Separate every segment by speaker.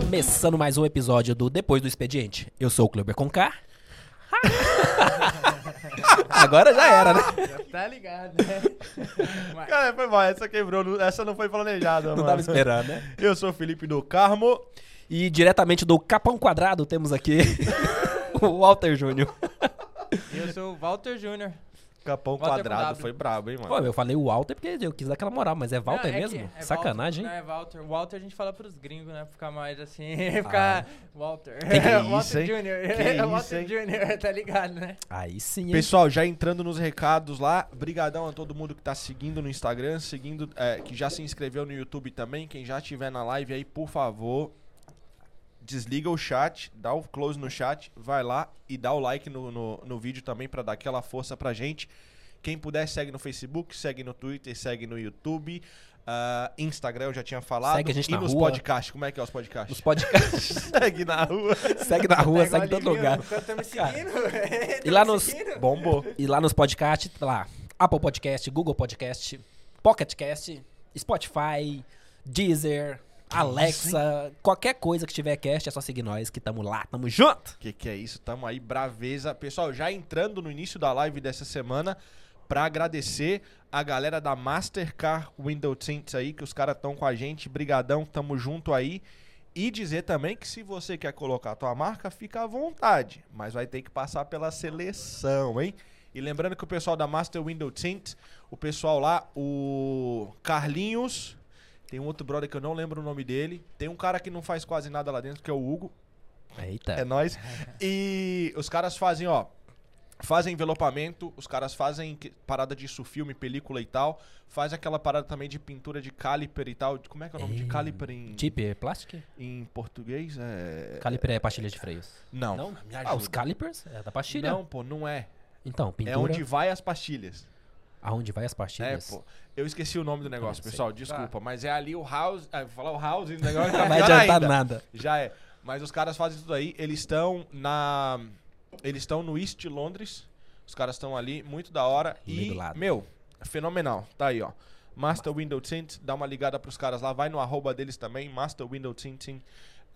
Speaker 1: Começando mais um episódio do Depois do Expediente. Eu sou o Kleber Conká. Agora já era, né?
Speaker 2: Tá ligado, né?
Speaker 3: Cara, foi mal, essa quebrou, não- essa não foi planejada,
Speaker 1: Não
Speaker 3: mano.
Speaker 1: tava esperando, né?
Speaker 3: Eu sou o Felipe do Carmo.
Speaker 1: E diretamente do Capão Quadrado temos aqui o Walter Júnior.
Speaker 2: Eu sou o Walter Júnior.
Speaker 3: Capão
Speaker 2: Walter com
Speaker 3: quadrado,
Speaker 2: W.
Speaker 3: foi brabo, hein, mano.
Speaker 1: Pô, eu falei o Walter porque eu quis dar aquela moral, mas é Walter
Speaker 2: Não, é
Speaker 1: mesmo?
Speaker 2: que- é
Speaker 1: Sacanagem.
Speaker 2: Walter, não, é Walter. Walter a gente fala pros gringos, né? Ficar mais assim,
Speaker 1: Ah.
Speaker 2: ficar Walter.
Speaker 3: Que que é isso,
Speaker 2: Walter
Speaker 3: hein?
Speaker 2: Jr.
Speaker 3: Que
Speaker 2: é
Speaker 3: isso,
Speaker 2: Walter
Speaker 3: hein?
Speaker 2: Jr., tá ligado, né?
Speaker 1: Aí sim, hein?
Speaker 3: Pessoal, já entrando nos recados lá, brigadão a todo mundo que tá seguindo no Instagram, seguindo, é, que já se inscreveu no YouTube também. Quem já tiver na live aí, por favor, desliga o chat, dá o close no chat, vai lá e dá o like no, no, no vídeo também pra dar aquela força pra gente. Quem puder, segue no Facebook, segue no Twitter, segue no YouTube. ah, Instagram, eu já tinha falado.
Speaker 1: Segue a gente
Speaker 3: e
Speaker 1: na
Speaker 3: nos
Speaker 1: rua.
Speaker 3: podcasts. Como é que é os podcasts?
Speaker 1: Os podcasts.
Speaker 3: segue na rua.
Speaker 1: segue na rua,
Speaker 2: Pega
Speaker 1: segue
Speaker 2: o
Speaker 1: em todo
Speaker 2: alívio,
Speaker 1: lugar.
Speaker 2: Tô, tô me
Speaker 1: Cara,
Speaker 2: seguindo.
Speaker 1: E
Speaker 2: tô
Speaker 1: lá
Speaker 2: me
Speaker 1: nos,
Speaker 2: seguindo.
Speaker 3: Bombou.
Speaker 1: e lá nos podcasts, tá lá, Apple Podcast, Google Podcast, Pocket Cast, Spotify, Deezer, Alexa, qualquer coisa que tiver cast, é só seguir nós que tamo lá, tamo junto.
Speaker 3: Que que é isso? Tamo aí, braveza. Pessoal, já entrando no início da live dessa semana pra agradecer a galera da Mastercard Window Tints aí, que os caras estão com a gente. Brigadão, tamo junto aí. E dizer também que se você quer colocar a tua marca, fica à vontade, mas vai ter que passar pela seleção, hein? E lembrando que o pessoal da Master Window Tint, o pessoal lá, o Carlinhos, tem um outro brother que eu não lembro o nome dele, tem um cara que não faz quase nada lá dentro, que é o Hugo, é
Speaker 1: Eita.
Speaker 3: nóis. E os caras fazem, ó. Fazem envelopamento, os caras fazem que- parada de filme, película e tal. Faz aquela parada também de pintura de caliper e tal. Como é que é o nome de
Speaker 1: Ei,
Speaker 3: caliper em,
Speaker 1: Tip é plástico?
Speaker 3: em português? É...
Speaker 1: Caliper é pastilha de freios.
Speaker 3: Não.
Speaker 1: Não?
Speaker 3: Não,
Speaker 1: Ah, os calipers é da pastilha.
Speaker 3: pô, não é.
Speaker 1: Então, pintura,
Speaker 3: É onde vai as pastilhas.
Speaker 1: aonde vai as
Speaker 3: É,
Speaker 1: pastilhas.
Speaker 3: pô. Eu esqueci o nome do negócio,
Speaker 1: sei.
Speaker 3: pessoal. Desculpa, mas é ali o house. Ah, vou falar o house do negócio.
Speaker 1: Não
Speaker 3: tá
Speaker 1: vai
Speaker 3: pior
Speaker 1: adiantar
Speaker 3: ainda.
Speaker 1: nada.
Speaker 3: Já é. Mas os caras fazem tudo aí. Eles estão na. Eles estão no East Londres. Os caras estão ali, muito da hora.
Speaker 1: Ali
Speaker 3: e,
Speaker 1: do lado.
Speaker 3: meu, fenomenal. Tá aí, ó. Master Window Tint, dá uma ligada pros caras lá. Vai no arroba deles também, Master Window Tinting.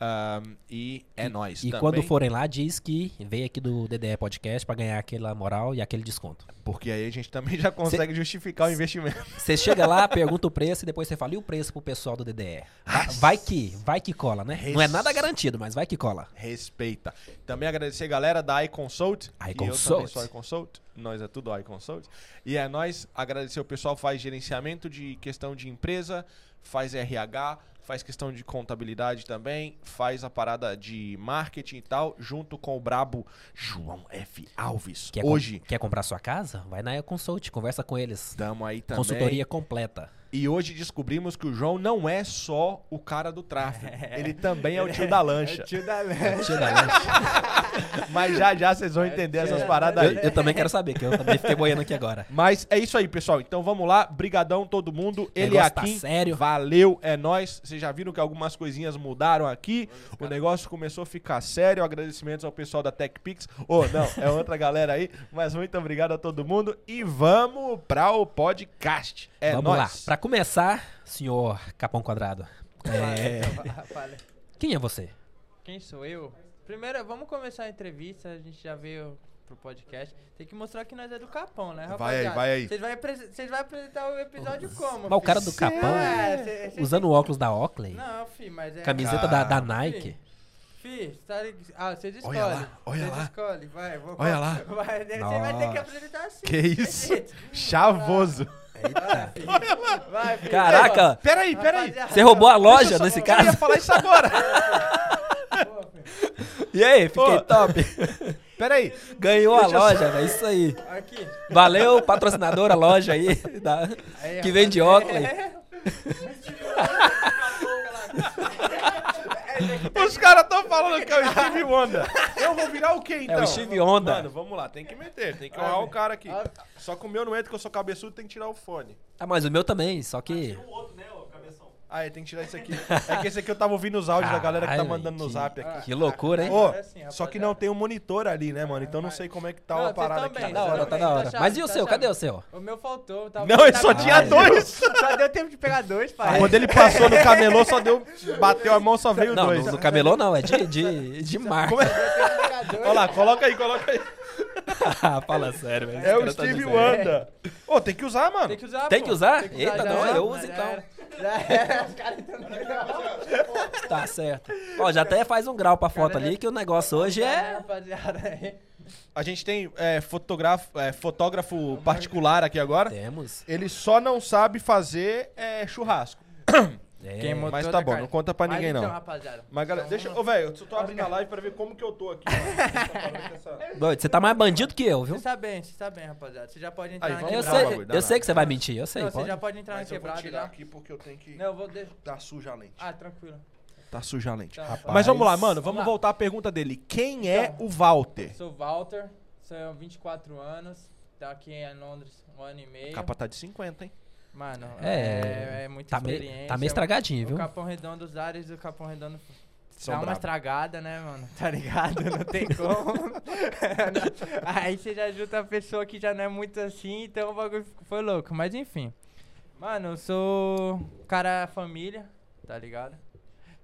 Speaker 3: Ahm, e é nóis.
Speaker 1: E
Speaker 3: também,
Speaker 1: quando forem lá, diz que veio aqui do DDE Podcast pra ganhar aquela moral e aquele desconto.
Speaker 3: Porque aí a gente também já consegue justificar o investimento.
Speaker 1: Você chega lá, pergunta o preço e depois você fala, e o preço pro pessoal do DDE? Va- Vai que, vai que cola, né? Não é nada garantido, mas vai que cola.
Speaker 3: Respeita. Também agradecer a galera da iConsult. que Eu também
Speaker 1: iConsult.
Speaker 3: sou iConsult. Nós é tudo iConsult. E é nós agradecer o pessoal faz gerenciamento de questão de empresa, faz RH, faz questão de contabilidade também, faz a parada de marketing e tal, junto com o brabo João F. Alves.
Speaker 1: Quer é com-
Speaker 3: hoje
Speaker 1: quer comprar sua casa? Vai na Consult, conversa com eles.
Speaker 3: estamos aí também.
Speaker 1: Consultoria completa.
Speaker 3: E hoje descobrimos que o João não é só o cara do tráfego. Ele também é o tio da lancha.
Speaker 2: É tio da lancha.
Speaker 1: Tio da lancha.
Speaker 3: Mas já já vocês vão entender essas paradas aí.
Speaker 1: eu, eu também quero saber, que eu também fiquei boiando aqui agora.
Speaker 3: Mas é isso aí, pessoal. Então vamos lá. Brigadão todo mundo. Ele é
Speaker 1: Negócio tá
Speaker 3: aqui.
Speaker 1: sério.
Speaker 3: Valeu, é nóis. Vocês já viram que algumas coisinhas mudaram aqui. O negócio começou a ficar sério. Agradecimentos ao pessoal da TechPix. Ou não, é outra galera aí. Mas muito obrigado a todo mundo. E vamos para o podcast. É
Speaker 1: Vamos
Speaker 3: nóis.
Speaker 1: lá. Pra começar, senhor Capão Quadrado, é,
Speaker 2: Fala.
Speaker 1: quem é você?
Speaker 2: Quem sou eu? Primeiro, vamos começar a entrevista. A gente já veio pro podcast. Tem que mostrar que nós é do Capão, né,
Speaker 3: Vai aí,
Speaker 2: rapaziada?
Speaker 3: vai aí.
Speaker 2: Vocês vão apresen- Vocês vão apresentar o episódio como?
Speaker 1: Mas o
Speaker 2: filho?
Speaker 1: cara do Capão,
Speaker 2: É, cê- cê-
Speaker 1: usando o óculos da Oakley,
Speaker 2: Não, fi, mas é...
Speaker 1: camiseta da, da Nike.
Speaker 2: Fih, tá lig- Ah, vocês escolhem.
Speaker 3: Olha lá, olha
Speaker 2: Vocês
Speaker 3: lá.
Speaker 2: escolhem, vai. Vou
Speaker 3: Olha lá.
Speaker 2: Vai, você vai ter que
Speaker 1: Nossa.
Speaker 2: apresentar assim.
Speaker 3: Que
Speaker 2: né,
Speaker 3: isso?
Speaker 2: gente?
Speaker 3: Chavoso.
Speaker 2: Vai, filho. Vai, filho.
Speaker 1: Caraca,
Speaker 3: Peraí, peraí.
Speaker 2: Rapaziada.
Speaker 1: você roubou a
Speaker 3: Deixa eu
Speaker 1: loja
Speaker 3: só-
Speaker 1: desse
Speaker 3: Eu ia
Speaker 1: cara?
Speaker 3: falar isso agora.
Speaker 2: Boa, filho.
Speaker 1: E aí, fiquei
Speaker 3: Pô.
Speaker 1: top.
Speaker 3: Peraí.
Speaker 1: Ganhou a
Speaker 3: Deixa eu só-
Speaker 1: loja, velho. Isso aí.
Speaker 2: Aqui.
Speaker 1: Valeu, patrocinadora loja aí, da-
Speaker 2: Aí,
Speaker 1: que
Speaker 2: ó.
Speaker 1: vende óculos.
Speaker 2: É.
Speaker 3: Os caras estão falando que é o Steve Wonder. Eu vou virar o quê, então?
Speaker 1: É o Steve Wonder.
Speaker 3: Mano, vamos lá, tem que meter, tem que honrar o cara aqui.
Speaker 2: Ah.
Speaker 3: Só que o meu não entra, que eu sou cabeçudo, tem que tirar o fone.
Speaker 1: Ah, mas o meu também, só que.
Speaker 3: Ah, é, tem que tirar isso aqui. É que esse aqui eu tava ouvindo os áudios da galera que tá
Speaker 1: Caralho,
Speaker 3: mandando no
Speaker 1: que- Ah,
Speaker 3: zap aqui.
Speaker 1: Que loucura, hein?
Speaker 2: Ô,
Speaker 3: Ó,
Speaker 2: É assim,
Speaker 3: só que não
Speaker 2: rapaziada.
Speaker 3: tem um monitor ali, né, mano? Então não sei como é que tá
Speaker 2: Não,
Speaker 3: a
Speaker 2: vocês
Speaker 3: parada
Speaker 2: tão
Speaker 3: aqui.
Speaker 2: bem,
Speaker 1: Tá da hora, tá da hora. Mas e o seu? Cadê o seu?
Speaker 2: O meu faltou. Tava
Speaker 3: Não, ele só tinha
Speaker 2: Caralho.
Speaker 3: dois.
Speaker 2: Só deu tempo de pegar dois, pai.
Speaker 3: Quando ele passou no camelô, só deu. Bateu a mão, só veio
Speaker 1: Não,
Speaker 3: dois.
Speaker 1: no, no camelô não, é de, de, de mar.
Speaker 3: Como é?
Speaker 2: Deu tempo de pegar dois.
Speaker 3: Olha lá, coloca aí, coloca aí.
Speaker 1: Ah, Fala sério, velho.
Speaker 3: É
Speaker 1: Esse
Speaker 3: o
Speaker 1: cara tá
Speaker 3: Steve
Speaker 1: dizendo.
Speaker 3: Wonder. Ô, tem que usar, mano.
Speaker 2: Tem que usar,
Speaker 1: Tem
Speaker 2: pô.
Speaker 1: que usar? Eita,
Speaker 2: já
Speaker 1: não,
Speaker 2: era,
Speaker 1: eu
Speaker 2: mano,
Speaker 1: uso
Speaker 2: já
Speaker 1: então.
Speaker 2: era. Já era, os caras entram no negócio.
Speaker 1: Tá certo. Ó, já até faz um grau pra foto
Speaker 2: Cara,
Speaker 1: ali que o negócio hoje é.
Speaker 2: Rapaziada, aí.
Speaker 3: A gente tem é, fotografo, é, fotógrafo particular aqui agora.
Speaker 1: Temos.
Speaker 3: Ele só não sabe fazer é, churrasco.
Speaker 1: É.
Speaker 2: Quem mo-
Speaker 3: Mas
Speaker 2: Toda
Speaker 3: tá bom,
Speaker 2: cara.
Speaker 3: não conta pra
Speaker 2: Mas
Speaker 3: ninguém,
Speaker 2: então,
Speaker 3: não.
Speaker 2: rapaziada.
Speaker 3: Mas galera, deixa. Ô, velho, eu só tô abrindo a live pra ver como que eu tô aqui. mano. Essa-
Speaker 1: Doido, você tá mais bandido que eu, viu?
Speaker 2: Você tá bem, você tá bem, rapaziada. Você já pode entrar
Speaker 3: Aí,
Speaker 2: na
Speaker 3: vamos
Speaker 1: Eu
Speaker 3: lá,
Speaker 2: quebrada.
Speaker 1: sei,
Speaker 3: bagulho, dá
Speaker 1: eu
Speaker 3: lá.
Speaker 1: sei que você vai mentir, eu sei.
Speaker 2: Não, você
Speaker 1: pode.
Speaker 2: já pode entrar na
Speaker 3: Mas eu vou
Speaker 2: quebrada
Speaker 3: tirar
Speaker 2: já.
Speaker 3: aqui porque eu tenho que.
Speaker 2: Não, eu vou deixar.
Speaker 3: Tá suja a lente.
Speaker 2: Ah, tranquilo.
Speaker 3: Tá suja a lente.
Speaker 2: Então, rapaziada.
Speaker 3: Mas vamos lá, mano. Vamos
Speaker 2: Vamos lá.
Speaker 3: voltar à pergunta dele. Quem é
Speaker 2: Então.
Speaker 3: o Walter?
Speaker 2: Sou Walter, sou 24 anos, tá aqui em Londres um ano e meio.
Speaker 3: A capa tá de 50, hein?
Speaker 2: Mano,
Speaker 1: É,
Speaker 2: é, um é, muita
Speaker 1: Tá meio,
Speaker 2: experiência.
Speaker 1: tá meio estragadinho,
Speaker 2: O
Speaker 1: viu?
Speaker 2: Capão Redondo, os ares do Capão Redondo
Speaker 3: São
Speaker 2: dá uma
Speaker 3: brabo.
Speaker 2: estragada, né, mano? Tá ligado? Não tem como. Aí você já junta a pessoa que já não é muito assim, então o bagulho ficou- foi louco. Mas enfim. Mano, eu sou cara família, tá ligado?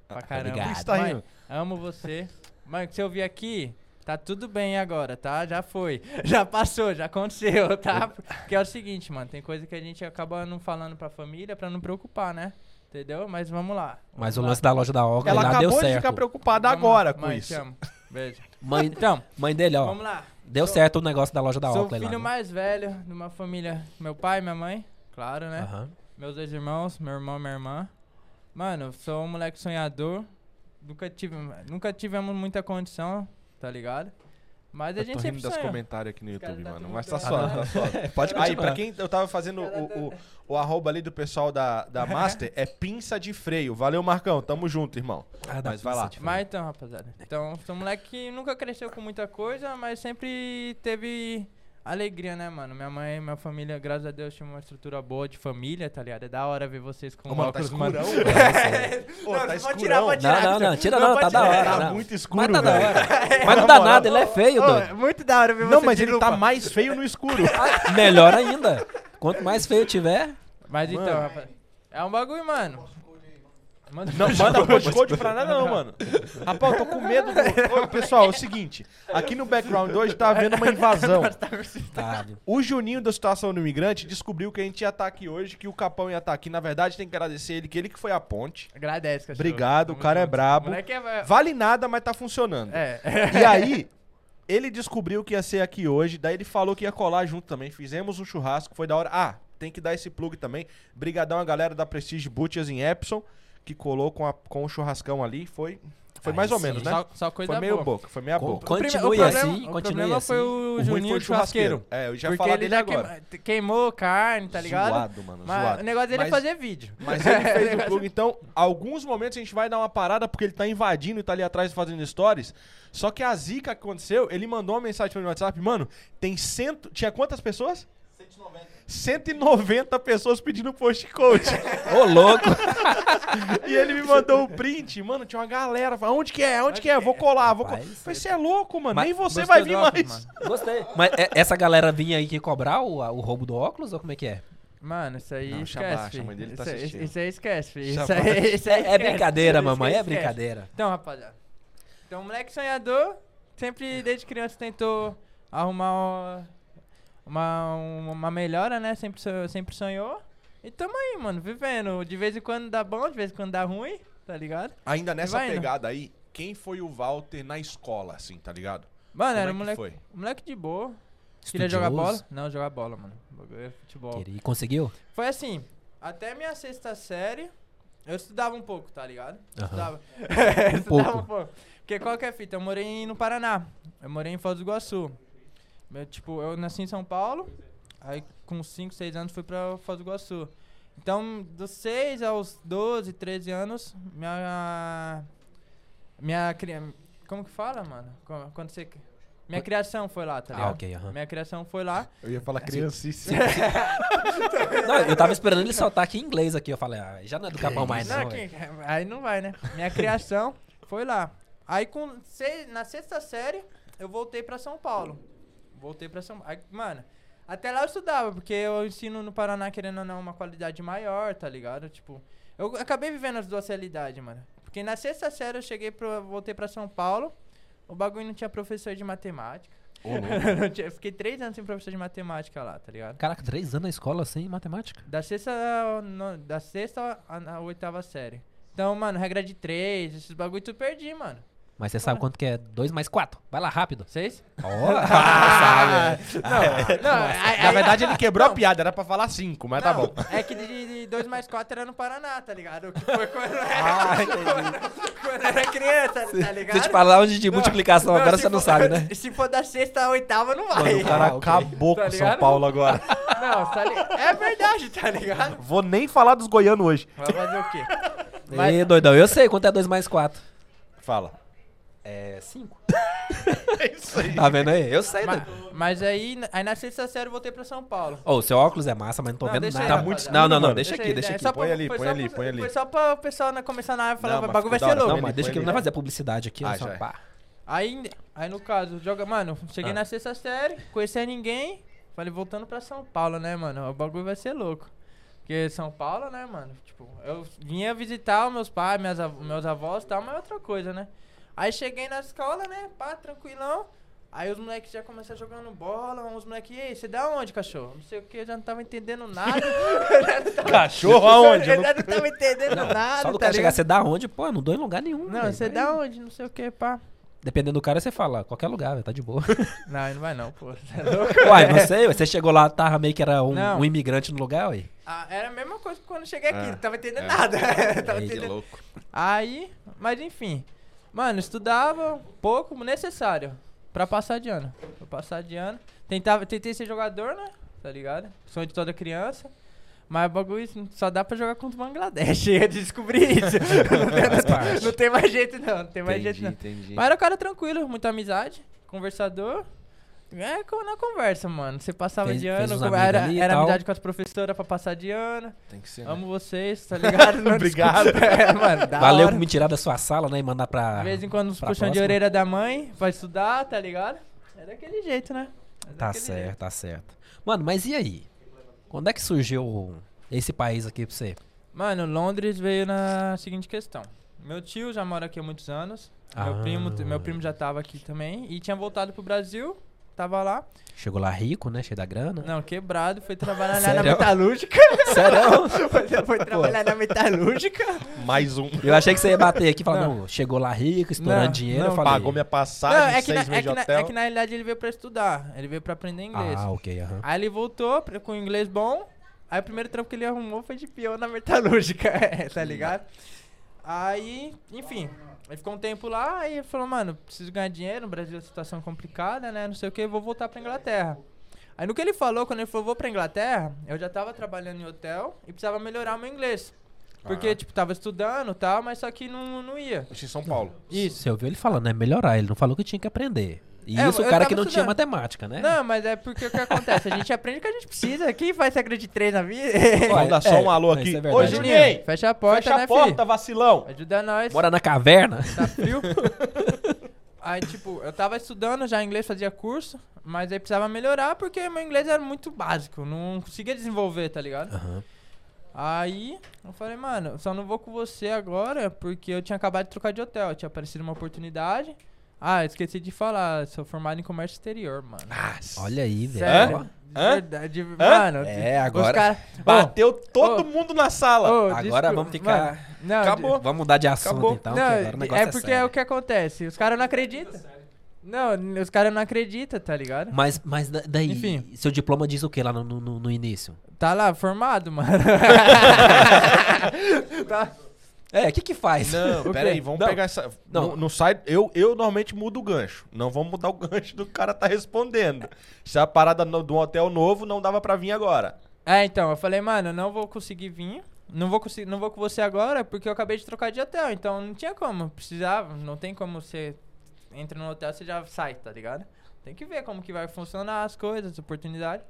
Speaker 1: Ah,
Speaker 2: Pra caramba.
Speaker 1: ligado.
Speaker 3: Está
Speaker 2: Mãe,
Speaker 3: rindo.
Speaker 2: amo você. Mãe, que se eu vir aqui, tá tudo bem agora, tá? Já foi. Já passou, já aconteceu, tá? Porque é o seguinte, mano, tem coisa que a gente acaba não falando pra família pra não preocupar, né? Entendeu? Mas vamos lá.
Speaker 1: Mas o
Speaker 2: Vamos lá.
Speaker 1: lance da loja da Ogre
Speaker 3: Ela
Speaker 1: lá deu
Speaker 3: acabou de
Speaker 1: certo.
Speaker 3: ficar preocupada
Speaker 2: Vamos
Speaker 3: agora
Speaker 2: lá.
Speaker 3: com
Speaker 2: Mãe,
Speaker 3: isso.
Speaker 2: Te amo. Beijo.
Speaker 1: Mãe,
Speaker 2: Então,
Speaker 1: mãe dele, ó.
Speaker 2: vamos lá.
Speaker 1: Deu
Speaker 2: Sou-
Speaker 1: certo o negócio da loja da
Speaker 2: Sou o
Speaker 1: Ogre lá.
Speaker 2: filho
Speaker 1: né?
Speaker 2: mais velho de uma família. Meu pai, minha mãe, claro, né?
Speaker 1: Aham.
Speaker 2: Meus dois irmãos, meu irmão, minha irmã. Mano, sou um moleque sonhador. Nunca, tive, nunca tivemos muita condição, tá ligado? Mas a
Speaker 3: Eu tô
Speaker 2: gente sempre
Speaker 3: Tá rindo das
Speaker 2: sonha.
Speaker 3: comentários aqui no
Speaker 2: caras
Speaker 3: YouTube,
Speaker 2: tá
Speaker 3: mano.
Speaker 2: tudo
Speaker 3: Mas tá
Speaker 2: bem.
Speaker 3: só,
Speaker 1: Ah,
Speaker 3: tá só.
Speaker 1: Pode
Speaker 3: Aí,
Speaker 1: continuar.
Speaker 3: pra quem eu tava fazendo o, o, o arroba ali do pessoal da, da Master, é pinça de freio. Valeu, Marcão. Tamo junto, irmão.
Speaker 1: Ah, dá
Speaker 3: Mas vai
Speaker 1: pra
Speaker 3: lá.
Speaker 1: sentir.
Speaker 2: Mas então, rapaziada. Então, sou um moleque que nunca cresceu com muita coisa, mas sempre teve alegria, né, mano? Minha mãe, minha família, graças a Deus, tinha uma estrutura boa de família, tá ligado? É da hora ver vocês com
Speaker 3: Ô, mano, tá
Speaker 2: óculos,
Speaker 3: escurão.
Speaker 2: mano.
Speaker 3: velho. Ô,
Speaker 2: Não,
Speaker 3: tá
Speaker 2: se for
Speaker 3: escurão.
Speaker 2: tirar, pode
Speaker 1: Não, não, não, tira não, tá da hora.
Speaker 3: Tá
Speaker 1: não.
Speaker 3: muito
Speaker 1: Mas
Speaker 3: escuro,
Speaker 1: tá da
Speaker 3: velho.
Speaker 1: hora. Mas não dá nada, ele é feio, doido.
Speaker 2: Ô, muito da hora ver
Speaker 3: Não,
Speaker 2: vocês
Speaker 3: mas
Speaker 2: de
Speaker 3: ele
Speaker 2: lupa.
Speaker 3: tá mais feio no escuro.
Speaker 1: Ah, Melhor ainda. Quanto mais feio tiver,
Speaker 2: Mas
Speaker 3: Mano.
Speaker 2: então, rapaz. É um bagulho, mano. Manda
Speaker 3: Não
Speaker 2: pra-
Speaker 3: manda postcode pra nada, não, mano. Rapaz, eu tô com medo do. Ô, pessoal, é o seguinte: aqui no background hoje tá havendo uma invasão.
Speaker 1: tá.
Speaker 3: O Juninho da situação do imigrante descobriu que a gente ia estar aqui hoje, que o Capão ia estar aqui. Na verdade, tem que agradecer ele, que ele que foi a ponte.
Speaker 2: Agradece, cachorro.
Speaker 3: Obrigado, o
Speaker 2: Tamo
Speaker 3: cara é
Speaker 2: junto.
Speaker 3: brabo.
Speaker 2: Moleque é...
Speaker 3: Vale nada, mas tá funcionando.
Speaker 2: É.
Speaker 3: E aí, ele descobriu que ia ser aqui hoje, daí ele falou que ia colar junto também. Fizemos um churrasco, foi da hora. Ah, tem que dar esse plug também. Brigadão a galera da Prestige Butchers em Epson, que colou com, a- com o churrascão ali. Foi, foi
Speaker 1: Aí
Speaker 3: mais ou
Speaker 1: sim.
Speaker 3: menos, né?
Speaker 2: Só, só coisa
Speaker 3: foi meio
Speaker 2: boa.
Speaker 3: boca, foi meia
Speaker 1: Co-
Speaker 3: boca.
Speaker 1: co-
Speaker 2: O prime-
Speaker 1: Continue
Speaker 2: o problema-
Speaker 1: assim,
Speaker 2: o
Speaker 1: continue
Speaker 2: problema foi
Speaker 1: assim.
Speaker 2: o,
Speaker 3: ruim
Speaker 2: Juninho churrasqueiro.
Speaker 3: É, eu já
Speaker 2: Porque
Speaker 3: falei
Speaker 2: ele
Speaker 3: dele
Speaker 2: já
Speaker 3: agora.
Speaker 2: queima- queimou carne, tá ligado?
Speaker 3: Zoado, mano,
Speaker 2: Mas
Speaker 3: zoado.
Speaker 2: o negócio dele
Speaker 3: Mas-
Speaker 2: é fazer vídeo.
Speaker 3: Mas ele fez o plug. Então, alguns momentos a gente vai dar uma parada porque ele tá invadindo e tá ali atrás fazendo stories. Só que a zica que aconteceu, ele mandou uma mensagem pra mim no WhatsApp, mano, tem cento. Tinha quantas pessoas? 190 pessoas pedindo postcode.
Speaker 1: Ô, louco.
Speaker 3: e ele me mandou o print. Mano, tinha uma galera. falando, Onde que é? Onde que é? Vou colar. Vou colar.
Speaker 1: Rapaz,
Speaker 3: Você é louco, mano.
Speaker 1: Mas
Speaker 3: Nem você
Speaker 2: gostou
Speaker 3: vai
Speaker 2: do
Speaker 3: vir
Speaker 2: óculos,
Speaker 3: mais.
Speaker 1: Gostei. Mas é- essa galera vinha aí que cobrar o, a- o roubo do óculos ou como é que é?
Speaker 2: Mano, isso aí
Speaker 3: Não, chama
Speaker 2: esquece.
Speaker 3: a
Speaker 2: filho.
Speaker 3: mãe dele tá
Speaker 2: isso, aí-
Speaker 3: assistindo.
Speaker 2: isso aí esquece, filho.
Speaker 3: Chama
Speaker 2: Isso aí,
Speaker 3: a-
Speaker 2: isso aí
Speaker 1: É, é
Speaker 2: esquece.
Speaker 1: brincadeira,
Speaker 2: Isso aí
Speaker 1: mamãe, é
Speaker 2: esquece.
Speaker 1: brincadeira.
Speaker 2: Então, rapaziada. Então, moleque sonhador, sempre desde criança tentou arrumar uma, uma, uma melhora, né? Sempre, sonhou- sempre sonhou. E tamo aí, mano, vivendo. De vez em quando dá bom, de vez em quando dá ruim, tá ligado?
Speaker 3: Ainda nessa
Speaker 2: Vai indo.
Speaker 3: pegada aí, quem foi o Walter na escola, assim, tá ligado?
Speaker 2: Mano,
Speaker 3: Como é
Speaker 2: era um
Speaker 3: que
Speaker 2: moleque,
Speaker 3: foi?
Speaker 2: moleque de boa. Queria é jogar bola?
Speaker 1: Estudioso.
Speaker 2: Não, jogar bola, mano. O bagulho é futebol.
Speaker 1: Ele conseguiu?
Speaker 2: Foi assim, até minha sexta série, eu estudava um pouco, tá ligado?
Speaker 1: Aham.
Speaker 2: Estudava.
Speaker 1: pouco.
Speaker 2: estudava um pouco. Porque qual que é a fita? Eu morei no Paraná. Eu morei em Foz do Iguaçu. Eu, tipo, eu nasci em São Paulo, aí com 5, 6 anos fui pra Foz do Iguaçu. Então, dos 6 aos 12, 13 anos, minha... Minha criança... Como que fala, mano? Como- Quando você... Minha criação foi lá, tá
Speaker 1: Ah,
Speaker 2: ligado?
Speaker 1: ok, aham.
Speaker 2: Minha criação foi lá.
Speaker 3: Eu ia
Speaker 2: Assim,
Speaker 3: falar criancice.
Speaker 1: Não, eu tava esperando ele soltar aqui em inglês aqui. Eu falei, ah, já não é do Capão mais, não.
Speaker 2: Não,
Speaker 1: velho.
Speaker 2: quem- aí não vai, né? Minha criação foi lá. Aí com se- na sexta série, eu voltei pra São Paulo. Voltei pra São Paulo. Mano, até lá eu estudava, porque eu ensino no Paraná, querendo ou não, uma qualidade maior, tá ligado? Tipo, eu acabei vivendo as duas realidades, mano. Porque na sexta série eu cheguei, pro, voltei pra São Paulo, o bagulho não tinha professor de matemática. Não tinha- eu fiquei três anos sem professor de matemática lá, tá ligado?
Speaker 1: Caraca, três anos na escola sem matemática?
Speaker 2: Da sexta, ao no- da sexta à, à oitava série. Então, mano, regra de três, esses bagulho tu perdi, mano.
Speaker 1: Mas você sabe quanto que é? Dois mais quatro. Vai lá, rápido.
Speaker 2: Vocês?
Speaker 1: Ó,
Speaker 2: Ah, né? Não, aí-
Speaker 3: Na
Speaker 2: aí-
Speaker 3: verdade, ele quebrou a piada, era pra falar cinco, mas tá
Speaker 2: não,
Speaker 3: bom.
Speaker 2: É que de 2 mais 4 era no Paraná, tá ligado? O que foi quando
Speaker 3: Ah,
Speaker 2: era, quando, quando era criança, tá ligado?
Speaker 1: Se eu te falar onde de multiplicação agora,
Speaker 2: se
Speaker 1: você não
Speaker 2: for-
Speaker 1: sabe, né?
Speaker 2: Se for da sexta à oitava, não vai.
Speaker 3: Mano, o cara
Speaker 1: Ah, ok.
Speaker 3: acabou
Speaker 2: Tá
Speaker 3: com São
Speaker 2: ligado?
Speaker 3: Paulo agora.
Speaker 2: Não, tá li... é verdade, tá ligado?
Speaker 3: Vou nem falar dos goianos hoje.
Speaker 2: Vai fazer o quê? Mas-
Speaker 1: Ê, doidão, eu sei quanto é dois mais quatro.
Speaker 3: Fala.
Speaker 1: É cinco.
Speaker 3: É isso aí.
Speaker 1: Tá vendo aí? Eu sei,
Speaker 2: Ma-
Speaker 1: doido.
Speaker 2: Mas aí, aí na sexta série eu voltei pra São Paulo.
Speaker 1: Ô, seu óculos é massa, mas não tô
Speaker 2: Não,
Speaker 1: vendo
Speaker 2: deixa
Speaker 1: nada.
Speaker 2: aí,
Speaker 1: Tá
Speaker 2: rapaz.
Speaker 1: muito-
Speaker 2: Deixa
Speaker 1: Não, não, não,
Speaker 3: mano.
Speaker 1: deixa
Speaker 2: aí,
Speaker 1: aqui, deixa
Speaker 2: é
Speaker 1: aqui.
Speaker 2: só
Speaker 3: Põe ali,
Speaker 2: foi
Speaker 3: põe
Speaker 2: só
Speaker 3: ali,
Speaker 2: pro-
Speaker 3: põe ali.
Speaker 2: Foi só pra o pessoal né, começar na área e falar,
Speaker 3: Não,
Speaker 2: "Vai,
Speaker 3: mas
Speaker 2: bagulho vai
Speaker 3: ficou
Speaker 2: ser
Speaker 3: da hora.
Speaker 1: Não,
Speaker 2: louco.
Speaker 1: mas
Speaker 3: ele
Speaker 1: deixa
Speaker 3: põe
Speaker 1: que ele
Speaker 3: ali.
Speaker 1: não vai fazer publicidade aqui,
Speaker 3: Ah,
Speaker 1: né? só
Speaker 3: já é.
Speaker 1: pá.
Speaker 2: Aí, aí no caso, joga, mano, cheguei
Speaker 1: Ah.
Speaker 2: na sexta série, conhecia ninguém, falei, voltando pra São Paulo, né, mano, o bagulho vai ser louco. Porque São Paulo, né, mano, tipo, eu vinha visitar os meus pais, minhas, av- meus avós e tal, mas é outra coisa, né. Aí cheguei na escola, né, pá, tranquilão, aí os moleques já começaram jogando bola, os moleques, e aí, você da onde, cachorro? Não sei o que, eu já não tava entendendo nada.
Speaker 3: Cachorro aonde? Eu
Speaker 2: Eu
Speaker 3: não-
Speaker 2: já não tava entendendo nada,
Speaker 1: Só do
Speaker 2: tá
Speaker 1: cara chegar, assim,
Speaker 2: ligado?
Speaker 1: você dá onde? Pô, não dou em lugar nenhum.
Speaker 2: Não,
Speaker 1: velho.
Speaker 2: você dá onde, não sei o que, pá.
Speaker 1: Dependendo do cara, você fala, qualquer lugar, velho, tá de boa.
Speaker 2: Não, aí não vai não, pô. Você é louco?
Speaker 1: Uai, não sei, você chegou lá, tava meio que era um,
Speaker 2: Não.
Speaker 1: um imigrante no lugar, ué.
Speaker 2: Ah, era a mesma coisa que quando eu cheguei aqui,
Speaker 3: Ah,
Speaker 2: não tava entendendo
Speaker 3: é.
Speaker 2: nada. tava
Speaker 1: Aí,
Speaker 2: entendendo.
Speaker 3: louco.
Speaker 2: Aí, mas enfim. Mano, estudava pouco, necessário. Pra passar de ano. Pra passar de ano. Tentava, tentei ser jogador, né? Tá ligado? Sonho de toda criança. Mas o bagulho só dá pra jogar contra o Bangladesh. Eu descobri isso. não, tem, não tem mais jeito, não. Não tem mais jeito, não.
Speaker 4: entendi.
Speaker 2: Mas era um cara tranquilo, muita amizade, conversador. É como na conversa, mano. Você passava
Speaker 1: Fez-
Speaker 2: de
Speaker 1: fez
Speaker 2: ano,
Speaker 1: uns
Speaker 2: co-
Speaker 1: amigos
Speaker 2: era,
Speaker 1: ali e
Speaker 2: era
Speaker 1: tal. É, né?
Speaker 2: amizade com as professoras pra passar de ano.
Speaker 4: Tem que
Speaker 3: né?
Speaker 4: ser.
Speaker 2: Amo vocês, tá ligado? Não,
Speaker 3: Obrigado.
Speaker 2: desculpa. É, mano, da
Speaker 1: Valeu
Speaker 2: hora.
Speaker 1: por me tirar da sua sala, né? E mandar pra.
Speaker 2: De vez em quando, uns
Speaker 1: pra
Speaker 2: puxão de
Speaker 1: próxima.
Speaker 2: orelha da mãe pra estudar, tá ligado? É daquele jeito, né? É
Speaker 1: Tá
Speaker 2: daquele
Speaker 1: certo,
Speaker 2: jeito.
Speaker 1: tá certo. Mano, mas e aí? Quando é que surgiu esse país aqui pra você?
Speaker 2: Mano, Londres veio na seguinte questão. Meu tio já mora aqui há muitos anos.
Speaker 1: Ah.
Speaker 2: Meu, primo, meu primo já tava aqui também. E tinha voltado pro Brasil. Tava lá.
Speaker 1: Chegou lá rico, né? Cheio da grana.
Speaker 2: Não, quebrado. Foi trabalhar lá na
Speaker 1: Sério?
Speaker 2: metalúrgica.
Speaker 1: Sério?
Speaker 2: Foi, foi trabalhar na metalúrgica.
Speaker 3: Mais um.
Speaker 1: Eu achei que você ia bater aqui e falar, não.
Speaker 2: Não.
Speaker 1: chegou lá rico, estourando
Speaker 2: Não,
Speaker 1: dinheiro.
Speaker 2: não,
Speaker 1: eu falei,
Speaker 3: Pagou minha passagem,
Speaker 2: Não, é que, na,
Speaker 3: seis
Speaker 2: é,
Speaker 3: meses
Speaker 2: que
Speaker 3: de
Speaker 2: na,
Speaker 3: hotel.
Speaker 2: é que na realidade ele veio pra estudar. Ele veio pra aprender inglês.
Speaker 1: Ah, ok, aham.
Speaker 2: Aí ele voltou pra- com inglês bom. Aí o primeiro trampo que ele arrumou foi de peão na metalúrgica, tá ligado? Aí, enfim, ele ficou um tempo lá, aí ele falou, mano, preciso ganhar dinheiro, no Brasil é uma situação complicada, né? Não sei o que, vou voltar pra Inglaterra. Aí no que ele falou, quando ele falou, vou pra Inglaterra, eu já tava trabalhando em hotel e precisava melhorar o meu inglês. Porque,
Speaker 3: Ah.
Speaker 2: tipo, tava estudando e tal, mas só que não, não ia.
Speaker 3: Isso em São Paulo.
Speaker 2: Isso.
Speaker 1: Você ouviu ele falando, né? Melhorar. Ele não falou que tinha que aprender. E
Speaker 2: É,
Speaker 1: isso o
Speaker 2: eu
Speaker 1: cara
Speaker 2: tava
Speaker 1: que não tinha
Speaker 2: estudando.
Speaker 1: matemática, né?
Speaker 2: Não, mas é porque o que acontece? A gente aprende o que a gente precisa. Quem faz regra de três na vida?
Speaker 3: Manda só
Speaker 1: é,
Speaker 3: um alô
Speaker 1: isso
Speaker 3: aqui.
Speaker 1: é verdade.
Speaker 3: Ô, Juninho!
Speaker 2: Fecha a porta,
Speaker 3: Fecha
Speaker 2: né,
Speaker 3: a porta,
Speaker 2: filho?
Speaker 3: vacilão!
Speaker 2: Ajuda nós.
Speaker 1: Bora na caverna.
Speaker 2: Tá frio? aí, tipo, eu tava estudando já inglês, fazia curso, mas aí precisava melhorar porque meu inglês era muito básico. Não conseguia desenvolver, tá ligado?
Speaker 1: Aham.
Speaker 2: Aí eu falei, mano, eu só não vou com você agora porque eu tinha acabado de trocar de hotel. Tinha aparecido uma oportunidade. Ah, eu esqueci de falar, sou formado em comércio exterior, mano.
Speaker 1: Olha aí, velho.
Speaker 2: Sério? de
Speaker 3: Hã?
Speaker 2: verdade, mano.
Speaker 1: É,
Speaker 2: os
Speaker 1: agora-
Speaker 2: cara-
Speaker 3: Bateu todo
Speaker 2: ô.
Speaker 3: mundo na sala.
Speaker 2: Ô, ô,
Speaker 1: Agora
Speaker 2: desculpa,
Speaker 1: vamos ficar-
Speaker 2: mano, não,
Speaker 3: Acabou.
Speaker 1: Vamos mudar de assunto
Speaker 3: Acabou.
Speaker 1: então, que
Speaker 2: de- não,
Speaker 1: agora o negócio
Speaker 2: é porque é,
Speaker 1: sério.
Speaker 2: o que acontece. Os caras não acreditam. Não, os caras não acreditam, tá ligado?
Speaker 1: Mas, mas da- daí,
Speaker 2: Enfim.
Speaker 1: seu diploma diz o que lá no, no- no- no início?
Speaker 2: Tá lá, formado, mano. Tá.
Speaker 1: É, o que que faz?
Speaker 3: Não,
Speaker 2: O
Speaker 3: pera aí,
Speaker 2: quê?
Speaker 3: vamos
Speaker 1: Não.
Speaker 3: pegar essa.
Speaker 1: Não.
Speaker 3: Não, não sai. Eu, eu normalmente mudo o gancho. Não vamos mudar o gancho do cara tá respondendo. Se a parada no, do hotel novo não dava pra vir agora.
Speaker 2: É, então, eu falei, mano, eu não vou conseguir vir. Não vou, conseguir, não vou com você agora porque eu acabei de trocar de hotel. Então não tinha como. Precisava, não tem como você entra no hotel, você já sai, tá ligado? Tem que ver como que vai funcionar as coisas, as oportunidades.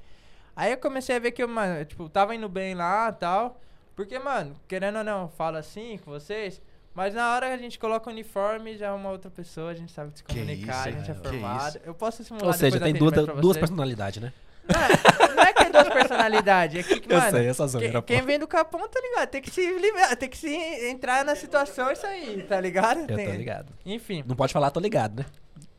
Speaker 2: Aí eu comecei a ver que eu, mano, eu, tipo, tava indo bem lá e tal. Porque, mano, querendo ou não, eu falo assim com vocês. Mas na hora que a gente coloca o uniforme, já é uma outra pessoa, a gente sabe se
Speaker 3: Que
Speaker 2: comunicar,
Speaker 3: isso,
Speaker 2: a gente é
Speaker 3: cara, que
Speaker 2: formado. Eu posso simular
Speaker 1: Ou seja, tem
Speaker 2: depois
Speaker 1: duas,
Speaker 2: do atendimento pra
Speaker 1: duas
Speaker 2: vocês.
Speaker 1: personalidades, né?
Speaker 2: Não, não é que tem duas personalidades, é que, que, mano,
Speaker 1: essa
Speaker 2: que- quem vem do capão, tá ligado? Tem que se livrar, tem que se entrar na situação isso aí, tá ligado?
Speaker 1: Eu tô
Speaker 2: Tem-
Speaker 1: ligado.
Speaker 2: Enfim.
Speaker 1: Não pode falar, tô ligado, né?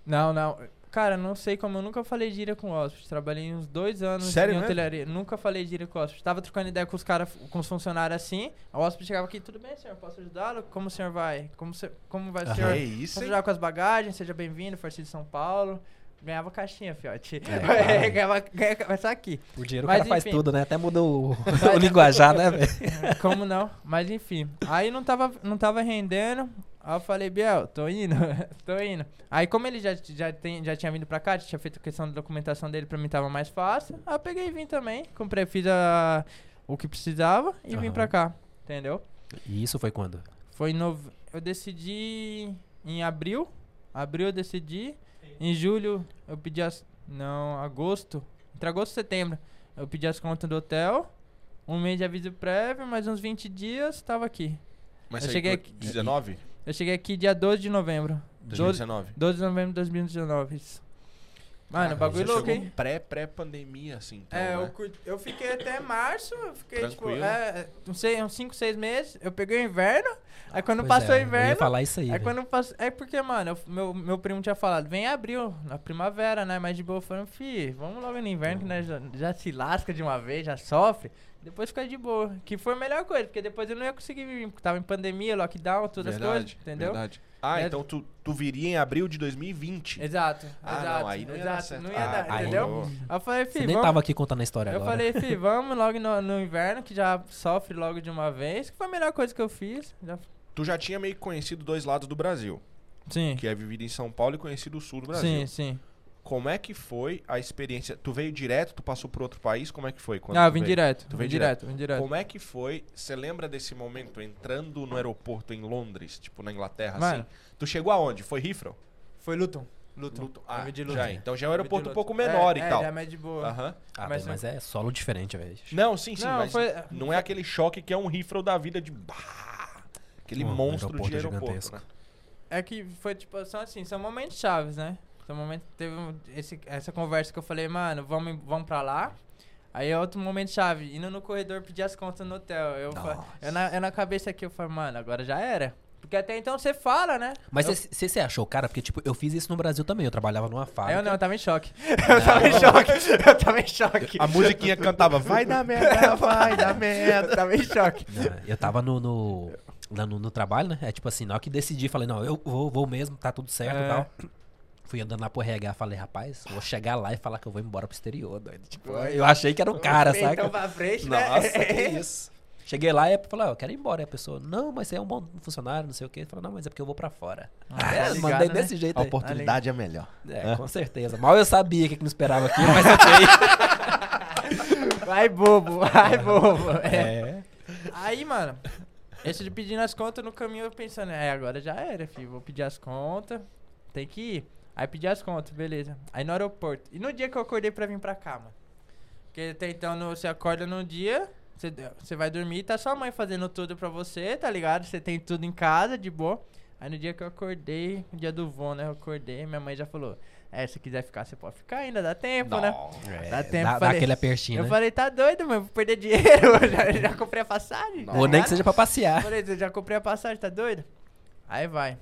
Speaker 2: Não, não. Cara, não sei como eu nunca falei gíria com o hóspede. Trabalhei uns dois anos
Speaker 3: Sério
Speaker 2: em
Speaker 3: mesmo?
Speaker 2: hotelaria. Nunca falei gíria com o hóspede. Tava trocando ideia com os caras, com os funcionários assim. O hóspede chegava aqui, tudo bem, senhor? Posso ajudá-lo? Como o senhor vai? Como, se- como vai o
Speaker 1: Aham.
Speaker 2: senhor?
Speaker 3: É isso,
Speaker 2: Posso
Speaker 3: hein?
Speaker 2: ajudar com as bagagens? Seja bem-vindo, Força de São Paulo. Ganhava caixinha, fiote.
Speaker 3: É,
Speaker 1: claro.
Speaker 2: ganhava, ganhava só aqui.
Speaker 1: O dinheiro
Speaker 2: Mas
Speaker 1: o cara faz
Speaker 2: enfim.
Speaker 1: tudo, né? Até muda o, o linguajar, né, velho?
Speaker 2: Como não? Mas enfim. Aí não tava, não tava rendendo. Aí eu falei, Biel, tô indo, tô indo. Aí como ele já, já, tem, já tinha vindo pra cá, já tinha feito a questão da documentação dele, pra mim tava mais fácil. Aí eu peguei e vim também. Comprei, fiz a, o que precisava e vim
Speaker 1: Aham.
Speaker 2: pra cá. Entendeu?
Speaker 1: E isso foi quando?
Speaker 2: Foi em nove... Eu decidi em abril. Abril eu decidi. Em julho eu pedi as. Não, agosto. Entre agosto e setembro. Eu pedi as contas do hotel. Um mês de aviso prévio, mais uns 20 dias, tava aqui.
Speaker 3: Mas
Speaker 2: Eu
Speaker 3: aí,
Speaker 2: cheguei
Speaker 3: tu-
Speaker 2: aqui-
Speaker 3: 19?
Speaker 2: Eu cheguei aqui dia 12 de novembro. 12,
Speaker 3: 2019.
Speaker 2: 12 de novembro de 2019. isso. Mano,
Speaker 3: Caraca,
Speaker 2: bagulho
Speaker 3: Ah, você
Speaker 2: louco,
Speaker 3: chegou
Speaker 2: hein?
Speaker 3: Pré, pré-pandemia, assim. Então,
Speaker 2: É,
Speaker 3: né?
Speaker 2: eu, cur- eu fiquei até março, eu fiquei
Speaker 3: Tranquilo.
Speaker 2: tipo, é, não sei, uns 5, 6 meses. Eu peguei o inverno, aí quando
Speaker 1: Pois
Speaker 2: passou
Speaker 1: é,
Speaker 2: o
Speaker 1: Eu ia
Speaker 2: inverno,
Speaker 1: falar isso aí.
Speaker 2: É
Speaker 1: velho.
Speaker 2: quando passa. É porque, mano, eu- meu, meu primo tinha falado, vem em abril, na primavera, né? Mas de boa, eu falando, fi, vamos logo no inverno, que nós já, já se lasca de uma vez, já sofre. Depois fica de boa. Que foi a melhor coisa, porque depois eu não ia conseguir vir, porque tava em pandemia, lockdown, todas as coisas, entendeu?
Speaker 3: Verdade. Ah,
Speaker 2: É-
Speaker 3: então tu, tu viria em abril de 2020.
Speaker 2: Exato,
Speaker 3: Ah,
Speaker 2: exato.
Speaker 3: não, aí não ia dar
Speaker 2: exato,
Speaker 3: certo.
Speaker 2: não ia
Speaker 3: Ah,
Speaker 2: dar,
Speaker 1: aí
Speaker 2: entendeu?
Speaker 3: não.
Speaker 2: Aí eu falei, fi,
Speaker 1: Você nem
Speaker 2: vamos.
Speaker 1: tava aqui contando a história
Speaker 2: Eu
Speaker 1: agora.
Speaker 2: falei, fi, vamos logo no, no inverno, que já sofre logo de uma vez, que foi a melhor coisa que eu fiz. Já-
Speaker 3: Tu já tinha meio que conhecido dois lados do Brasil,
Speaker 2: Sim.
Speaker 3: que é vivido em São Paulo e conhecido o sul do Brasil.
Speaker 2: Sim, sim.
Speaker 3: Como é que foi a experiência? Tu veio direto, tu passou por outro país, como é que foi? quando
Speaker 2: ah, eu
Speaker 3: tu
Speaker 2: vim
Speaker 3: veio?
Speaker 2: direto.
Speaker 3: Tu
Speaker 2: vim
Speaker 3: veio
Speaker 2: direto, vim direto.
Speaker 3: Como é que foi? Você lembra desse momento entrando no aeroporto em Londres, tipo na Inglaterra,
Speaker 2: Mano.
Speaker 3: assim? Tu chegou aonde? Foi Heathrow?
Speaker 2: Foi Luton. Luton.
Speaker 3: Luton. Ah,
Speaker 2: Eu vim de Luton.
Speaker 3: já, então já é um
Speaker 2: Eu vim de
Speaker 3: aeroporto um
Speaker 2: Luton.
Speaker 3: pouco menor
Speaker 2: É,
Speaker 3: e tal.
Speaker 2: É, já é mais de boa.
Speaker 3: Aham.
Speaker 1: Ah,
Speaker 2: mas
Speaker 1: mas, é solo diferente, velho.
Speaker 3: Não, sim, sim,
Speaker 2: Não,
Speaker 3: mas
Speaker 2: foi-
Speaker 3: não é aquele choque que é um Heathrow da vida de... bah, Aquele
Speaker 1: Um
Speaker 3: monstro de
Speaker 1: aeroporto
Speaker 3: aeroporto,
Speaker 1: gigantesco.
Speaker 3: né?
Speaker 2: É que foi tipo são assim, são momentos chaves, né? São momentos teve um- esse, essa conversa que eu falei, mano, vamos vamos para lá. Aí é outro momento chave, indo no corredor pedir as contas no hotel. Eu, fa-
Speaker 1: Nossa.
Speaker 2: eu, na, eu na cabeça aqui eu falei, mano, agora já era. Porque até então você fala, né?
Speaker 1: Mas
Speaker 2: eu,
Speaker 1: você se achou, cara? Porque, tipo, eu fiz isso no Brasil também. Eu trabalhava numa fábrica.
Speaker 2: eu não, eu tava em choque. Eu tava em choque. Eu tava em choque.
Speaker 3: A musiquinha cantava, vai dar merda, vai dar merda.
Speaker 2: Eu tava em choque.
Speaker 1: Não, é, eu tava no, no, lá no, no trabalho, né? É tipo assim, na hora que decidi, falei, não, eu vou, vou mesmo, tá tudo certo e
Speaker 2: É.
Speaker 1: tal. Fui andando lá pro RH, falei, rapaz, vou chegar lá e falar que eu vou embora pro exterior, doido. Tipo, eu achei que era um cara,
Speaker 2: Então
Speaker 1: saca?
Speaker 2: pra frente, né?
Speaker 1: Nossa, que isso. Cheguei lá e falei, ó, eu quero ir embora. E a pessoa, não, mas você é um bom funcionário, não sei o quê. Falei, não, mas é porque eu vou pra fora.
Speaker 2: Ah,
Speaker 1: É,
Speaker 2: tá ligado,
Speaker 1: mandei
Speaker 2: né?
Speaker 1: desse jeito aí.
Speaker 2: oportunidade
Speaker 3: é melhor.
Speaker 1: É, com certeza. Mal eu sabia o que, que me esperava aqui, mas ok.
Speaker 2: Vai bobo, vai bobo. É.
Speaker 1: É.
Speaker 2: Aí, mano, esse de pedindo as contas no caminho, eu pensando, é, agora já era, filho, vou pedir as contas, tem que ir. Aí pedi as contas, beleza. Aí no aeroporto. E no dia que eu acordei pra vir pra cá, mano. Porque até então no- você acorda num dia, você, você vai dormir, tá sua mãe fazendo tudo pra você, tá ligado? Você tem tudo em casa, de boa. Aí no dia que eu acordei, no dia do voo, né? Eu acordei, minha mãe já falou: É, se quiser ficar, você pode ficar ainda, dá tempo, né?
Speaker 1: É,
Speaker 2: Dá tempo,
Speaker 1: dá, dá
Speaker 2: falei.
Speaker 1: aquele apertinho,
Speaker 2: Eu
Speaker 1: né?
Speaker 2: falei, tá doido, mano, vou perder dinheiro. Eu já, já comprei a passagem. tá
Speaker 1: Ou nem que
Speaker 2: ligado?
Speaker 1: seja pra passear.
Speaker 2: Falei, eu já comprei a passagem, tá doido? Aí vai.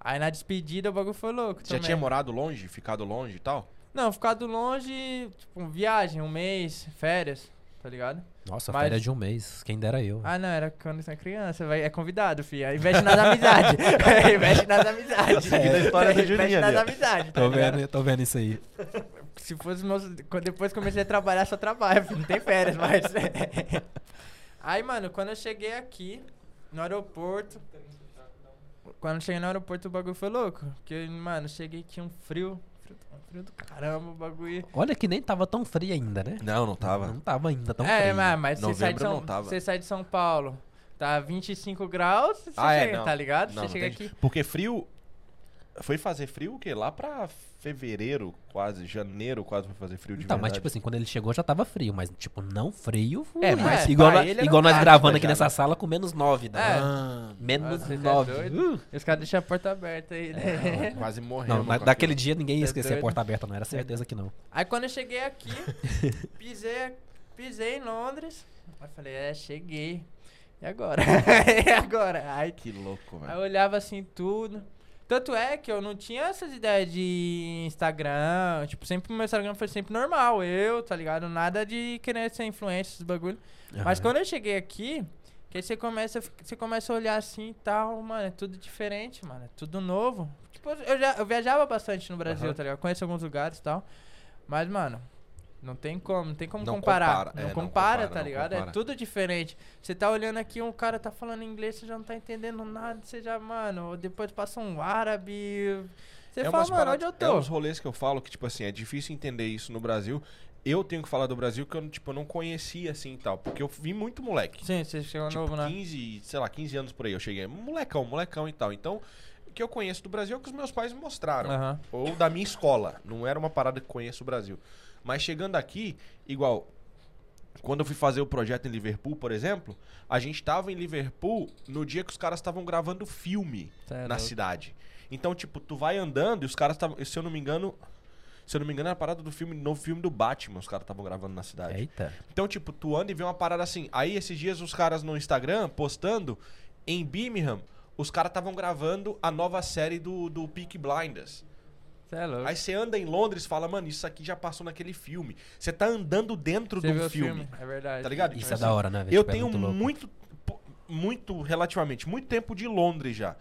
Speaker 2: Aí na despedida o bagulho foi louco.
Speaker 3: Já
Speaker 2: também.
Speaker 3: tinha morado longe, ficado longe e tal?
Speaker 2: Não, ficado longe, tipo, viagem, um mês, férias, tá ligado?
Speaker 1: Nossa,
Speaker 2: Mas-
Speaker 1: férias de um mês. Quem dera eu.
Speaker 2: Ah, não, era quando você é criança, vai, é convidado, filho. Aí investe nas amizades. investe nas amizades.
Speaker 3: Tá seguindo a história do
Speaker 2: Investe
Speaker 3: Juninho
Speaker 2: nas
Speaker 3: ali, ó.
Speaker 2: amizades, tá
Speaker 1: Tô
Speaker 2: ligado?
Speaker 1: vendo, tô vendo isso aí.
Speaker 2: Se fosse meus. quando Depois comecei a trabalhar, só trabalho, filho, não tem férias mais. Aí, mano, quando eu cheguei aqui, no aeroporto. Quando eu cheguei no aeroporto, o bagulho foi louco. Porque, mano, eu cheguei aqui um frio. frio- Um frio do caramba, o bagulho.
Speaker 1: Olha que nem tava tão frio ainda, né?
Speaker 3: Não, não
Speaker 1: Não tava ainda tão
Speaker 2: é,
Speaker 1: frio.
Speaker 2: mas, mas você, sai de
Speaker 3: Novembro
Speaker 2: São,
Speaker 3: não tava.
Speaker 2: você sai de São Paulo, tá 25 graus, você
Speaker 3: Ah, é,
Speaker 2: chega,
Speaker 3: não.
Speaker 2: tá ligado?
Speaker 3: Não,
Speaker 2: você
Speaker 3: não
Speaker 2: chega
Speaker 3: tem-
Speaker 2: aqui.
Speaker 3: Porque frio. Foi fazer frio o quê? Lá pra fevereiro, quase, janeiro, quase vai fazer frio de
Speaker 1: Então, mas
Speaker 3: verdade.
Speaker 1: tipo assim, quando ele chegou já tava frio, mas tipo, não frio. Fui.
Speaker 2: É, mas pra
Speaker 1: igual, nós-
Speaker 2: ele era
Speaker 1: igual nós
Speaker 2: tarde,
Speaker 1: gravando
Speaker 3: né,
Speaker 1: aqui
Speaker 3: já,
Speaker 1: nessa
Speaker 3: né?
Speaker 1: sala com menos 9, né?
Speaker 2: É.
Speaker 3: Ah.
Speaker 1: Menos
Speaker 2: Nossa, você é
Speaker 1: 9.
Speaker 2: doido.
Speaker 1: Uh.
Speaker 2: Os caras deixam a porta aberta aí,
Speaker 3: É.
Speaker 2: né?
Speaker 3: Ah, Quase morrendo.
Speaker 1: Não, na, daquele dia ninguém ia
Speaker 2: Tá
Speaker 1: esquecer a
Speaker 2: doido.
Speaker 1: porta aberta, não era certeza que não.
Speaker 2: Aí quando eu cheguei aqui, pisei, pisei em Londres. Aí falei, é, cheguei. E agora? e agora? Aí,
Speaker 3: Que louco,
Speaker 2: aí eu
Speaker 3: velho.
Speaker 2: olhava assim tudo. Tanto é que eu não tinha essas ideias de Instagram. Tipo, sempre meu Instagram foi sempre normal. Eu, tá ligado? Nada de querer ser influencer, esses bagulho. Mas
Speaker 1: Aham.
Speaker 2: quando eu cheguei aqui, que aí você começa, a fi- você começa a olhar assim e tal, mano, é tudo diferente, mano, é tudo novo. Tipo, eu, já, eu viajava bastante no Brasil,
Speaker 3: Aham.
Speaker 2: tá ligado? Conheço alguns lugares e tal. Mas, mano, não tem como, não tem como
Speaker 3: Não
Speaker 2: comparar.
Speaker 3: compara,
Speaker 2: não,
Speaker 3: é, não
Speaker 2: compara,
Speaker 3: compara,
Speaker 2: tá
Speaker 3: não
Speaker 2: ligado?
Speaker 3: compara.
Speaker 2: É tudo diferente. Você tá olhando aqui, um cara tá falando inglês, você já não tá entendendo nada, você já, mano, depois passa um árabe. Você fala,
Speaker 3: umas
Speaker 2: mano,
Speaker 3: paradas-
Speaker 2: onde eu
Speaker 3: É
Speaker 2: tô?
Speaker 3: uns rolês que eu falo que, tipo assim, é difícil entender isso no Brasil. Eu tenho que falar do Brasil que eu, não- tipo, eu não conhecia, assim, e tal. Porque eu vi muito moleque.
Speaker 2: Sim, você chegou
Speaker 3: tipo,
Speaker 2: novo, né?
Speaker 3: 15, sei lá, 15 anos por aí. Eu cheguei, molecão, molecão e tal. Então, o que eu conheço do Brasil é o que os meus pais me mostraram.
Speaker 2: Aham.
Speaker 3: Ou da minha escola. Não era uma parada que conheço o Brasil. Mas chegando aqui, igual. Quando eu fui fazer o projeto em Liverpool, por exemplo, a gente tava em Liverpool no dia que os caras estavam gravando filme
Speaker 2: Cê é
Speaker 3: na
Speaker 2: louco.
Speaker 3: cidade. Então, tipo, tu vai andando e os caras estavam. Se eu não me engano. Se eu não me engano, era a parada do filme, novo filme do Batman, os caras estavam gravando na cidade.
Speaker 1: Eita.
Speaker 3: Então, tipo, tu anda e vê uma parada assim. Aí, esses dias, os caras no Instagram postando em Birmingham, os caras estavam gravando a nova série do, do Peak Blinders.
Speaker 2: Cê é louco.
Speaker 3: Aí você anda em Londres e fala, mano, isso aqui já passou naquele filme. Você tá andando dentro
Speaker 2: Você
Speaker 3: de
Speaker 2: viu
Speaker 3: um
Speaker 2: o
Speaker 3: filme,
Speaker 2: É verdade.
Speaker 3: tá ligado?
Speaker 1: Isso
Speaker 3: Tipo
Speaker 1: é da
Speaker 3: assim,
Speaker 1: hora, né? velho?
Speaker 3: Eu
Speaker 1: Tipo, é
Speaker 3: tenho
Speaker 1: louco.
Speaker 3: muito, po- muito, relativamente, muito tempo de Londres já.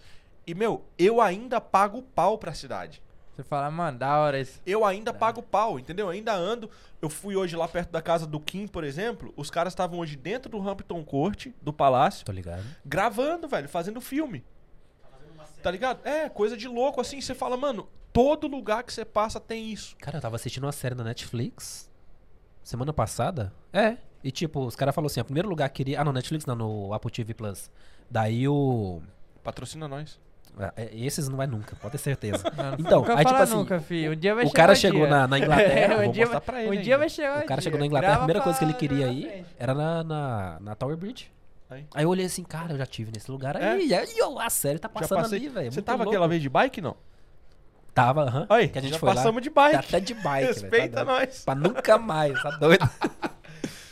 Speaker 3: E, meu, eu ainda pago pau pra cidade.
Speaker 2: Você fala, mano, da hora isso.
Speaker 3: Eu ainda pago pau, entendeu? Ainda ando. Eu fui hoje lá perto da casa do Kim, por exemplo. Os caras estavam hoje dentro do Hampton Court, do palácio,
Speaker 1: Tô ligado.
Speaker 3: gravando, velho, fazendo filme. Tá ligado? É, coisa de louco assim. Você fala, mano, todo lugar que você passa tem isso.
Speaker 1: Cara, eu tava assistindo uma série na Netflix semana passada. É. E tipo, os caras falaram assim, o primeiro lugar que iria... Ah, não, Netflix não, no Apple TV Plus. Daí o...
Speaker 3: Patrocina nós.
Speaker 1: Ah, é- Esses não vai nunca, pode ter certeza.
Speaker 2: Mano,
Speaker 1: Então,
Speaker 2: nunca
Speaker 1: aí, tipo
Speaker 2: fala
Speaker 1: assim,
Speaker 2: nunca, filho. Um dia vai
Speaker 1: o
Speaker 2: chegar
Speaker 1: cara
Speaker 2: dia.
Speaker 1: chegou na, na
Speaker 2: É,
Speaker 1: Inglaterra.
Speaker 2: um
Speaker 3: vou
Speaker 2: dia,
Speaker 3: mostrar
Speaker 2: vai-
Speaker 3: pra ele
Speaker 2: um
Speaker 3: ainda.
Speaker 2: dia vai chegar
Speaker 1: O cara
Speaker 2: dia.
Speaker 1: chegou na Inglaterra, a
Speaker 2: Grava
Speaker 1: primeira coisa que ele
Speaker 2: pra
Speaker 1: queria
Speaker 2: jogar na
Speaker 1: ir
Speaker 2: frente.
Speaker 1: era na, na, na Tower Bridge.
Speaker 3: Aí.
Speaker 1: Aí eu olhei assim, cara, eu já tive nesse lugar
Speaker 3: É.
Speaker 1: aí. Aí eu, a sério, tá passando ali, velho.
Speaker 3: Você
Speaker 1: muito
Speaker 3: tava
Speaker 1: louco.
Speaker 3: aquela vez de bike, não?
Speaker 1: Tava, aham.
Speaker 3: Aí,
Speaker 1: que a gente
Speaker 3: já
Speaker 1: foi
Speaker 3: passamos
Speaker 1: lá.
Speaker 3: de bike.
Speaker 1: Tá até de bike, velho, tá
Speaker 3: Respeita
Speaker 1: doido.
Speaker 3: nós.
Speaker 1: Pra nunca mais, tá doido?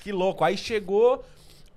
Speaker 3: Que louco. Aí chegou.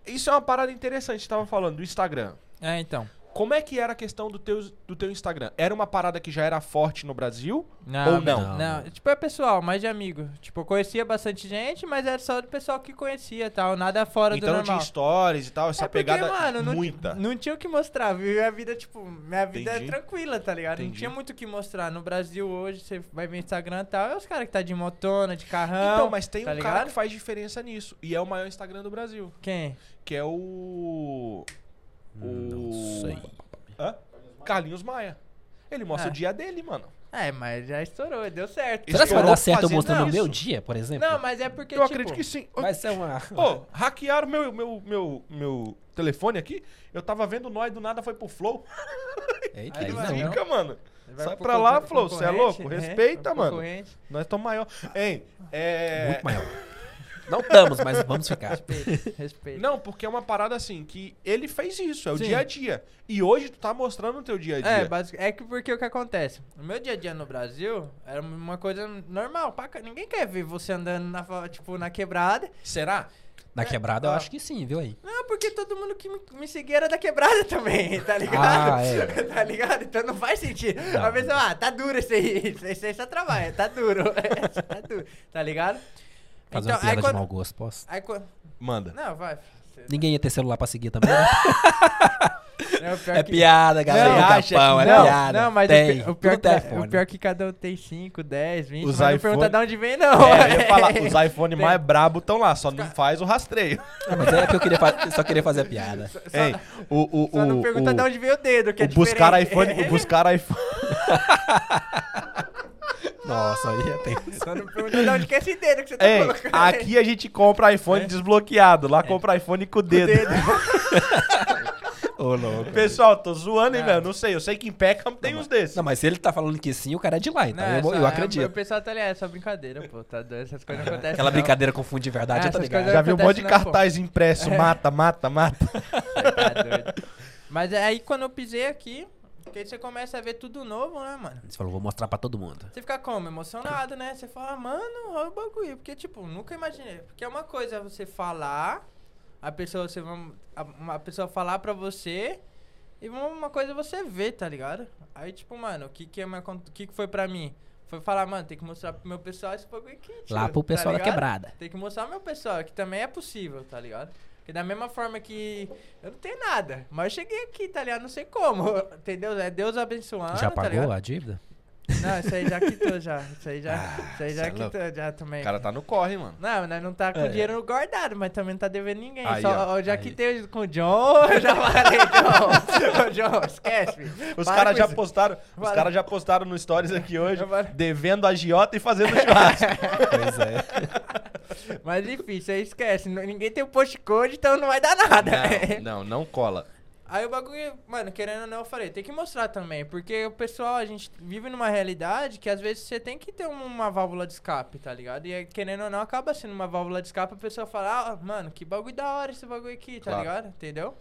Speaker 3: Isso é uma parada interessante, você tava falando, do Instagram.
Speaker 2: É, então.
Speaker 3: Como é que era a questão do teu, do teu Instagram? Era uma parada que já era forte no Brasil?
Speaker 2: Não,
Speaker 3: Ou não?
Speaker 2: Não, Tipo, é pessoal, mais de amigo. Tipo, eu conhecia bastante gente, mas era só do pessoal que conhecia e tal. Nada fora
Speaker 3: então
Speaker 2: do
Speaker 3: não
Speaker 2: normal.
Speaker 3: tinha stories e tal, essa
Speaker 2: É porque,
Speaker 3: pegada
Speaker 2: mano, não,
Speaker 3: muita.
Speaker 2: não tinha o que mostrar. Vive a vida, tipo, minha vida
Speaker 3: Entendi.
Speaker 2: é tranquila, tá ligado? Não
Speaker 3: Entendi.
Speaker 2: tinha muito o que mostrar. No Brasil hoje, você vai ver Instagram e tal, é os caras que tá de motona, de carrão.
Speaker 3: Então, mas tem
Speaker 2: tá
Speaker 3: um cara
Speaker 2: ligado?
Speaker 3: que faz diferença nisso. E é o maior Instagram do Brasil.
Speaker 2: Quem?
Speaker 3: Que é o.
Speaker 1: Hum, Não
Speaker 3: O-
Speaker 1: sei.
Speaker 3: Hã? Carlinhos Maia. Ele mostra
Speaker 2: É.
Speaker 3: o dia dele, mano.
Speaker 2: É, mas já estourou, deu certo. Tipo,
Speaker 1: Será que vai
Speaker 3: Estourou
Speaker 1: dar certo eu
Speaker 3: fazendo
Speaker 1: mostrando o
Speaker 3: isso.
Speaker 1: meu dia, por exemplo?
Speaker 2: Não, mas é porque,
Speaker 3: Eu
Speaker 2: tipo,
Speaker 3: acredito que sim.
Speaker 1: Vai ser uma...
Speaker 3: Pô, hackearam meu, meu, meu, meu telefone aqui. Eu tava vendo nós do nada foi pro Flow.
Speaker 1: Eita,
Speaker 2: Aí
Speaker 1: É aí
Speaker 2: vai,
Speaker 1: não.
Speaker 2: não.
Speaker 3: Fica, mano.
Speaker 2: Ele vai
Speaker 3: Sai
Speaker 2: pro
Speaker 3: pra
Speaker 2: concor-
Speaker 3: lá, Flow, cê é
Speaker 2: concorrente,
Speaker 3: louco?
Speaker 2: né?
Speaker 3: Respeita,
Speaker 2: Pro
Speaker 3: mano.
Speaker 2: concorrente.
Speaker 3: Nós estamos maior. Hein? É.
Speaker 1: Muito maior. Não estamos, mas vamos ficar.
Speaker 2: Respeita, respeita.
Speaker 3: Não, porque é uma parada assim, que ele fez isso, é o
Speaker 2: Sim.
Speaker 3: dia a dia. E hoje tu tá mostrando o teu dia a dia.
Speaker 2: É, basic- é que porque o que acontece? No meu dia a dia no Brasil, era uma coisa normal. pra ca- Ninguém quer ver você andando na, fa- tipo, na quebrada.
Speaker 3: Será?
Speaker 1: Na quebrada eu
Speaker 3: Ah.
Speaker 2: tá.
Speaker 1: acho que sim, viu aí?
Speaker 2: Não, porque todo mundo que me, me seguia era da quebrada também, tá ligado?
Speaker 1: Ah, é.
Speaker 2: tá ligado? Então não faz sentido.
Speaker 1: Não.
Speaker 2: A pessoa, ah, tá duro esse aí. Esse aí só trabalha, tá duro. tá duro, tá ligado? Então,
Speaker 1: Fazer
Speaker 3: Então,
Speaker 1: uma
Speaker 2: aí
Speaker 1: piada de
Speaker 2: quando-
Speaker 1: mau gosto, posso?
Speaker 2: aí quando-
Speaker 3: Manda.
Speaker 2: Não, vai.
Speaker 1: Ninguém ia ter celular pra seguir também, né?
Speaker 2: Não, pior
Speaker 1: É
Speaker 2: que-
Speaker 1: piada, galera.
Speaker 2: Não,
Speaker 1: do
Speaker 3: acha
Speaker 1: Capão,
Speaker 3: que
Speaker 1: é
Speaker 2: não,
Speaker 1: piada.
Speaker 2: não, mas o
Speaker 1: tem.
Speaker 2: pi- o, pior
Speaker 1: tudo
Speaker 2: que, é-
Speaker 1: telefone.
Speaker 2: o pior que cada um tem 5, 10, 20. Mas
Speaker 3: Os
Speaker 2: não pergunta
Speaker 3: iPhone-
Speaker 2: de onde vem, não.
Speaker 3: É, eu ia falar, os iPhone
Speaker 2: Tem.
Speaker 3: mais brabo estão lá, só não faz o rastreio.
Speaker 1: Ah, mas é que eu queria fa- eu só queria fazer a piada.
Speaker 3: Hein? O, o,
Speaker 2: Só não
Speaker 3: o-
Speaker 2: pergunta
Speaker 3: o-
Speaker 2: de onde veio o dedo, que é
Speaker 3: o buscar
Speaker 2: diferente.
Speaker 3: iPhone, o buscar iPhone.
Speaker 1: Nossa, aí é tenso.
Speaker 2: Só não pergunta de onde que é esse dedo que você tá
Speaker 3: Hein?
Speaker 2: colocando. aí.
Speaker 3: Aqui é a gente compra iPhone desbloqueado, lá compra iPhone com o
Speaker 2: O
Speaker 3: dedo.
Speaker 2: dedo.
Speaker 1: Ô, louco.
Speaker 3: Pessoal, tô zoando, hein,
Speaker 2: É.
Speaker 3: velho? Não sei. Eu sei que em Peckham tem uns desses.
Speaker 1: Não, mas se ele tá falando que sim, o cara é de lá, então eu,
Speaker 2: só-
Speaker 1: eu acredito.
Speaker 2: O pessoal tá ali, é só brincadeira, pô. Tá doido, essas coisas não acontecem.
Speaker 1: Aquela
Speaker 2: não.
Speaker 1: brincadeira com fundo de verdade,
Speaker 2: Ah,
Speaker 1: eu tô
Speaker 2: essas
Speaker 1: ligado.
Speaker 2: coisas-
Speaker 3: Já vi um monte de
Speaker 2: acontece, não, pô.
Speaker 3: cartaz impresso. Mata, mata, mata.
Speaker 2: Você tá doido. Mas aí quando eu pisei aqui, que aí você começa a ver tudo novo, né, mano?
Speaker 1: Você falou, vou mostrar pra todo mundo.
Speaker 2: Você fica como? Emocionado, né? Você fala, mano, olha o bagulho. Porque, tipo, nunca imaginei. Porque é uma coisa você falar, a pessoa, você vamos, a, uma pessoa falar pra você, e uma uma coisa você ver, tá ligado? Aí, tipo, mano, o que que, é uma, con- o que que foi pra mim? Foi falar, mano, tem que mostrar pro meu pessoal esse bagulho aqui, tio,
Speaker 1: Lá pro
Speaker 2: tá
Speaker 1: pessoal da
Speaker 2: ligado?
Speaker 1: quebrada.
Speaker 2: Tem que mostrar pro meu pessoal, que também é possível, tá ligado? Porque da mesma forma que eu não tenho nada, mas eu cheguei aqui, tá ligado? Não sei como, entendeu? É Deus abençoando,
Speaker 1: Já
Speaker 2: tá ligado?
Speaker 1: pagou a dívida?
Speaker 2: Não, isso aí já quitou já. Isso aí já,
Speaker 3: Ah,
Speaker 2: isso aí
Speaker 3: cê
Speaker 2: já
Speaker 3: é louco.
Speaker 2: quitou já também.
Speaker 3: O cara tá no corre, mano.
Speaker 2: Não, nós não tá com
Speaker 1: É.
Speaker 2: dinheiro guardado, mas também não tá devendo ninguém.
Speaker 3: Aí,
Speaker 2: Só,
Speaker 3: ó,
Speaker 2: eu já
Speaker 1: aí.
Speaker 2: quitei com o John, eu já falei, John. Ô, John, esquece. filho.
Speaker 3: Os
Speaker 2: Para
Speaker 3: caras
Speaker 2: com
Speaker 3: já
Speaker 2: isso.
Speaker 3: postaram, os
Speaker 2: Para.
Speaker 3: caras já postaram no stories aqui hoje,
Speaker 2: Para.
Speaker 3: devendo a giota e fazendo churrasco.
Speaker 1: pois é.
Speaker 2: Mas enfim, isso aí esquece. N- Ninguém tem o postcode, então não vai dar nada.
Speaker 3: não, não cola.
Speaker 2: Aí o bagulho, mano, querendo ou não, eu falei, tem que mostrar também. Porque o pessoal, a gente vive numa realidade que às vezes você tem que ter um- uma válvula de escape, tá ligado? E aí, querendo ou não, acaba sendo uma válvula de escape. A pessoa fala, ah, mano, que bagulho da hora esse bagulho aqui, tá
Speaker 3: Claro.
Speaker 2: ligado? Entendeu?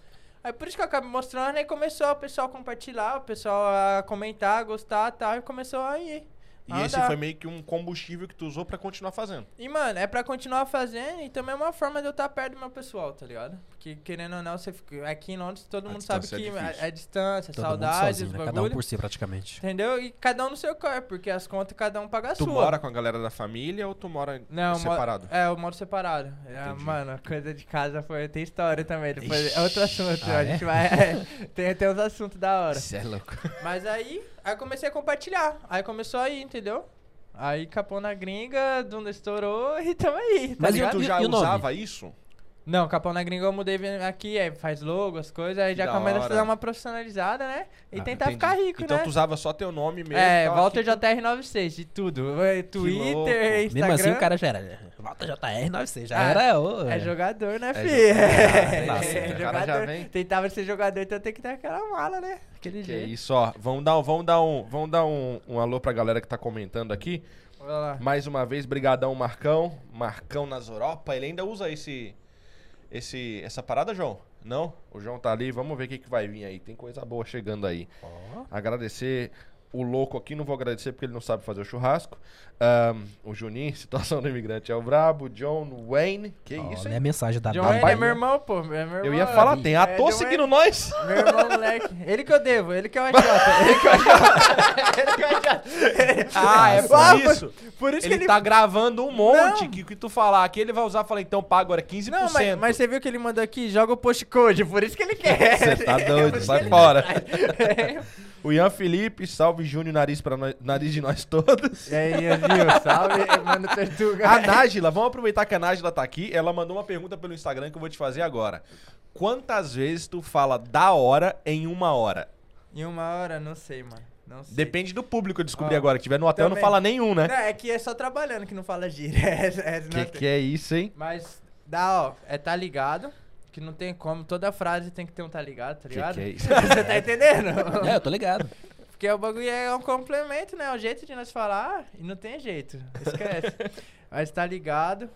Speaker 2: Aí por isso que eu acabo mostrando, aí começou o pessoal a compartilhar, o pessoal a comentar, a gostar e tal, e começou a ir.
Speaker 3: E
Speaker 2: Ah,
Speaker 3: esse
Speaker 2: dá.
Speaker 3: foi meio que um combustível que tu usou pra continuar fazendo.
Speaker 2: E, mano, é pra continuar fazendo e também é uma forma de eu estar perto do meu pessoal, tá ligado? Porque, querendo ou não, você fica... aqui em Londres todo
Speaker 3: A
Speaker 2: mundo sabe
Speaker 3: distância é
Speaker 2: que
Speaker 3: difícil.
Speaker 2: é, é distância,
Speaker 1: Todo mundo
Speaker 2: saudades,
Speaker 1: sozinho, né?
Speaker 2: bagulho.
Speaker 1: Cada um por si, praticamente.
Speaker 2: Entendeu? E cada um no seu corpo, porque as contas cada um paga a
Speaker 3: Tu
Speaker 2: sua.
Speaker 3: mora com a galera da família ou tu mora
Speaker 2: Não, eu moro-
Speaker 3: separado?
Speaker 2: é, eu moro separado. É,
Speaker 3: Entendi.
Speaker 2: mano, a coisa de casa foi. Tem história também. Depois
Speaker 3: Ixi,
Speaker 2: é outro assunto.
Speaker 1: ah,
Speaker 2: a gente vai. é, tem até uns assuntos da hora.
Speaker 3: Cê é louco.
Speaker 2: Mas aí, aí eu comecei a compartilhar. Aí começou aí, entendeu? Aí capou na gringa, Dunda estourou e tamo aí. Tá
Speaker 1: Mas e o
Speaker 2: ligado?
Speaker 3: Tu
Speaker 1: E-
Speaker 3: já
Speaker 1: e o nome?
Speaker 3: usava isso?
Speaker 2: Não, Capão na Gringa eu mudei vem aqui, aí faz logo, as coisas, aí
Speaker 3: Que
Speaker 2: já
Speaker 3: da
Speaker 2: começa a
Speaker 3: hora.
Speaker 2: dar uma profissionalizada, né? E
Speaker 1: Ah,
Speaker 2: tentar
Speaker 3: Entendi.
Speaker 2: ficar rico,
Speaker 3: então
Speaker 2: né?
Speaker 3: tu usava só teu nome mesmo.
Speaker 2: é,
Speaker 3: tá?
Speaker 2: Walter
Speaker 3: Que-
Speaker 2: JR96, de tudo. É,
Speaker 3: louco.
Speaker 2: Twitter, Instagram.
Speaker 1: Mesmo assim, o cara já era. Volta JR96, já
Speaker 2: Ah,
Speaker 1: era. ô,
Speaker 2: É
Speaker 1: é.
Speaker 2: jogador, né,
Speaker 3: É
Speaker 2: filho?
Speaker 3: jogador.
Speaker 2: É,
Speaker 1: Nossa,
Speaker 3: o cara já vem.
Speaker 2: Tentava ser jogador, então tem que ter aquela mala, né? Aquele
Speaker 3: Que é
Speaker 2: jeito.
Speaker 3: isso, ó. Vamos dar, um- vamos dar, um, vamos dar um, um alô pra galera que tá comentando aqui.
Speaker 2: Olha lá.
Speaker 3: Mais uma vez, brigadão Marcão. Marcão nas Europa. Ele ainda usa esse, esse, essa parada, João? Não? O João tá ali. Vamos ver o que, que vai vir aí. Tem coisa boa chegando aí. Agradecer o louco aqui. Não vou agradecer porque ele não sabe fazer o churrasco. Ahn, o Juninho, situação do imigrante é o brabo. John Wayne. Que
Speaker 1: Olha
Speaker 3: isso,
Speaker 1: a
Speaker 3: hein?
Speaker 1: mensagem da
Speaker 2: John
Speaker 1: da
Speaker 2: Wayne é
Speaker 1: Bahia.
Speaker 2: meu irmão, pô. É meu irmão.
Speaker 3: Eu ia falar, tem ator
Speaker 2: É, John
Speaker 3: seguindo nós.
Speaker 2: Meu irmão, moleque. Ele que eu devo, ele que é o agiota. Ele que é o agiota. ele que é o agiota.
Speaker 3: Ah, é
Speaker 2: Ah,
Speaker 3: por isso.
Speaker 2: Por isso
Speaker 3: Ele,
Speaker 2: que ele
Speaker 3: tá gravando um monte
Speaker 2: Não.
Speaker 3: que que tu falar aqui, ele vai usar, fala, então paga agora 15%.
Speaker 2: Não, mas, mas é, você viu que ele mandou aqui, joga o postcode, por isso que ele quer.
Speaker 3: Você tá doido, sai fora.
Speaker 2: é,
Speaker 3: O Ian Felipe, salve Júnior, nariz, pra nós- nariz de nós todos.
Speaker 2: e aí, viu? Salve, mano Tortuga.
Speaker 3: A Nájila, vamos aproveitar que a Nájila tá aqui. Ela mandou uma pergunta pelo Instagram que eu vou te fazer agora. Quantas vezes tu fala da hora em uma hora?
Speaker 2: Em uma hora, não sei, mano. Não sei.
Speaker 3: Depende do público, eu descobri
Speaker 2: Ó,
Speaker 3: agora. Que tiver no hotel, não
Speaker 2: Ah, também.
Speaker 3: fala nenhum,
Speaker 2: Não,
Speaker 3: né?
Speaker 2: é que é só trabalhando que não fala gíria. É, é, não
Speaker 3: Que
Speaker 2: tem.
Speaker 3: que é isso, hein?
Speaker 2: Mas dá, ó, é tá ligado, que não tem como, toda frase tem que ter um tá ligado, tá
Speaker 3: Que
Speaker 2: ligado?
Speaker 3: que é isso?
Speaker 2: Você tá entendendo?
Speaker 1: É, eu tô ligado.
Speaker 2: Porque o bagulho é um complemento, né? É um jeito de nós falar e não tem jeito. Esquece. Mas tá ligado.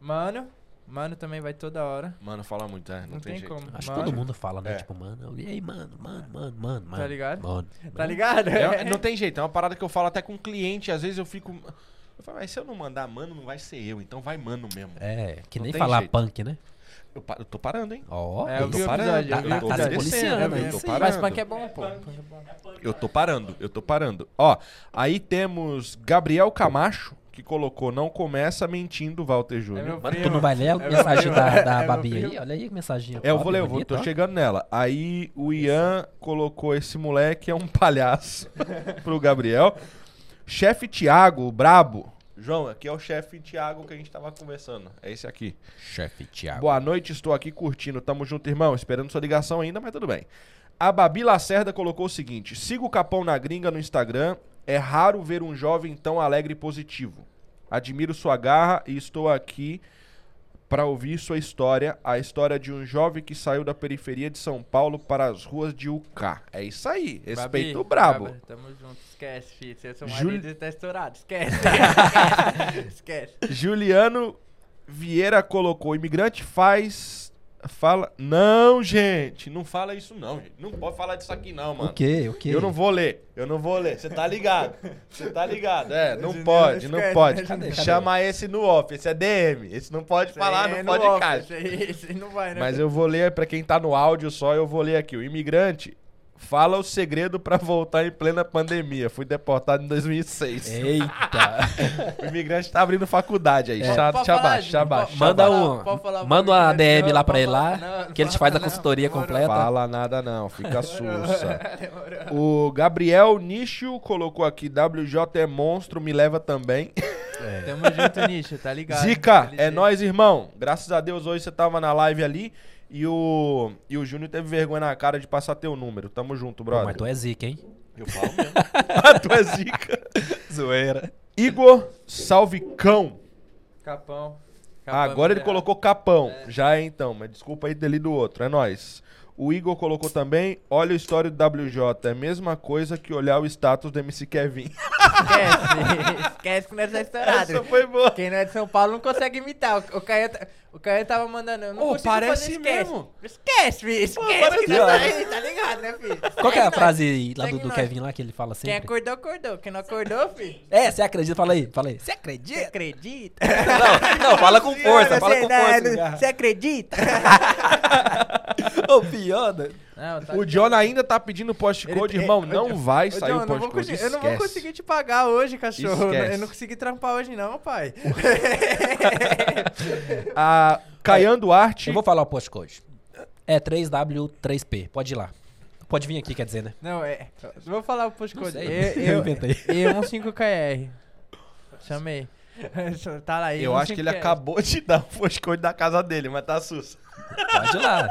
Speaker 2: Mano, mano também vai toda hora.
Speaker 3: Mano, fala muito, é. Não,
Speaker 2: Não
Speaker 3: tem,
Speaker 2: tem
Speaker 3: jeito.
Speaker 2: como.
Speaker 1: Acho que
Speaker 2: Mano.
Speaker 1: todo mundo fala, né?
Speaker 3: É.
Speaker 1: Tipo, mano, e aí, mano, mano, mano, mano, mano.
Speaker 2: ligado?
Speaker 1: Mano,
Speaker 2: Tá ligado?
Speaker 3: É, não tem jeito, é uma parada que eu falo até com cliente, às vezes eu fico. Eu falo, "Ah, mas se eu não mandar mano, não vai ser eu, então vai mano mesmo.
Speaker 1: É, que
Speaker 3: Não
Speaker 1: nem
Speaker 3: tem
Speaker 1: falar
Speaker 3: jeito.
Speaker 1: punk, né?
Speaker 3: Eu, pa- eu tô parando, hein?
Speaker 1: Ó,
Speaker 2: É,
Speaker 1: eu
Speaker 2: eu
Speaker 1: tô
Speaker 2: vi o
Speaker 1: parando.
Speaker 2: episódio, eu
Speaker 1: Tá-
Speaker 2: vi
Speaker 1: tá- tá
Speaker 2: o
Speaker 1: se
Speaker 2: episódio. é,
Speaker 1: policiando,
Speaker 3: Descendo,
Speaker 1: né?
Speaker 3: eu tô
Speaker 1: Sim.
Speaker 3: parando.
Speaker 2: Mas punk é bom, pô.
Speaker 3: Eu tô parando, eu tô parando. Ó, aí temos Gabriel Camacho, que colocou: Não começa mentindo, Walter Júnior.
Speaker 2: meu-
Speaker 1: Mano, tu
Speaker 2: primo.
Speaker 1: não vai ler a
Speaker 2: É meu
Speaker 1: mensagem
Speaker 2: primo.
Speaker 1: da,
Speaker 2: É
Speaker 1: da
Speaker 2: meu
Speaker 1: Babi aí?
Speaker 2: primo.
Speaker 1: Olha aí que mensagem.
Speaker 3: É, eu vou
Speaker 1: foda,
Speaker 3: ler, eu vou,
Speaker 1: bonita,
Speaker 3: tô
Speaker 1: ó.
Speaker 3: chegando nela. Aí o Ian colocou: Esse moleque é um palhaço pro Gabriel. Chefe Tiago, o brabo. João, aqui é o chefe Tiago que a gente tava conversando. É esse aqui.
Speaker 1: Chefe Thiago.
Speaker 3: Boa noite, estou aqui curtindo. Tamo junto, irmão. Esperando sua ligação ainda, mas tudo bem. A Babi Lacerda colocou o seguinte: siga o Capão na Gringa no Instagram. É raro ver um jovem tão alegre e positivo. Admiro sua garra e estou aqui para ouvir sua história, a história de um jovem que saiu da periferia de São Paulo para as ruas de UK. É isso aí, respeito o
Speaker 2: Babi,
Speaker 3: brabo.
Speaker 2: Baba, Tamo junto, esquece, filho. Você é seu
Speaker 3: Juli-
Speaker 2: marido e tá estourado. Esquece. esquece, esquece.
Speaker 3: Juliano Vieira colocou: imigrante faz. Fala. Não, gente, não fala isso, não, gente. Não pode falar disso aqui, não, mano.
Speaker 1: O quê? O quê?
Speaker 3: Eu não vou ler, eu não vou ler. Você tá ligado? Você tá ligado? É, não
Speaker 2: Juliano,
Speaker 3: pode, não
Speaker 2: esquece,
Speaker 3: pode.
Speaker 2: né, Juliano?
Speaker 3: Chama esse no off, esse é DM. Esse não pode falar
Speaker 2: Isso aí
Speaker 3: no
Speaker 2: é
Speaker 3: podcast.
Speaker 2: off, Isso aí, isso aí não vai, né?
Speaker 3: Mas eu vou ler pra quem tá no áudio só, eu vou ler aqui. O imigrante fala o segredo pra voltar em plena pandemia. Fui deportado em
Speaker 1: É,
Speaker 3: 2006.
Speaker 1: Eita.
Speaker 3: O imigrante tá abrindo faculdade aí.
Speaker 1: É.
Speaker 3: Chato,
Speaker 2: Pode
Speaker 3: chaba,
Speaker 2: falar,
Speaker 3: chaba,
Speaker 2: pode-
Speaker 3: chaba.
Speaker 1: manda
Speaker 2: falar,
Speaker 1: um,
Speaker 2: pode falar,
Speaker 1: manda
Speaker 2: pode
Speaker 1: uma
Speaker 2: falar.
Speaker 1: DM lá
Speaker 2: Não,
Speaker 1: pra
Speaker 2: pode
Speaker 1: ele lá,
Speaker 2: falar, não,
Speaker 1: que ele te
Speaker 2: não,
Speaker 1: faz a
Speaker 2: não,
Speaker 1: consultoria
Speaker 2: demorou.
Speaker 1: completa.
Speaker 3: Fala nada não, fica sussa. O Gabriel Nicho colocou aqui, WJ é monstro, me leva também.
Speaker 2: Tamo junto, Nicho, tá ligado?
Speaker 3: Zica, é
Speaker 2: LG.
Speaker 3: nóis, irmão. Graças a Deus hoje você tava na live ali e o, e o Júnior teve vergonha na cara de passar teu número. Tamo junto,
Speaker 1: Pô,
Speaker 3: brother.
Speaker 1: mas tu é zica, hein?
Speaker 3: Eu falo mesmo. ah, tu é zica.
Speaker 1: Zoeira.
Speaker 3: Igor Salvicão.
Speaker 2: Capão. Capão
Speaker 3: Ah, Agora ele
Speaker 2: é
Speaker 3: colocou capão. Já é então, mas desculpa aí dele do outro. É nóis. O Igor colocou também, olha o histórico do WJ. É a mesma coisa que olhar o status do MC Kevin.
Speaker 2: Esquece, esquece que nós é estourado.
Speaker 3: Essa foi boa.
Speaker 2: Quem não é de São Paulo não consegue imitar. O, o, Caio, tá- o Caio tava mandando. Eu não
Speaker 3: Ô,
Speaker 2: consigo
Speaker 3: parece
Speaker 2: fazer, esquece.
Speaker 3: mesmo.
Speaker 2: Esquece, filho. Esquece
Speaker 3: parece
Speaker 2: que nós tá aí, tá ligado, né, filho?
Speaker 1: Qual que é a
Speaker 2: Esquece,
Speaker 1: frase assim? lá do,
Speaker 2: Segue
Speaker 1: do
Speaker 2: nós.
Speaker 1: Kevin lá que ele fala
Speaker 2: nós. Quem é
Speaker 1: sempre?
Speaker 2: acordou, acordou. Quem não acordou, filho.
Speaker 1: É, você acredita? Fala aí, fala aí. Você
Speaker 2: Você
Speaker 1: acredita?
Speaker 2: acredita?
Speaker 1: Não, não, fala com força, fala
Speaker 2: Você
Speaker 1: com
Speaker 2: não-
Speaker 1: força.
Speaker 2: não-
Speaker 1: Garra.
Speaker 2: Você acredita?
Speaker 1: Ô, pior, né?
Speaker 2: Não, tá
Speaker 3: O John ainda tá pedindo postcode,
Speaker 2: Ele-
Speaker 3: irmão.
Speaker 2: é,
Speaker 3: Não
Speaker 2: ô,
Speaker 3: vai
Speaker 2: Ô,
Speaker 3: sair
Speaker 2: John,
Speaker 3: o
Speaker 2: eu não vou
Speaker 3: postcode.
Speaker 2: conseguir- eu não vou
Speaker 3: esquece.
Speaker 2: conseguir te pagar hoje, cachorro.
Speaker 3: Esquece.
Speaker 2: Eu não consegui trampar hoje, não, pai.
Speaker 3: A
Speaker 2: É.
Speaker 3: Caian Duarte.
Speaker 1: Eu vou falar o postcode. É 3W3P, pode ir lá. Pode vir aqui, quer dizer, né?
Speaker 2: não, é. Vou falar o postcode.
Speaker 1: sei.
Speaker 2: Eu, eu,
Speaker 1: inventei.
Speaker 2: E15KR. Chamei. tá lá aí.
Speaker 3: Eu acho que ele
Speaker 2: 15KR.
Speaker 3: acabou de dar o postcode da casa dele, mas tá sussa.
Speaker 1: Pode ir lá.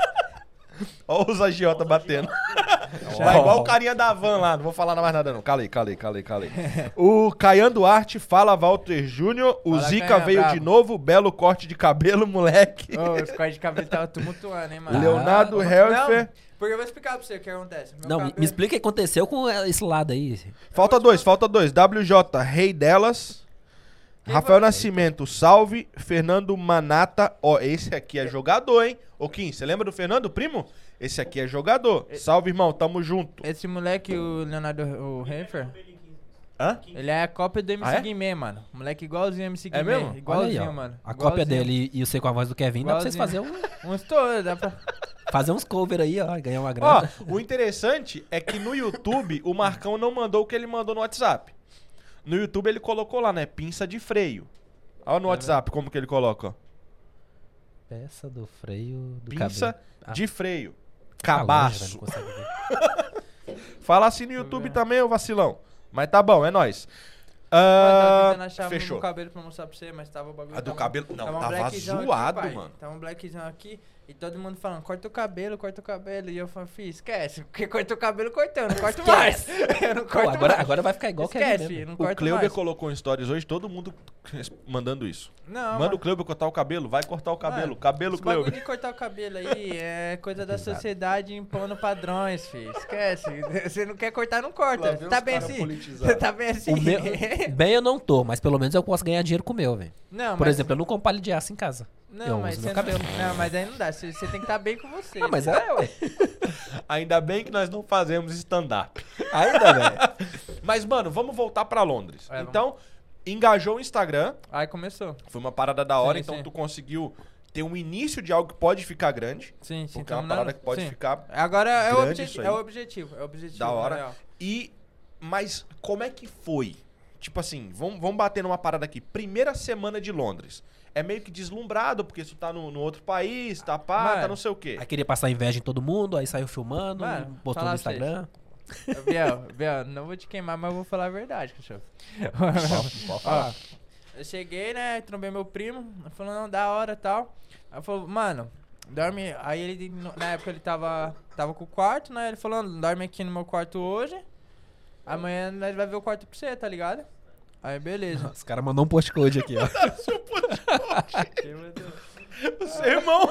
Speaker 3: Olha os agiota batendo.
Speaker 1: Já-
Speaker 3: Tá igual o carinha da van lá, não vou falar mais nada não. Calei, calei, calei, calei. o Caian Duarte fala Walter Júnior, o
Speaker 2: Fala,
Speaker 3: Zica
Speaker 2: Caian,
Speaker 3: veio de
Speaker 2: brabo.
Speaker 3: novo, belo corte de cabelo, moleque.
Speaker 2: Ô, esse corte de cabelo tava tumultuando, hein, mano.
Speaker 3: Leonardo
Speaker 2: Ah,
Speaker 3: Helfer.
Speaker 2: Não, porque eu vou explicar pra você o que acontece. Meu
Speaker 1: Não, me,
Speaker 2: cabelo-
Speaker 1: me explica o que aconteceu com esse lado aí.
Speaker 3: Falta dois, falta dois. WJ, rei delas.
Speaker 2: Quem
Speaker 3: Rafael
Speaker 2: vai?
Speaker 3: Nascimento, salve. Fernando Manata, ó, esse aqui é jogador, hein? Ô, Kim, você lembra do Fernando, primo? Esse aqui é jogador. Salve, irmão, tamo junto.
Speaker 2: Esse moleque, o Leonardo o Helfer,
Speaker 3: Hã?
Speaker 2: ele é a cópia do MC
Speaker 3: Ah, é?
Speaker 2: Guimê, mano. Moleque igualzinho ao MC
Speaker 3: É
Speaker 2: Guimê.
Speaker 3: mesmo?
Speaker 1: Olha
Speaker 2: Igualzinho,
Speaker 1: aí, ó.
Speaker 2: mano.
Speaker 1: A cópia
Speaker 2: Igualzinho.
Speaker 1: dele e você com a voz do Kevin, dá pra vocês fazer,
Speaker 2: Igualzinho.
Speaker 1: um,
Speaker 2: Uns todos, dá pra...
Speaker 1: fazer uns cover aí, ó, ganhar uma
Speaker 3: Ó,
Speaker 1: grana.
Speaker 3: o interessante é que no YouTube o Marcão não mandou o que ele mandou no WhatsApp. No YouTube ele colocou lá, né? Pinça de freio. Olha no WhatsApp como que ele coloca. ó.
Speaker 1: Peça do freio do
Speaker 3: Pinça
Speaker 1: cabelo.
Speaker 3: de freio.
Speaker 1: Tá longe, velho,
Speaker 3: Cabaço.
Speaker 1: não consegue ver.
Speaker 3: Fala assim no YouTube também, ô vacilão. Mas tá bom, é nóis.
Speaker 2: Mano,
Speaker 3: Ah,
Speaker 2: tava tentando achar um
Speaker 3: fechou.
Speaker 2: do cabelo pra mostrar pra você, mas tava o bagulho.
Speaker 3: A do
Speaker 2: tava- um
Speaker 3: cabelo- não, tava
Speaker 2: blackzão
Speaker 3: zoado,
Speaker 2: pai.
Speaker 3: mano.
Speaker 2: Tava um blackzão aqui e todo mundo falando, corta o cabelo, corta o cabelo. E eu falei, filho, esquece. Porque corta o cabelo, cortei, eu não corto mais. eu não
Speaker 1: Pô,
Speaker 2: corto
Speaker 1: agora,
Speaker 2: mais.
Speaker 1: agora vai ficar igual o Kevin
Speaker 2: esquece,
Speaker 1: mesmo.
Speaker 2: eu não
Speaker 3: O
Speaker 2: corto
Speaker 3: Cleuber
Speaker 2: mais.
Speaker 3: colocou em stories hoje, todo mundo mandando isso.
Speaker 2: Não,
Speaker 3: Manda o Cleuber cortar o cabelo, vai cortar o cabelo.
Speaker 2: Mano,
Speaker 3: cabelo,
Speaker 2: Esse bagulho
Speaker 3: Cleuber.
Speaker 2: de cortar o cabelo aí é coisa da sociedade impondo padrões, filho. Esquece. Você não quer cortar, não
Speaker 3: Lá
Speaker 2: corta.
Speaker 3: vem
Speaker 2: Tá
Speaker 3: os
Speaker 2: bem
Speaker 3: cara
Speaker 2: assim?
Speaker 3: politizado.
Speaker 2: Tá bem assim?
Speaker 1: O meu, bem, eu não tô, mas pelo menos eu posso ganhar dinheiro com o meu, velho.
Speaker 2: Não,
Speaker 1: Por
Speaker 2: Ah, mas-
Speaker 1: exemplo, eu não compro palha de aço em casa.
Speaker 2: Não,
Speaker 1: eu
Speaker 2: mas
Speaker 1: uso meu
Speaker 2: você
Speaker 1: cabelo.
Speaker 2: Não, não, mas aí não dá. Você, você tem que estar bem com você.
Speaker 1: Ah, mas é, ué.
Speaker 3: Ainda bem que nós não fazemos stand-up.
Speaker 1: Ainda, velho.
Speaker 3: Mas, mano, vamos voltar pra Londres.
Speaker 2: É, vamos.
Speaker 3: então, engajou o Instagram.
Speaker 2: Aí começou.
Speaker 3: Foi uma parada da hora,
Speaker 2: Sim,
Speaker 3: então
Speaker 2: sim.
Speaker 3: tu conseguiu ter um início de algo que pode ficar grande.
Speaker 2: Sim, sim.
Speaker 3: Porque é uma
Speaker 2: tamo
Speaker 3: parada
Speaker 2: na-
Speaker 3: que pode
Speaker 2: sim.
Speaker 3: ficar
Speaker 2: Agora é o, obje-
Speaker 3: grande isso aí.
Speaker 2: é o objetivo. É o objetivo.
Speaker 3: da
Speaker 2: na
Speaker 3: hora.
Speaker 2: real.
Speaker 3: E. Mas como é que foi? Tipo assim, vamos, vamos bater numa parada aqui. Primeira semana de Londres. É meio que deslumbrado, porque tu tá no, no outro país, tá pá,
Speaker 2: Mano,
Speaker 3: tá não sei o quê.
Speaker 1: Aí queria passar inveja em todo mundo, aí saiu filmando,
Speaker 2: Mano,
Speaker 1: postou
Speaker 2: falar
Speaker 1: no
Speaker 2: pra
Speaker 1: Instagram.
Speaker 2: Biel, Biel, não vou te queimar, mas eu vou falar a verdade, cachorro.
Speaker 1: Pode falar.
Speaker 2: Eu cheguei, né? Trombei meu primo. Ele falou, não, da hora e tal. Aí falou, mano, dorme. Aí ele, no- na época ele tava, tava com o quarto, né? Ele falou, dorme aqui no meu quarto hoje. Amanhã nós vai ver o quarto pra você, tá ligado? Aí beleza.
Speaker 1: Os caras mandaram um postcode aqui, ó.
Speaker 2: Quem mandou?
Speaker 3: O seu irmão,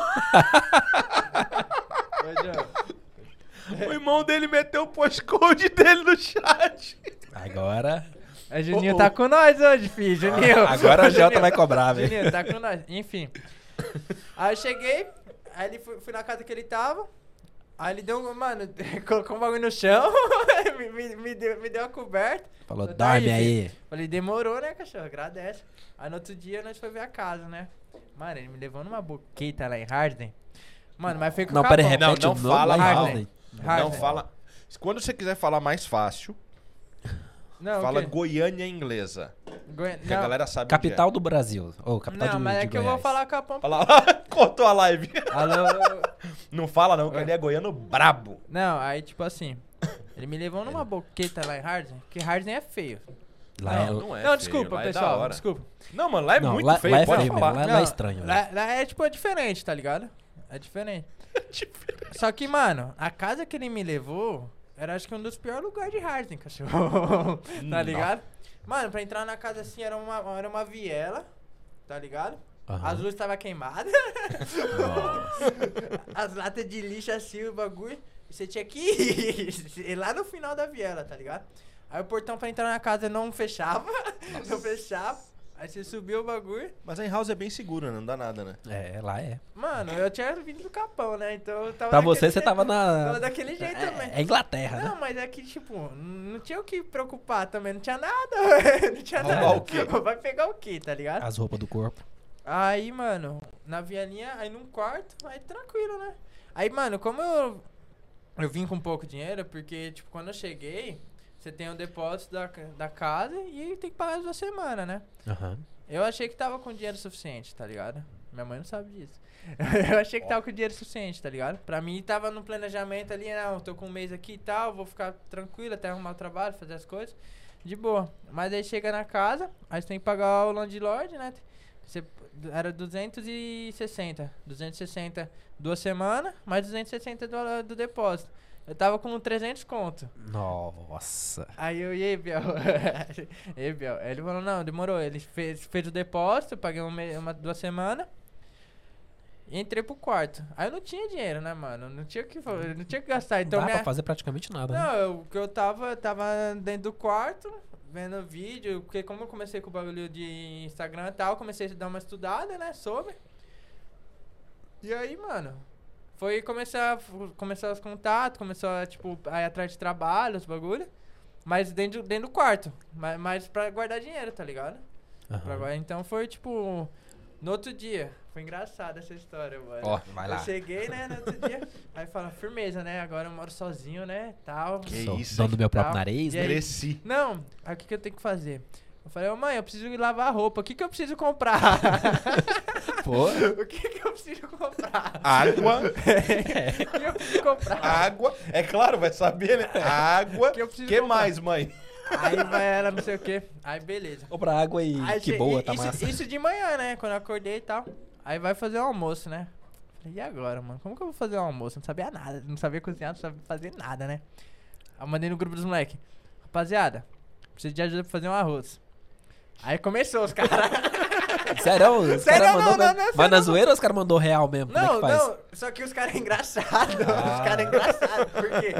Speaker 2: Ô, João,
Speaker 3: o irmão dele meteu o postcode dele no chat.
Speaker 1: Agora.
Speaker 2: a Juninho
Speaker 3: Ô, ô. Ah,
Speaker 2: tá com nós hoje, filho. Juninho.
Speaker 1: Agora a Jota
Speaker 2: Juninho.
Speaker 1: vai cobrar, velho.
Speaker 2: Juninho, tá com nós. Enfim. Aí eu cheguei, aí ele fui, fui na casa que ele tava. Aí ele deu um. Mano, colocou um bagulho no chão, me, me- me deu, me deu uma coberta.
Speaker 1: Falou,
Speaker 2: Falou, tá aí,
Speaker 1: dorme aí.
Speaker 2: Falei, demorou, né, cachorro? Agradece. Aí no outro dia nós foi ver a casa, né? Mano, ele me levou numa boqueta lá em Harden. Mano, mas foi com
Speaker 1: Não,
Speaker 2: o
Speaker 1: peraí,
Speaker 2: Cabão.
Speaker 1: repete
Speaker 3: Não,
Speaker 1: o
Speaker 3: não
Speaker 1: nome.
Speaker 3: fala
Speaker 1: aí,
Speaker 2: mal.
Speaker 1: Harden.
Speaker 3: Não
Speaker 2: Harden.
Speaker 3: fala. Quando você quiser falar mais fácil,
Speaker 2: Não,
Speaker 3: fala
Speaker 2: o quê?
Speaker 3: Goiânia inglesa.
Speaker 2: Goi-
Speaker 3: Que a
Speaker 2: Ah, não.
Speaker 3: galera é sabe. onde
Speaker 1: Capital do Brasil. Ou capital
Speaker 2: Não,
Speaker 1: de,
Speaker 2: mas é
Speaker 1: de
Speaker 2: que eu vou
Speaker 1: Goiás.
Speaker 2: falar com a pompa.
Speaker 3: É. Fala lá, cortou a live.
Speaker 2: Alô?
Speaker 3: Não fala não, que ele é goiano brabo.
Speaker 2: Não, aí tipo assim. Ele me levou numa boqueta lá em Harden, que Harden é feio.
Speaker 1: Lá é-
Speaker 3: não é
Speaker 2: não,
Speaker 3: feio,
Speaker 2: desculpa,
Speaker 3: lá é da
Speaker 2: pessoal.
Speaker 3: hora.
Speaker 2: desculpa.
Speaker 3: Não, mano, lá é
Speaker 1: Não,
Speaker 3: muito
Speaker 1: lá-
Speaker 3: feio,
Speaker 1: lá é
Speaker 3: pode
Speaker 1: feio mesmo,
Speaker 3: falar.
Speaker 1: lá- é estranho,
Speaker 2: Lá, lá é tipo é diferente, tá ligado? É diferente. Só que, mano, a casa que ele me levou era acho que um dos piores lugares de Harden, cachorro. tá
Speaker 3: Não.
Speaker 2: ligado? Mano, pra entrar na casa assim era uma, era uma viela, tá ligado?
Speaker 1: Aham.
Speaker 2: As luzes estavam queimadas. As latas de lixo assim, o bagulho. E Você tinha que ir ir lá no final da viela, tá ligado? Aí o portão pra entrar na casa não fechava. Não fechava. Aí você subiu o bagulho.
Speaker 3: Mas a in-house é bem segura, né? Não dá nada, né?
Speaker 1: É, lá é.
Speaker 2: Mano, eu tinha vindo do capão, né? Então eu tava.
Speaker 1: Pra
Speaker 2: daquele
Speaker 1: você, você
Speaker 2: jeito-
Speaker 1: tava na-
Speaker 2: Tava daquele jeito também.
Speaker 1: É, é Inglaterra, né?
Speaker 2: Não, mas é que, tipo, n- não tinha o que preocupar também, não tinha nada, não tinha
Speaker 3: Roubar
Speaker 2: nada.
Speaker 3: o quê?
Speaker 2: Vai pegar o quê, tá ligado?
Speaker 1: As roupas do corpo.
Speaker 2: Aí, mano, na vielinha, aí num quarto, aí tranquilo, né? Aí, mano, como eu, eu vim com pouco dinheiro, porque, tipo, quando eu cheguei, você tem o depósito da, ca- da casa e tem que pagar as duas semanas, né?
Speaker 1: Aham.
Speaker 2: Eu achei que tava com dinheiro suficiente, tá ligado? Minha mãe não sabe disso. Eu achei que tava com dinheiro suficiente, tá ligado? Pra mim tava no planejamento ali, não, tô com um mês aqui e tal, vou ficar tranquilo até arrumar o trabalho, fazer as coisas. De boa. Mas aí chega na casa, aí você tem que pagar o landlord, né? Você, era 260. 260 duas semanas, mais 260 do, do depósito. Eu tava com 300 conto.
Speaker 1: Nossa.
Speaker 2: Aí eu, e aí, Biel? e aí, Biel? Aí ele falou, não, demorou. Ele fez, fez o depósito, eu paguei uma, me- uma- duas semanas. E entrei pro quarto. Aí eu não tinha dinheiro, né, mano? Não tinha o que, fa- não tinha o que gastar. Então,
Speaker 1: não dá
Speaker 2: minha-
Speaker 1: pra fazer praticamente nada, né?
Speaker 2: não, eu, o que eu tava, eu tava dentro do quarto, vendo vídeo, porque como eu comecei com o bagulho de Instagram e tal, eu comecei a dar uma estudada, né, sobre. E aí, mano, foi começar, começar os contatos, começou, a, tipo, a ir atrás de trabalho, os bagulho. Mas dentro, dentro do quarto, mas, mas pra guardar dinheiro, tá ligado?
Speaker 1: Aham.
Speaker 2: Pra guardar- então foi, tipo, no outro dia. Foi engraçada essa história, mano.
Speaker 1: Ó, vai lá.
Speaker 2: Eu cheguei, né, no outro dia. Aí fala, firmeza, né? Agora eu moro sozinho, né? Tal.
Speaker 3: Que
Speaker 1: Sou
Speaker 3: isso,
Speaker 1: dono do
Speaker 3: hein?
Speaker 1: meu próprio
Speaker 2: Tá.
Speaker 1: nariz,
Speaker 2: E aí?
Speaker 1: né?
Speaker 3: Cresci.
Speaker 2: Não, aí o que, que eu tenho que fazer? Eu falei, ô mãe, eu preciso ir lavar roupa. O que, que eu preciso comprar?
Speaker 1: Pô.
Speaker 2: o que, que eu preciso comprar?
Speaker 3: Água,
Speaker 2: O que eu preciso comprar?
Speaker 3: água. É claro, vai saber, né? Água.
Speaker 2: Que eu
Speaker 3: Que,
Speaker 2: preciso
Speaker 3: que
Speaker 2: comprar.
Speaker 3: mais, mãe?
Speaker 2: Aí vai ela, não sei o quê. Aí beleza.
Speaker 1: Compra água e
Speaker 2: Aí
Speaker 1: que
Speaker 2: che-
Speaker 1: boa,
Speaker 2: e-
Speaker 1: tá
Speaker 2: Ah, isso,
Speaker 1: massa.
Speaker 2: Isso de manhã, né? Quando eu acordei e tal. Aí vai fazer o almoço, né? Falei, e agora, mano? Como que eu vou fazer o almoço? Eu Não sabia nada, não sabia cozinhar, não sabia fazer nada, né? Aí eu mandei no grupo dos moleques. Rapaziada, preciso de ajuda pra fazer um arroz. Aí começou os caras.
Speaker 1: Sério? Os
Speaker 2: Sério,
Speaker 1: caras
Speaker 2: não,
Speaker 1: mandou.
Speaker 2: não,
Speaker 1: na-
Speaker 2: não, sério,
Speaker 1: Mas na
Speaker 2: não.
Speaker 1: zoeira ou os caras mandou real mesmo? Como é
Speaker 2: Não,
Speaker 1: que faz? Ah.
Speaker 2: não, só que os caras é engraçado. Os caras é engraçado, porque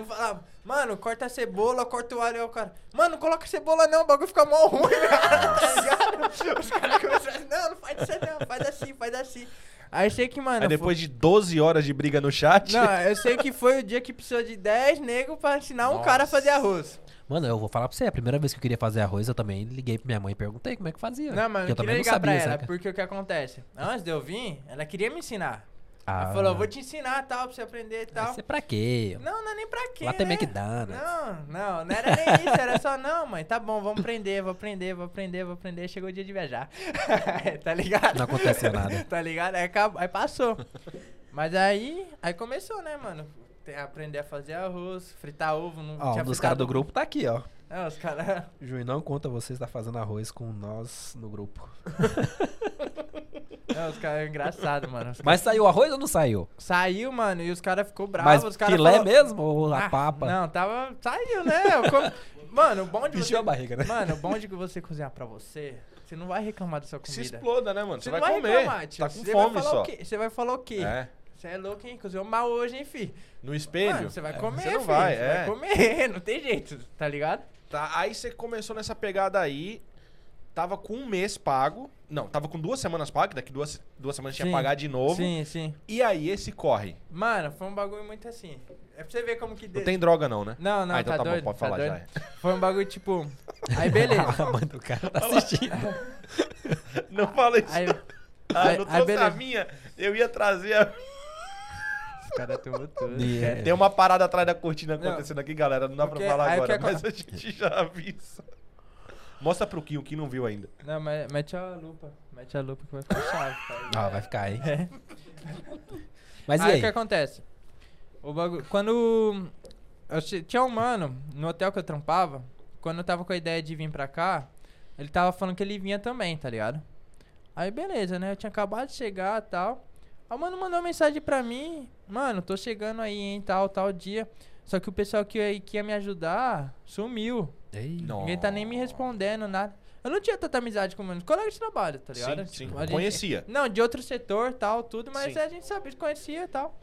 Speaker 2: um falava, mano, corta a cebola, corta o alho, aí o cara, mano, não coloca cebola não, o bagulho fica mó ruim, cara, tá ligado? Os caras começaram assim, não, não faz isso aí não, faz assim, faz assim. Aí sei que, mano.
Speaker 3: Aí depois de 12 horas de briga no chat.
Speaker 2: foi- Não, é eu sei que foi o dia que precisou de 10 negros pra ensinar um cara a fazer arroz.
Speaker 1: Mano, eu vou falar pra você, a primeira vez que eu queria fazer arroz, eu também liguei pra minha mãe e perguntei como é que fazia.
Speaker 2: Não, mano,
Speaker 1: porque
Speaker 2: eu
Speaker 1: eu
Speaker 2: queria
Speaker 1: também não
Speaker 2: ligar pra
Speaker 1: sabia,
Speaker 2: ela,
Speaker 1: saca?
Speaker 2: porque o que acontece? Antes de eu vir, ela queria me ensinar.
Speaker 1: Ah.
Speaker 2: Ela falou, vou te ensinar tal, pra você aprender e
Speaker 1: Aí
Speaker 2: tal.
Speaker 1: Você pra quê?
Speaker 2: Não, não é nem pra quê.
Speaker 1: Lá tem
Speaker 2: né?
Speaker 1: McDonald's.
Speaker 2: Não, não, não era nem isso, era só, não, mãe, tá bom, vamos aprender, vou aprender, vou aprender, vou aprender. Chegou o dia de viajar. tá ligado?
Speaker 1: Não aconteceu nada.
Speaker 2: tá ligado? Aí, acabou- aí passou. Mas aí, aí começou, né, mano? Tem- Aprender a fazer arroz, fritar ovo, não
Speaker 1: Ó,
Speaker 2: tinha
Speaker 1: um dos caras
Speaker 2: fritado-
Speaker 1: do grupo tá aqui, ó.
Speaker 2: Não, os caras.
Speaker 1: Juiz, não conta você está fazendo arroz com nós no grupo.
Speaker 2: Não, os caras é engraçado, mano. Os
Speaker 1: Mas saiu arroz ou não saiu?
Speaker 2: ca- Saiu, mano, e os caras ficou
Speaker 1: Mas
Speaker 2: bravos. os cara
Speaker 1: filé
Speaker 2: falou-
Speaker 1: mesmo ou a
Speaker 2: Ah,
Speaker 1: papa?
Speaker 2: Não, tava. Saiu, né? Eu com- Mano, o bom de
Speaker 1: Encheu a barriga, né?
Speaker 2: Mano, o bom de que você cozinhar pra você, Você não vai reclamar da sua
Speaker 3: Que se
Speaker 2: comida.
Speaker 3: exploda, né, mano?
Speaker 2: Você
Speaker 3: Você, vai
Speaker 2: não vai
Speaker 3: comer.
Speaker 2: reclamar, tio.
Speaker 3: tá com
Speaker 2: Você vai
Speaker 3: fome
Speaker 2: falar o
Speaker 3: só.
Speaker 2: quê? Você vai falar o quê?
Speaker 3: É.
Speaker 2: Você é louco, hein? Cozinhou mal hoje, hein, fi?
Speaker 3: No espelho.
Speaker 2: Mano, você vai
Speaker 3: É,
Speaker 2: comer,
Speaker 3: Você não
Speaker 2: filho,
Speaker 3: vai,
Speaker 2: você
Speaker 3: é.
Speaker 2: vai comer, não tem jeito, tá ligado?
Speaker 3: Tá, aí você começou nessa pegada aí. Tava com um mês pago. Não, tava com duas semanas pago, que daqui duas, duas semanas tinha que
Speaker 2: Sim,
Speaker 3: pagar de novo.
Speaker 2: Sim, sim.
Speaker 3: E aí esse corre.
Speaker 2: Mano, foi um bagulho muito assim. É pra você ver como que...
Speaker 3: Não
Speaker 2: deu.
Speaker 3: tem droga, não, né?
Speaker 2: Não, não,
Speaker 3: Ah, então
Speaker 2: tá,
Speaker 3: tá bom,
Speaker 2: doido.
Speaker 3: pode
Speaker 2: tá
Speaker 3: falar já.
Speaker 2: doido. Foi um bagulho, tipo... Aí, beleza.
Speaker 1: Mano, o cara tá assistindo.
Speaker 3: Não fala isso.
Speaker 2: Aí...
Speaker 3: ah,
Speaker 2: aí- aí
Speaker 3: não trouxe a
Speaker 2: beleza.
Speaker 3: minha. Eu ia trazer a minha.
Speaker 2: Os caras tomou tudo.
Speaker 1: Yeah.
Speaker 3: Tem uma parada atrás da cortina
Speaker 2: Não.
Speaker 3: acontecendo aqui, galera. Não dá
Speaker 2: Porque
Speaker 3: pra falar
Speaker 2: aí o que
Speaker 3: agora,
Speaker 2: acon-
Speaker 3: mas a gente já avisa. Mostra pro Kim, o Kim não viu ainda.
Speaker 2: Não, mas mete a lupa. Mete a lupa que vai ficar chave, tá ligado?
Speaker 1: Ah, vai ficar aí. Mas
Speaker 2: aí o
Speaker 1: e
Speaker 2: que
Speaker 1: aí?
Speaker 2: acontece? O bagulho. Quando. eu che- tinha um mano no hotel que eu trampava. Quando eu tava com a ideia de vir pra cá, ele tava falando que ele vinha também, tá ligado? Aí beleza, né? Eu tinha acabado de chegar e tal. Aí o mano mandou uma mensagem pra mim. Mano, tô chegando aí, hein, tal, tal dia. Só que o pessoal que, ia- que ia me ajudar sumiu.
Speaker 1: Ei,
Speaker 2: Ninguém tá nem me respondendo, nada. Eu não tinha tanta amizade com meus colegas de trabalho, tá ligado?
Speaker 3: Sim, sim.
Speaker 2: Tipo, a gente-
Speaker 3: Conhecia.
Speaker 2: não, de outro setor tal, tudo, mas
Speaker 3: Sim.
Speaker 2: a gente sabia, conhecia e tal.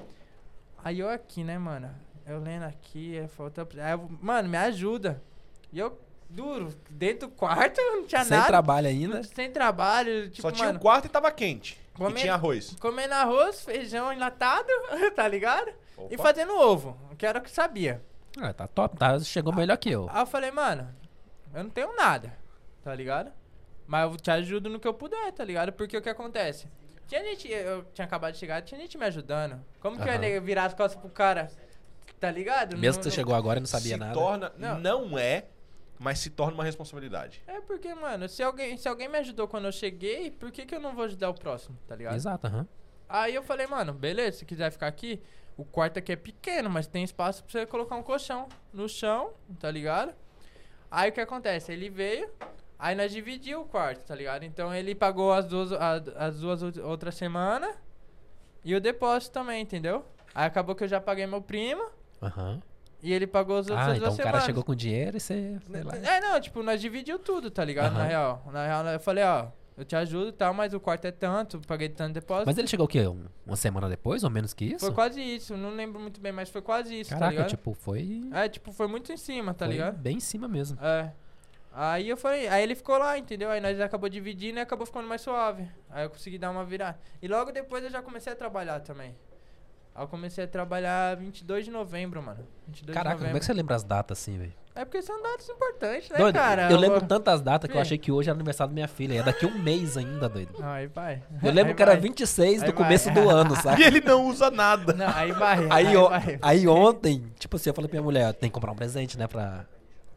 Speaker 2: Aí eu aqui, né, mano? Eu lendo aqui, aí falta. Aí eu, mano, me ajuda. E eu, duro, dentro do quarto, não tinha
Speaker 1: Sem
Speaker 2: nada.
Speaker 1: trabalho ainda?
Speaker 2: Sem trabalho, tipo,
Speaker 3: né? Só tinha
Speaker 2: mano,
Speaker 3: um quarto e tava quente.
Speaker 2: Comer-
Speaker 3: E tinha arroz.
Speaker 2: comendo arroz, feijão enlatado, tá ligado? E
Speaker 3: Opa.
Speaker 2: fazendo ovo, que era o que sabia.
Speaker 1: Ah, tá top, tá, chegou melhor que eu.
Speaker 2: Aí eu falei, mano, eu não tenho nada, tá ligado? Mas eu te ajudo no que eu puder, tá ligado? Porque o que acontece? Tinha gente, eu tinha acabado de chegar, tinha gente me ajudando. Como que
Speaker 1: Aham.
Speaker 2: eu ia virar as costas pro cara? Tá ligado?
Speaker 1: Mesmo
Speaker 2: Não-
Speaker 1: que você
Speaker 2: não-
Speaker 1: chegou agora e não sabia
Speaker 3: se
Speaker 1: nada.
Speaker 3: torna. Não.
Speaker 2: Não.
Speaker 3: é, mas se torna uma responsabilidade.
Speaker 2: É porque, mano, se alguém, se alguém me ajudou quando eu cheguei, por que, que eu não vou ajudar o próximo, tá ligado?
Speaker 1: Exato, aham.
Speaker 2: Aí eu falei, mano, beleza, se quiser ficar aqui, o quarto aqui é pequeno, mas tem espaço pra você colocar um colchão no chão, tá ligado? Aí o que acontece? Ele veio, aí nós dividimos o quarto, tá ligado? Então ele pagou as duas, a- as duas ou- outras semanas e o depósito também, entendeu? Aí acabou que eu já paguei meu primo
Speaker 1: Aham.
Speaker 2: e ele pagou as outras
Speaker 1: Ah, então
Speaker 2: duas
Speaker 1: o cara
Speaker 2: semanas.
Speaker 1: chegou com dinheiro e você. Sei lá.
Speaker 2: É, não, tipo, nós dividiu tudo, tá ligado? Na
Speaker 1: Aham.
Speaker 2: real. Na real, eu falei, ó, eu te ajudo e tal, mas o quarto é tanto, paguei tanto depósito.
Speaker 1: Mas ele chegou o quê? Um- uma semana depois, ou menos que isso?
Speaker 2: Foi quase isso, não lembro muito bem, mas foi quase isso, tá
Speaker 1: Caraca,
Speaker 2: ligado?
Speaker 1: tipo, foi.
Speaker 2: É, tipo, foi muito em cima, tá
Speaker 1: foi
Speaker 2: ligado?
Speaker 1: Bem em cima mesmo.
Speaker 2: É. Aí eu falei, aí ele ficou lá, entendeu? Aí nós acabou dividindo e acabou ficando mais suave. Aí eu consegui dar uma virada. E logo depois eu já comecei a trabalhar também. Aí eu comecei a trabalhar 22 de novembro, mano. 22
Speaker 1: Caraca,
Speaker 2: de
Speaker 1: como é
Speaker 2: novembro.
Speaker 1: que você lembra as datas assim, velho?
Speaker 2: É porque são dados importantes, né,
Speaker 1: Doido,
Speaker 2: cara?
Speaker 1: eu lembro tantas datas que eu
Speaker 2: Fih.
Speaker 1: achei que hoje era aniversário da minha filha. e É daqui um mês ainda, doido.
Speaker 2: Não, aí vai.
Speaker 1: Eu lembro
Speaker 2: Aí
Speaker 1: que era
Speaker 2: vai.
Speaker 1: 26 do
Speaker 2: Aí vai.
Speaker 1: começo do ano, sabe?
Speaker 3: E ele não usa nada.
Speaker 2: Não, aí vai.
Speaker 1: Aí, on-
Speaker 2: vai.
Speaker 1: aí ontem, tipo assim, eu falei pra minha mulher, tem que comprar um presente, né, pra.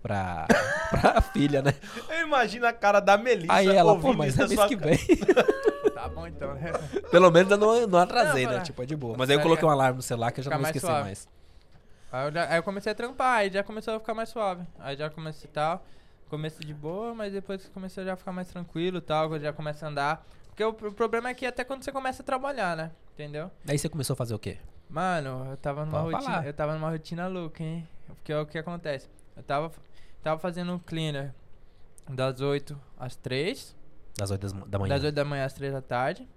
Speaker 1: Pra, pra filha, né?
Speaker 3: Eu imagino a cara da Melissa
Speaker 1: Aí ela, pô,
Speaker 3: ouvindo
Speaker 1: mas
Speaker 3: isso
Speaker 1: é
Speaker 3: na
Speaker 1: mês
Speaker 3: sua
Speaker 1: que
Speaker 3: cara.
Speaker 1: vem.
Speaker 2: Tá bom então, né?
Speaker 1: Pelo menos eu não, não atrasei,
Speaker 2: Não,
Speaker 1: né?
Speaker 2: vai.
Speaker 1: Tipo, é de boa. Mas aí eu
Speaker 2: Tá
Speaker 1: coloquei um
Speaker 2: ligado.
Speaker 1: alarme no celular que eu já
Speaker 2: Fica
Speaker 1: não vou
Speaker 2: mais
Speaker 1: esquecer
Speaker 2: suave.
Speaker 1: mais.
Speaker 2: Aí eu, já- aí eu comecei a trampar, aí já começou a ficar mais suave. Aí já comecei e tal. Começo de boa, mas depois comecei a já ficar mais tranquilo e tal, já começa a andar. Porque o, o problema é que até quando você começa a trabalhar, né? Entendeu?
Speaker 1: Aí você começou a fazer o quê?
Speaker 2: Mano, eu tava numa
Speaker 1: Pode
Speaker 2: rotina.
Speaker 1: falar.
Speaker 2: Eu tava numa rotina louca, hein? Porque é o que acontece. Eu tava, tava fazendo um cleaner das 8 às 3.
Speaker 1: Das 8 da manhã.
Speaker 2: Das 8 da manhã às 3 da tarde.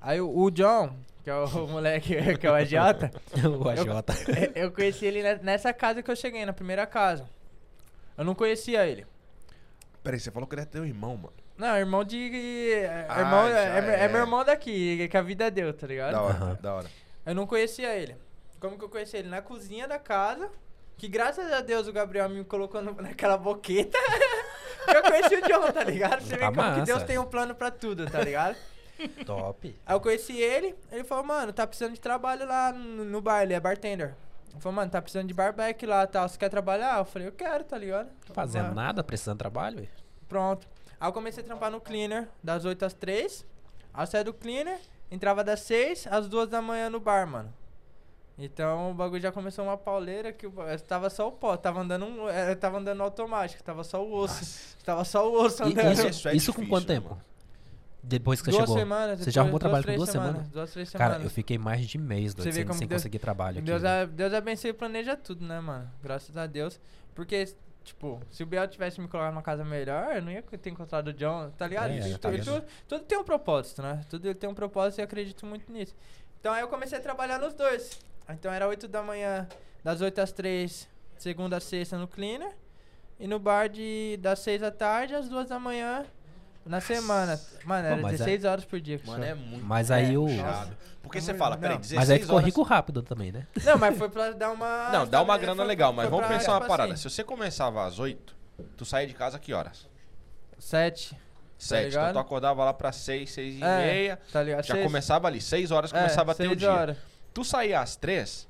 Speaker 2: Aí o, o John, que é o moleque que é o agiota,
Speaker 1: o AJ.
Speaker 2: É, Eu conheci ele ne- nessa casa que eu cheguei, na primeira casa. Eu não conhecia ele.
Speaker 3: Peraí, você falou que ele é teu irmão, mano.
Speaker 2: Não, irmão de. é-
Speaker 3: Ah,
Speaker 2: irmão,
Speaker 3: já
Speaker 2: é, é
Speaker 3: é.
Speaker 2: meu irmão daqui, que a vida deu, tá
Speaker 3: Da
Speaker 2: ligado?
Speaker 3: hora,
Speaker 1: Aham.
Speaker 3: da hora.
Speaker 2: Eu não conhecia ele. Como que eu conheci ele? Na cozinha da casa. Que graças a Deus o Gabriel me colocou no- naquela boqueta. eu conheci o John, tá ligado? Você vê
Speaker 1: Tá
Speaker 2: como
Speaker 1: massa.
Speaker 2: que Deus tem um plano pra tudo, tá ligado?
Speaker 1: Top.
Speaker 2: Aí eu conheci ele, ele falou, mano, tá precisando de trabalho lá no, no bar, ele é bartender. Ele falou, mano, tá precisando de barback lá e tal, você quer trabalhar? Eu falei, eu quero, tá ligado?
Speaker 1: Fazendo né?
Speaker 2: Mano,
Speaker 1: nada, precisando de trabalho, velho.
Speaker 2: Pronto. Aí eu comecei a trampar no cleaner, das 8 às 3. Aí eu saía do cleaner, entrava das 6 às 2 da manhã no bar, mano. Então o bagulho já começou uma pauleira que o ba- tava só o pó, tava andando, um, eh, tava andando automático, tava só o osso. Tava só o osso
Speaker 1: E
Speaker 2: andando.
Speaker 1: isso,
Speaker 3: Isso é
Speaker 1: isso com
Speaker 3: difícil,
Speaker 1: quanto
Speaker 3: né,
Speaker 1: tempo?
Speaker 3: mano?
Speaker 1: Depois que você
Speaker 2: duas
Speaker 1: chegou.
Speaker 2: semanas.
Speaker 1: Você já arrumou trabalho
Speaker 2: depois,
Speaker 1: por
Speaker 2: três
Speaker 1: duas semanas?
Speaker 2: Duas, três semanas.
Speaker 1: Cara, eu fiquei mais de mês, doido,
Speaker 2: Você vê
Speaker 1: sem,
Speaker 2: como
Speaker 1: sem
Speaker 2: Deus- é
Speaker 1: conseguir trabalho aqui.
Speaker 2: Deus,
Speaker 1: velho.
Speaker 2: a, Deus abençoe e planeja tudo, né, mano? Graças a Deus. Porque Tipo, se o Biel tivesse me colocado numa casa melhor, eu não ia ter encontrado o John, tá ligado?
Speaker 1: É,
Speaker 2: Isso
Speaker 1: já tá
Speaker 2: tudo,
Speaker 1: vendo?
Speaker 2: tudo, tudo tem um propósito, né? Tudo tem um propósito e eu acredito muito nisso. Então aí eu comecei a trabalhar nos dois. Então era 8 da manhã, das 8 às 3, segunda a sexta no cleaner. E no bar de das 6 da tarde às 2 da manhã na semana. Mano, era
Speaker 1: mas é-
Speaker 2: 16 horas por dia. que
Speaker 3: Mano,
Speaker 2: só.
Speaker 3: é muito
Speaker 1: Mas aí o.
Speaker 3: puxado. Porque você fala, peraí,
Speaker 2: Não.
Speaker 3: 16
Speaker 1: né? Mas aí ficou
Speaker 3: horas...
Speaker 1: rico rápido também, né?
Speaker 2: Não, mas foi pra dar uma.
Speaker 3: é Não, dá uma
Speaker 2: estabele-
Speaker 3: grana
Speaker 2: foi-
Speaker 3: legal,
Speaker 2: foi
Speaker 3: mas vamos
Speaker 2: pra,
Speaker 3: pensar uma
Speaker 2: tipo
Speaker 3: parada.
Speaker 2: assim,
Speaker 3: Se você começava às 8, tu saía de casa que horas?
Speaker 2: Sete,
Speaker 3: 7. então
Speaker 2: ligado?
Speaker 3: tu acordava lá pra 6, 6 e
Speaker 2: É,
Speaker 3: meia.
Speaker 2: tá ligado?
Speaker 3: Já
Speaker 2: Seis-
Speaker 3: começava ali, 6 horas
Speaker 2: é,
Speaker 3: começava a ter o
Speaker 2: seis
Speaker 3: dia.
Speaker 2: horas.
Speaker 3: Tu saía às 3,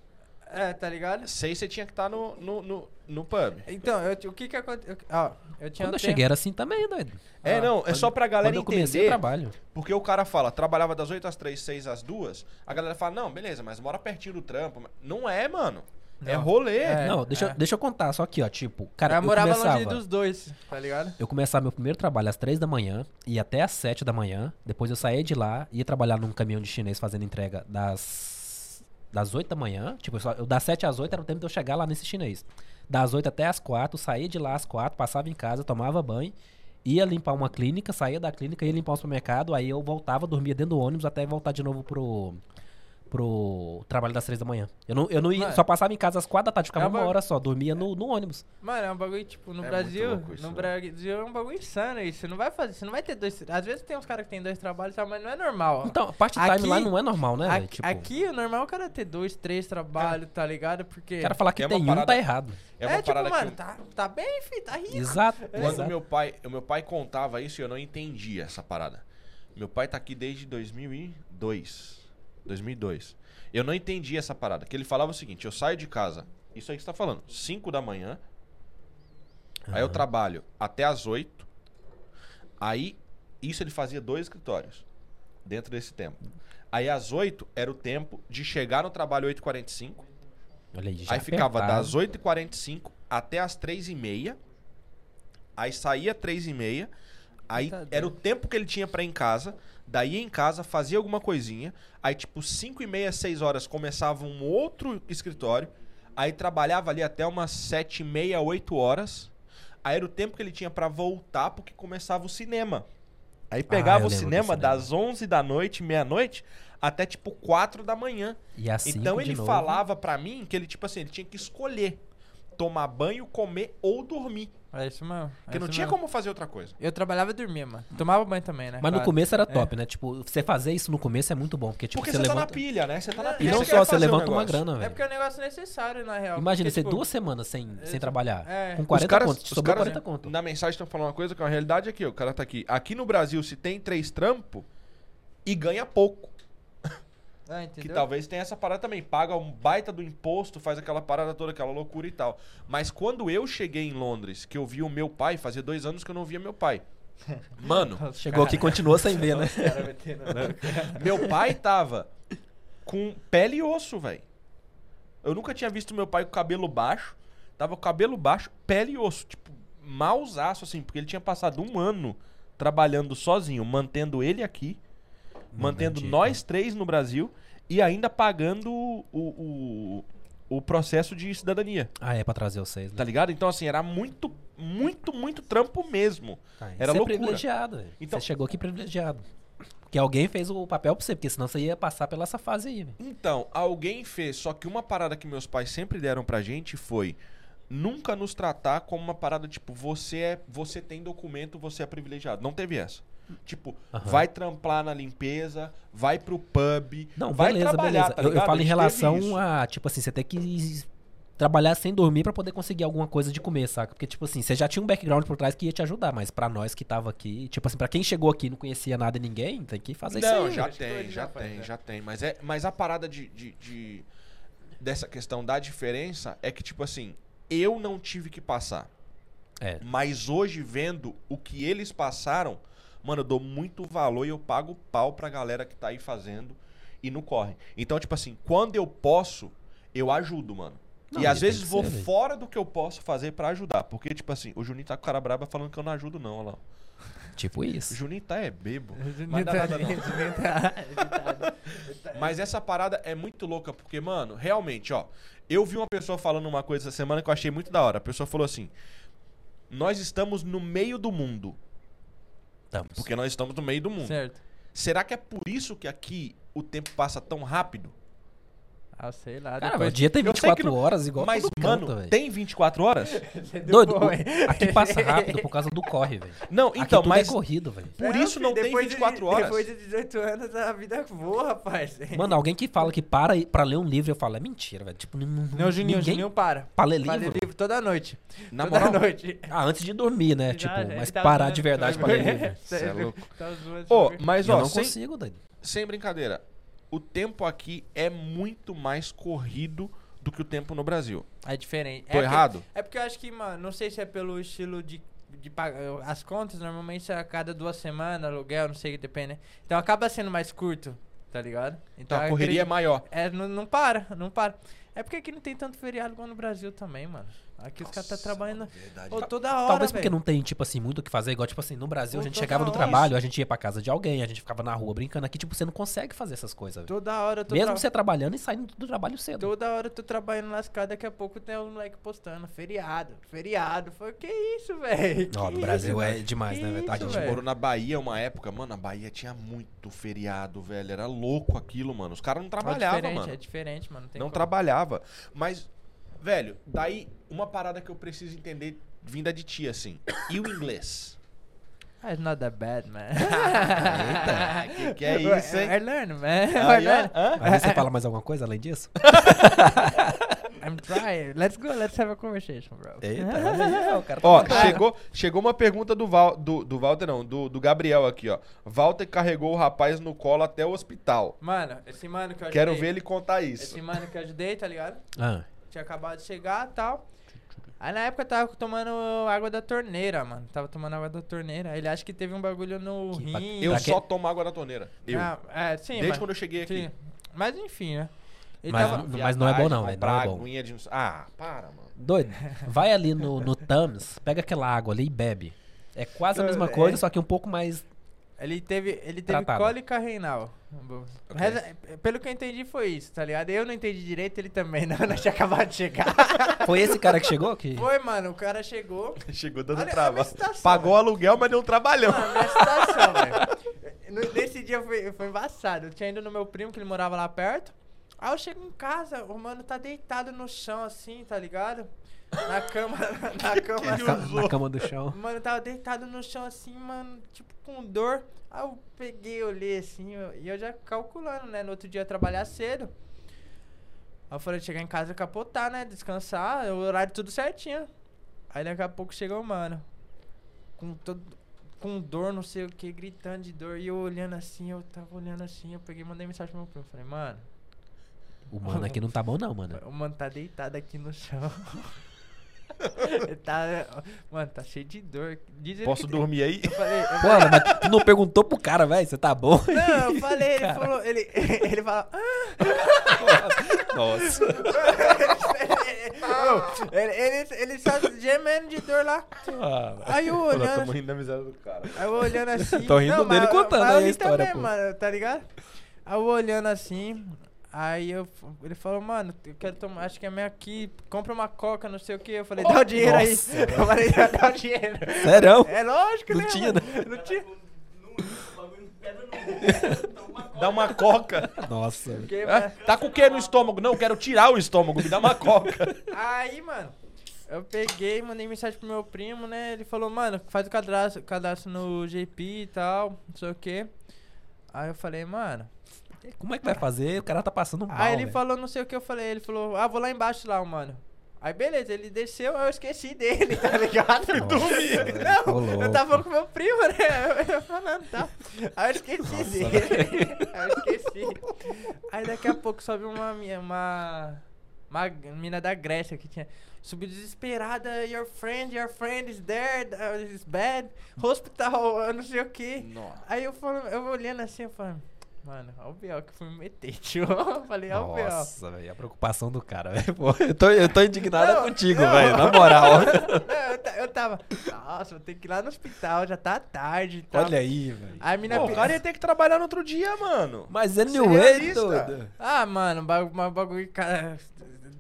Speaker 2: É, tá ligado?
Speaker 3: 6 você tinha que estar no, no, no, no pub.
Speaker 2: Então, eu ti- o que que aconteceu? Ó, eu tinha
Speaker 1: Quando eu
Speaker 2: um tempo-
Speaker 1: cheguei era assim também, doido.
Speaker 3: É,
Speaker 2: Ah,
Speaker 3: não, é só pra
Speaker 1: Quando
Speaker 3: galera
Speaker 1: eu comecei o
Speaker 3: entender.
Speaker 1: trabalho.
Speaker 3: Porque o cara fala, trabalhava das 8 às 3, 6 às 2. A galera fala, não, beleza, mas mora pertinho do trampo. Mas Não é, mano. É
Speaker 2: Não.
Speaker 3: rolê.
Speaker 2: É,
Speaker 1: não, deixa,
Speaker 2: é.
Speaker 1: eu- deixa eu contar só aqui, ó. Tipo, cara,
Speaker 2: eu,
Speaker 1: eu,
Speaker 2: morava
Speaker 1: começava,
Speaker 2: longe dos dois, tá ligado?
Speaker 1: eu começava meu primeiro trabalho às 3 da manhã, ia até às 7 da manhã. Depois eu saía de lá, ia trabalhar num caminhão de chinês fazendo entrega das, das 8 da manhã. Tipo, eu, só, eu das 7 às 8 era o tempo de eu chegar lá nesse chinês. Das 8 até às 4, saía de lá às 4, passava em casa, tomava banho, ia limpar uma clínica, saía da clínica, ia limpar um supermercado, aí eu voltava, dormia dentro do ônibus até voltar de novo pro. Pro trabalho das três da manhã. Eu não, eu não ia,
Speaker 2: Mano.
Speaker 1: só passava em casa às quatro da tarde, ficava
Speaker 2: É
Speaker 1: uma
Speaker 2: uma-
Speaker 1: hora só, dormia no, no ônibus.
Speaker 2: Mano, é um bagulho, tipo, no
Speaker 3: É muito
Speaker 2: Brasil.
Speaker 3: louco isso,
Speaker 2: no
Speaker 3: né?
Speaker 2: Brasil é um bagulho insano isso. Você não vai fazer, você não vai ter dois. Às vezes tem uns caras que tem dois trabalhos, e tal, mas não é normal.
Speaker 1: Então, a parte time
Speaker 2: Aqui-
Speaker 1: lá não é normal, né? velho?
Speaker 2: aqui,
Speaker 1: tipo,
Speaker 2: aqui o normal é o cara ter dois, três trabalhos, tá ligado? Porque.
Speaker 1: o cara falar que
Speaker 3: é uma
Speaker 1: tem um
Speaker 3: parada-
Speaker 1: tá errado.
Speaker 3: É uma
Speaker 2: tipo,
Speaker 3: parada
Speaker 2: mano,
Speaker 3: que eu-
Speaker 2: tá, tá bem, filho, tá rico.
Speaker 1: Exato.
Speaker 3: Quando
Speaker 1: exato.
Speaker 3: meu pai, o meu pai contava isso, eu não entendia essa parada. Meu pai tá aqui desde 2002. 2002. Eu não entendi essa parada. Que ele falava o seguinte: eu saio de casa, isso aí que você tá falando, 5 da manhã. Aí eu trabalho até as 8. Aí, isso ele fazia dois escritórios dentro desse tempo. Aí às 8 era o tempo de chegar no trabalho 8h45.
Speaker 1: Olha aí, já tá
Speaker 3: Aí ficava
Speaker 1: apertado.
Speaker 3: das 8h45 até as 3h30. Aí saía 3h30. Aí
Speaker 2: Tá doido.
Speaker 3: era o tempo que ele tinha pra ir em casa. Daí ia em casa, fazia alguma coisinha. Aí, tipo, 5h30, 6 horas começava um outro escritório. Aí trabalhava ali até umas 7h30, 8 horas. Aí era o tempo que ele tinha pra voltar, porque começava o cinema. Aí pegava
Speaker 1: Ah, eu
Speaker 3: o
Speaker 1: lembro do
Speaker 3: cinema
Speaker 1: cinema.
Speaker 3: das 11 da noite, meia-noite, até tipo 4 da manhã.
Speaker 1: E assim,
Speaker 3: Então ele
Speaker 1: de novo,
Speaker 3: falava pra mim que ele, tipo assim, ele tinha que escolher tomar banho, comer ou dormir.
Speaker 2: É isso mesmo. é
Speaker 3: Porque não
Speaker 2: isso
Speaker 3: tinha
Speaker 2: mesmo.
Speaker 3: como fazer outra coisa.
Speaker 2: Eu trabalhava e dormia, mano. Tomava banho também, né?
Speaker 1: Mas no
Speaker 2: Claro.
Speaker 1: começo era top, né? Tipo, você fazer isso no começo é muito bom, porque tipo,
Speaker 3: é. porque
Speaker 1: você
Speaker 3: você tá
Speaker 1: levanta.
Speaker 3: na pilha, né? Você tá na
Speaker 2: Não,
Speaker 1: E
Speaker 3: pilha.
Speaker 1: não
Speaker 2: Você
Speaker 1: só,
Speaker 3: quer
Speaker 1: você
Speaker 3: fazer um
Speaker 1: levanta uma
Speaker 3: negócio. é,
Speaker 1: grana,
Speaker 2: É
Speaker 1: velho.
Speaker 2: porque é um negócio necessário, na real.
Speaker 1: Imagina,
Speaker 2: porque,
Speaker 1: você
Speaker 2: tipo,
Speaker 1: duas semanas sem, sem
Speaker 2: tipo,
Speaker 1: trabalhar.
Speaker 2: é.
Speaker 1: Com
Speaker 2: Os
Speaker 1: 40
Speaker 3: caras-
Speaker 1: contos,
Speaker 3: os
Speaker 1: sobrou
Speaker 3: caras-
Speaker 1: 40 contos.
Speaker 3: Na mensagem estão falando uma coisa que é uma realidade aqui, ó, o cara tá aqui. Aqui no Brasil se tem três trampos e ganha pouco.
Speaker 2: Ah,
Speaker 3: Que
Speaker 2: entendeu?
Speaker 3: talvez tenha essa parada também. Paga um baita do imposto, faz aquela parada toda, aquela loucura e tal. Mas quando eu cheguei em Londres, que eu vi o meu pai, fazia dois anos que eu não via meu pai. Mano,
Speaker 1: Chegou aqui e continuou sem ver, né?
Speaker 3: né? Meu pai tava com pele e osso, velho. Eu nunca tinha visto meu pai com cabelo baixo. Tava com cabelo baixo, pele e osso. Tipo, mausaço, assim, porque ele tinha passado um ano trabalhando sozinho, mantendo ele aqui, mantendo
Speaker 1: bendito.
Speaker 3: nós três no Brasil e ainda pagando o, o, o processo de cidadania,
Speaker 1: Ah, é pra trazer vocês, né?
Speaker 3: tá ligado? Então, assim, era muito, muito, muito trampo mesmo.
Speaker 1: Ah, isso
Speaker 3: Era
Speaker 1: é
Speaker 3: loucura.
Speaker 1: privilegiado, velho.
Speaker 3: Então-
Speaker 1: Você chegou aqui privilegiado. Porque alguém fez o papel pra você, porque senão você ia passar pela essa fase aí, velho.
Speaker 3: Então, alguém fez, só que uma parada que meus pais sempre deram pra gente foi nunca nos tratar como uma parada tipo, você é, você tem documento, você é privilegiado. Não teve essa. Tipo,
Speaker 1: Aham.
Speaker 3: vai tramplar na limpeza, vai pro pub,
Speaker 1: Não,
Speaker 3: vai
Speaker 1: beleza,
Speaker 3: trabalhar,
Speaker 1: beleza.
Speaker 3: tá
Speaker 1: eu, eu
Speaker 3: ligado?
Speaker 1: falo em
Speaker 3: gente teve
Speaker 1: relação
Speaker 3: isso.
Speaker 1: a, tipo assim, você ter que trabalhar sem dormir pra poder conseguir alguma coisa de comer, saca? Porque, tipo assim, você já tinha um background por trás que ia te ajudar, mas pra nós que tava aqui, tipo assim, pra quem chegou aqui e não conhecia nada e ninguém, tem que fazer isso
Speaker 3: Não,
Speaker 1: aí,
Speaker 3: já
Speaker 1: velho.
Speaker 2: acho que
Speaker 3: tem,
Speaker 2: hoje
Speaker 3: já
Speaker 2: já faz,
Speaker 3: tem,
Speaker 2: né?
Speaker 3: já tem. Mas, é, mas a parada de, de- de- dessa questão da diferença é que, tipo assim, eu não tive que passar.
Speaker 1: É.
Speaker 3: Mas hoje, vendo o que eles passaram, mano, eu dou muito valor e eu pago pau pra galera que tá aí fazendo e não corre. Então, tipo assim, quando eu posso, eu ajudo, mano.
Speaker 1: Não,
Speaker 3: e
Speaker 1: mas
Speaker 3: às
Speaker 1: tem
Speaker 3: vezes
Speaker 1: que
Speaker 3: vou
Speaker 1: ser, né? velho.
Speaker 3: fora do que eu posso fazer pra ajudar. Porque, tipo assim, o Juninho tá com cara braba falando que eu não ajudo, não, olha lá.
Speaker 1: Tipo
Speaker 3: O
Speaker 1: isso.
Speaker 3: Juninho tá é bebo. Mas dá nada não.
Speaker 2: Não
Speaker 3: Mas essa parada é muito louca, porque, mano, realmente, ó. Eu vi uma pessoa falando uma coisa essa semana que eu achei muito da hora. A pessoa falou assim: Nós estamos no meio do mundo.
Speaker 1: Estamos.
Speaker 3: Porque nós estamos no meio do mundo.
Speaker 2: Certo.
Speaker 3: Será que é por isso que aqui o tempo passa tão rápido?
Speaker 2: Ah, sei lá.
Speaker 1: Cara,
Speaker 2: depois...
Speaker 1: o dia tem
Speaker 3: Eu sei que
Speaker 1: 24
Speaker 3: não-
Speaker 1: horas igual
Speaker 3: Mas,
Speaker 1: todo
Speaker 3: mano,
Speaker 1: canto, velho.
Speaker 3: tem 24 horas?
Speaker 1: Doido, o- aqui passa rápido por causa do corre, velho.
Speaker 3: Não,
Speaker 1: Aqui
Speaker 3: então,
Speaker 1: tudo
Speaker 3: mas
Speaker 1: é corrido, velho.
Speaker 3: por isso não tem 24 horas.
Speaker 2: Depois de 18 anos, a vida voa, rapaz.
Speaker 1: Mano, alguém que fala que para e- pra ler um livro, eu falo, é mentira, velho. Tipo, não,
Speaker 2: Não, Juninho,
Speaker 1: ninguém
Speaker 2: Juninho para.
Speaker 1: pra ler
Speaker 2: Faz
Speaker 1: livro.
Speaker 2: livro toda noite.
Speaker 3: Na
Speaker 2: toda
Speaker 3: moral,
Speaker 2: noite.
Speaker 1: Ah, antes de dormir, né?
Speaker 2: Já,
Speaker 1: Tipo,
Speaker 2: já,
Speaker 1: mas
Speaker 2: ele tá
Speaker 1: parar
Speaker 2: zoando,
Speaker 1: de verdade
Speaker 2: tá
Speaker 1: pra ler
Speaker 2: zoando.
Speaker 1: livro.
Speaker 3: Cê é louco.
Speaker 2: Tá zoando,
Speaker 3: Ô,
Speaker 2: super.
Speaker 3: mas
Speaker 1: eu
Speaker 3: ó,
Speaker 1: não
Speaker 3: sem,
Speaker 1: consigo, doido.
Speaker 3: sem brincadeira, o tempo aqui é muito mais corrido do que o tempo no Brasil.
Speaker 2: É diferente.
Speaker 3: Tô
Speaker 2: é
Speaker 3: errado?
Speaker 2: Que, é porque eu acho que, mano, não sei se é pelo estilo de, de pagar. As contas, normalmente é a cada duas semanas, aluguel, não sei o que depende, né? Então acaba sendo mais curto, tá ligado?
Speaker 3: Então
Speaker 1: Ah,
Speaker 3: a
Speaker 2: eu
Speaker 3: correria é
Speaker 2: acredito-
Speaker 3: maior.
Speaker 2: É, não, não para, não para. É porque aqui não tem tanto feriado igual no Brasil também, mano. Aqui os caras tá trabalhando ô,
Speaker 3: Tá,
Speaker 2: toda hora.
Speaker 1: Talvez porque
Speaker 2: velho.
Speaker 1: não tem, tipo assim, muito o que fazer. Igual, tipo assim, no Brasil a gente
Speaker 2: Toda
Speaker 1: chegava do
Speaker 2: hora.
Speaker 1: trabalho, a gente ia pra casa de alguém, a gente ficava na rua brincando. Aqui, tipo, você não consegue fazer essas coisas, velho.
Speaker 2: Toda hora eu tô
Speaker 1: Mesmo
Speaker 2: tra-
Speaker 1: você trabalhando e saindo do trabalho cedo.
Speaker 2: Toda hora eu tô trabalhando lascado, daqui a pouco tem um moleque postando. Feriado, feriado. Foi que isso, velho?
Speaker 1: Ó,
Speaker 2: Que
Speaker 1: no Brasil
Speaker 2: isso,
Speaker 1: é
Speaker 2: velho?
Speaker 1: demais,
Speaker 2: Que
Speaker 1: né, velho?
Speaker 2: isso,
Speaker 1: A gente
Speaker 2: velho?
Speaker 3: Morou na Bahia uma época, mano, a Bahia tinha muito feriado, velho. Era louco aquilo, mano. Os caras não
Speaker 2: é
Speaker 3: trabalhavam,
Speaker 2: diferente,
Speaker 3: mano.
Speaker 2: É diferente, mano. tem
Speaker 3: não
Speaker 2: como.
Speaker 3: trabalhava. Mas, velho, daí uma parada que eu preciso entender vinda de ti, assim. E o inglês?
Speaker 2: Ah, It's not that bad, man.
Speaker 3: Eita, que que é isso, hein?
Speaker 2: I learn, man. I
Speaker 3: Aí,
Speaker 2: learn.
Speaker 3: ó, hã?
Speaker 1: Mas você fala mais alguma coisa além disso?
Speaker 2: I'm trying. Let's go, let's have a conversation, bro.
Speaker 1: Eita, o cara
Speaker 3: Ó,
Speaker 1: tá-
Speaker 3: chegou, chegou uma pergunta do, Val, do, do Walter, não, do, do Gabriel aqui, ó. Walter carregou o rapaz no colo até o hospital.
Speaker 2: Mano, esse mano que eu ajudei.
Speaker 3: Quero ver ele contar isso.
Speaker 2: Esse mano que eu ajudei, tá ligado?
Speaker 1: Ah,
Speaker 2: Tinha acabado de chegar e tal. Aí na época eu tava tomando água da torneira, mano. Tava tomando água da torneira. Ele acha que teve um bagulho no
Speaker 1: Que ba-
Speaker 2: rim.
Speaker 3: Eu
Speaker 1: Pra quê?
Speaker 3: só tomo água da torneira. Eu.
Speaker 2: é Ah, é, sim,
Speaker 3: Desde
Speaker 2: mas,
Speaker 3: quando eu cheguei aqui.
Speaker 2: sim. Mas enfim, né? Ele
Speaker 1: Mas
Speaker 2: tava-
Speaker 1: Mas não é bom não, velho,
Speaker 3: Viadagem,
Speaker 1: não é
Speaker 3: comprar
Speaker 1: bom.
Speaker 3: aguinha de uns- Ah, para, mano.
Speaker 1: doido. Vai ali no, no Thames, pega aquela água ali e bebe. É quase a mesma
Speaker 2: É.
Speaker 1: coisa, só que um pouco mais.
Speaker 2: Ele teve, ele teve
Speaker 1: Tratado.
Speaker 2: cólica renal.
Speaker 3: Ok.
Speaker 2: Reza- pelo que eu entendi foi isso, tá ligado? Eu não entendi direito, ele também não. Nós tinha acabado de chegar.
Speaker 1: Foi esse cara que chegou? Que...
Speaker 2: Foi, mano, o cara chegou.
Speaker 3: Chegou dando
Speaker 2: Olha a minha
Speaker 3: trabalho.
Speaker 2: situação,
Speaker 3: Pagou o
Speaker 2: velho.
Speaker 3: aluguel, mas deu um trabalhão.
Speaker 2: Mano, minha situação, velho. No- Nesse dia foi, foi embaçado. Eu tinha ido no meu primo, que ele morava lá perto. Aí eu chego em casa, o mano tá deitado no chão assim, tá ligado? Na cama, na cama.
Speaker 1: Na,
Speaker 3: ele
Speaker 1: ca-
Speaker 3: usou.
Speaker 1: na cama do chão.
Speaker 2: Mano, eu tava deitado no chão assim, mano, tipo, com dor. Aí eu peguei, olhei assim, eu- e eu já calculando, né? No outro dia eu ia trabalhar cedo. Aí eu falei, chegar em casa capotar, né? Descansar, o horário tudo certinho. Aí daqui a pouco chegou o mano. Com todo. Com dor, não sei o que, gritando de dor. E eu olhando assim, eu tava olhando assim, eu peguei e mandei mensagem pro meu primo. Falei, mano,
Speaker 1: O mano aqui não tá bom, não, mano.
Speaker 2: o mano tá deitado aqui no chão. Ele tá, mano, tá cheio de dor. Diz ele
Speaker 3: Posso
Speaker 2: que-
Speaker 3: dormir aí?
Speaker 2: Eu falei, eu
Speaker 1: Pô, Ana, mas tu não perguntou pro cara, velho, você tá bom?
Speaker 2: Não, eu falei, ele falou, ele, ele fala, ah,
Speaker 3: Nossa.
Speaker 2: ele, ele, ele só gemendo de dor lá. Aí eu
Speaker 3: Olha, tamo
Speaker 2: olhando, assim,
Speaker 3: rindo da miséria do cara.
Speaker 2: aí eu olhando assim.
Speaker 1: Tô rindo dele
Speaker 2: mas-
Speaker 1: contando
Speaker 2: mas
Speaker 1: aí
Speaker 2: eu
Speaker 1: a
Speaker 2: ri
Speaker 1: história,
Speaker 2: também,
Speaker 1: pô.
Speaker 2: mano, tá ligado? Aí eu olhando assim, aí eu, ele falou, mano, eu quero tomar, acho que é minha aqui, compra uma coca, não sei o que. Eu falei, dá o dinheiro
Speaker 1: Nossa,
Speaker 2: aí. Eu falei, dá o dinheiro.
Speaker 1: Sério?
Speaker 2: É lógico,
Speaker 1: Não
Speaker 2: né?
Speaker 1: tinha, Ah.
Speaker 2: mano? Não tinha.
Speaker 3: É, Dá uma coca.
Speaker 1: Nossa. velho.
Speaker 2: Porque,
Speaker 3: Hã? Tá com o que no estômago? Não, eu quero tirar o estômago, me dá uma coca.
Speaker 2: Aí, mano, eu peguei, mandei mensagem pro meu primo, né? Ele falou, mano, faz o cadastro, cadastro no GP e tal, não sei o quê. Aí eu falei, mano.
Speaker 1: Como é que vai fazer? O cara tá passando mal.
Speaker 2: aí ele
Speaker 1: velho.
Speaker 2: falou, não sei o que eu falei. Ele falou, ah, vou lá embaixo lá, mano. Aí beleza, ele desceu, eu esqueci dele, tá ligado?
Speaker 1: Nossa, velho, tô
Speaker 2: Não,
Speaker 1: louco.
Speaker 2: eu tava falando com meu primo, né? Eu- Eu falando, tá? Aí eu esqueci dele. Aí eu esqueci. Aí daqui a pouco sobe uma, minha- uma, uma mina da Grécia que tinha. Subiu desesperada, your friend, your friend is there, uh, is bad, hospital, eu não sei o que.
Speaker 3: Nossa.
Speaker 2: Aí eu falo, eu olhando assim, eu falo, mano, olha o B.O. que foi me meter, tio. Eu falei, olha "É o B.O.
Speaker 1: Nossa, velho, a preocupação do cara, velho. Pô, Eu tô, eu tô indignado
Speaker 2: Não,
Speaker 1: contigo,
Speaker 2: não.
Speaker 1: velho, na moral.
Speaker 2: Não, eu, ta- eu tava, nossa, vou ter que ir lá no hospital, já tá tarde e tal.
Speaker 1: Olha aí, é velho.
Speaker 2: Aí a mina
Speaker 3: o
Speaker 2: pe-
Speaker 3: cara ia é ter que trabalhar no outro dia, mano.
Speaker 1: Mas
Speaker 3: Ser
Speaker 1: anyway,
Speaker 3: realista.
Speaker 1: doido.
Speaker 2: Ah, mano, bagu- mas um bagulho, cara.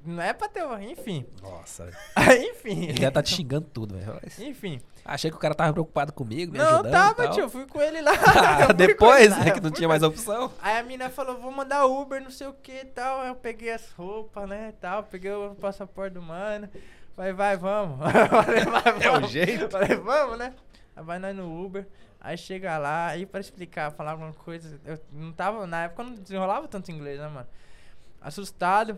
Speaker 2: Não é pra ter. Enfim.
Speaker 1: Nossa,
Speaker 2: enfim.
Speaker 1: ele já tá te xingando tudo, velho.
Speaker 2: Enfim.
Speaker 1: Achei que o cara tava preocupado comigo, me
Speaker 2: Não,
Speaker 1: ajudando. e
Speaker 2: tava,
Speaker 1: tal.
Speaker 2: tio. Fui com ele lá. Eu
Speaker 1: Ah,
Speaker 2: fui com ele
Speaker 1: depois,
Speaker 2: lá,
Speaker 1: né,
Speaker 2: eu
Speaker 1: que não
Speaker 2: fui
Speaker 1: tinha
Speaker 2: com
Speaker 1: mais opção.
Speaker 2: Aí a mina falou, vou mandar Uber, não sei o que e tal. Aí eu peguei as roupas, né, tal. Peguei o passaporte do mano. Falei, vai, vamos. Falei, vai,
Speaker 3: É o
Speaker 2: vamos.
Speaker 3: jeito.
Speaker 2: Falei, vamos, né? Aí vai nós no Uber. Aí chega lá, aí pra explicar, falar alguma coisa. Eu não tava, na época eu não desenrolava tanto inglês, né, mano? Assustado.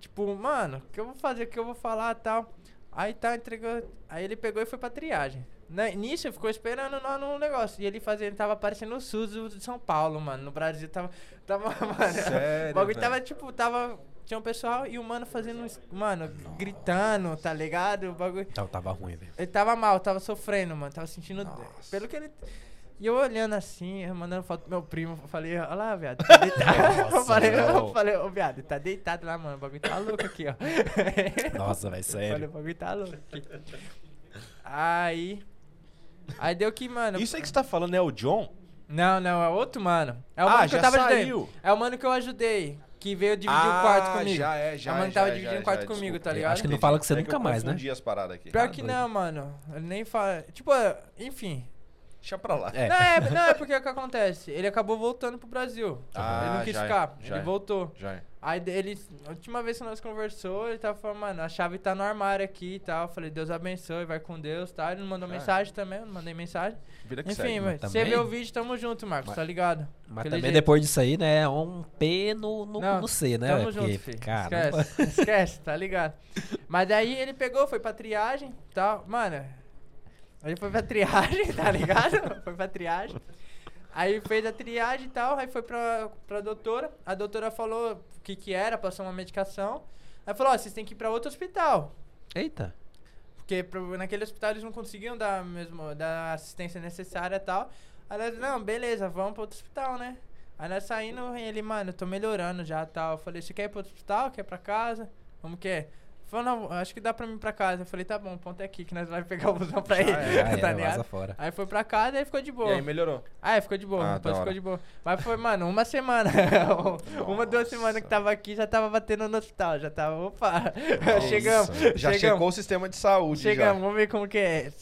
Speaker 2: Tipo, mano, o que eu vou fazer, o que eu vou falar tal. Aí tá, entregou. Aí ele pegou e foi pra triagem. Na, nisso, ficou esperando nós no negócio. E ele fazia, ele tava parecendo o SUS do- de São Paulo, mano. No Brasil tava. Tava, mano.
Speaker 3: Sério,
Speaker 2: o bagulho
Speaker 3: velho?
Speaker 2: tava, tipo, tava. Tinha um pessoal e o mano fazendo. uns- Mano, gritando, tá ligado? O bagulho.
Speaker 1: Não, tava ruim, velho.
Speaker 2: Ele tava mal, tava sofrendo, mano. Tava sentindo. Pelo que ele. E eu olhando assim, eu mandando foto pro meu primo, eu falei, olha lá, viado, tá deitado. eu falei, eu
Speaker 1: não.
Speaker 2: falei, ô viado, tá deitado lá, mano. O bagulho tá louco aqui, ó.
Speaker 1: Nossa, velho,
Speaker 2: Olha,
Speaker 1: sério.
Speaker 2: o bagulho tá louco aqui. Aí. Aí deu que, mano.
Speaker 3: Isso aí que você tá falando é o John?
Speaker 2: Não, não, é outro mano. É o
Speaker 3: Ah,
Speaker 2: mano que
Speaker 3: já
Speaker 2: eu tava
Speaker 3: saiu. Ah,
Speaker 2: ajudando. É o mano que eu ajudei. Que veio dividir o quarto comigo.
Speaker 3: Já é, já
Speaker 2: a mãe
Speaker 3: já,
Speaker 2: tava
Speaker 3: já,
Speaker 2: dividindo
Speaker 3: já,
Speaker 2: o quarto
Speaker 3: já, é,
Speaker 2: comigo,
Speaker 3: desculpa.
Speaker 2: tá ligado?
Speaker 1: Acho que ele não fala que você
Speaker 3: É
Speaker 1: nunca
Speaker 3: eu
Speaker 1: mais, né?
Speaker 3: confundi as paradas aqui.
Speaker 2: Pior que
Speaker 1: doido.
Speaker 2: não, mano. Ele nem fala. Tipo, é, enfim.
Speaker 3: Deixa pra lá.
Speaker 1: É.
Speaker 2: Não, é, não, é porque o que acontece? Ele acabou voltando pro Brasil.
Speaker 3: Ah,
Speaker 2: ele não quis
Speaker 3: já é,
Speaker 2: ficar.
Speaker 3: já
Speaker 2: ele
Speaker 3: é.
Speaker 2: voltou.
Speaker 3: Já é.
Speaker 2: Aí de- ele, a última vez que nós conversou, ele tava falando, mano, a chave tá no armário aqui e tal. Eu falei, Deus abençoe, vai com Deus, tá? Ele não mandou
Speaker 3: Já é.
Speaker 2: mensagem também, eu não mandei mensagem.
Speaker 3: Vida que
Speaker 2: Enfim,
Speaker 3: segue.
Speaker 2: mas
Speaker 1: mas
Speaker 2: você vê
Speaker 1: também-
Speaker 2: o vídeo, tamo junto, Marcos,
Speaker 1: Mas-
Speaker 2: tá ligado?
Speaker 1: Mas
Speaker 2: Aquele
Speaker 1: também
Speaker 2: jeito.
Speaker 1: depois disso aí, né? é Um P no, no,
Speaker 2: Não,
Speaker 1: no C, né?
Speaker 2: Tamo
Speaker 1: velho?
Speaker 2: junto,
Speaker 1: Porque,
Speaker 2: filho.
Speaker 1: caramba.
Speaker 2: Esquece, esquece, tá ligado? Mas daí ele pegou, foi pra triagem e tal. Mano, aí foi pra triagem, tá ligado? Foi pra triagem. Aí fez a triagem e tal, aí foi pra, pra doutora. A doutora falou o que que era, passou uma medicação. Aí falou, ó, vocês têm que ir pra outro hospital.
Speaker 1: Eita.
Speaker 2: Porque pro- naquele hospital eles não conseguiam dar, mesmo, dar a assistência necessária e tal. Aí nós, não, beleza, vamos pro outro hospital, né? Aí nós saindo, ele, mano, eu tô melhorando já e tal. Eu falei, você quer ir pro outro hospital? Quer ir pra casa? Como que é? Falou, não, acho que dá pra mim ir pra casa. Eu falei, tá bom, o ponto é aqui que nós vai pegar o busão pra ir.
Speaker 3: é,
Speaker 1: Já era,
Speaker 2: tá
Speaker 1: vaza
Speaker 2: ligado?
Speaker 1: fora.
Speaker 2: Aí foi pra casa e ficou de boa.
Speaker 3: E aí melhorou.
Speaker 2: Ah, ficou de boa,
Speaker 3: Ah, da
Speaker 2: depois ficou
Speaker 3: hora.
Speaker 2: de boa. Mas foi, mano, uma semana. uma, duas semanas que tava aqui, já tava batendo no hospital. Já tava, opa, chegamos.
Speaker 3: Já
Speaker 2: chegamos.
Speaker 3: checou o sistema de saúde.
Speaker 2: Chegamos,
Speaker 3: já.
Speaker 2: vamos ver como que é.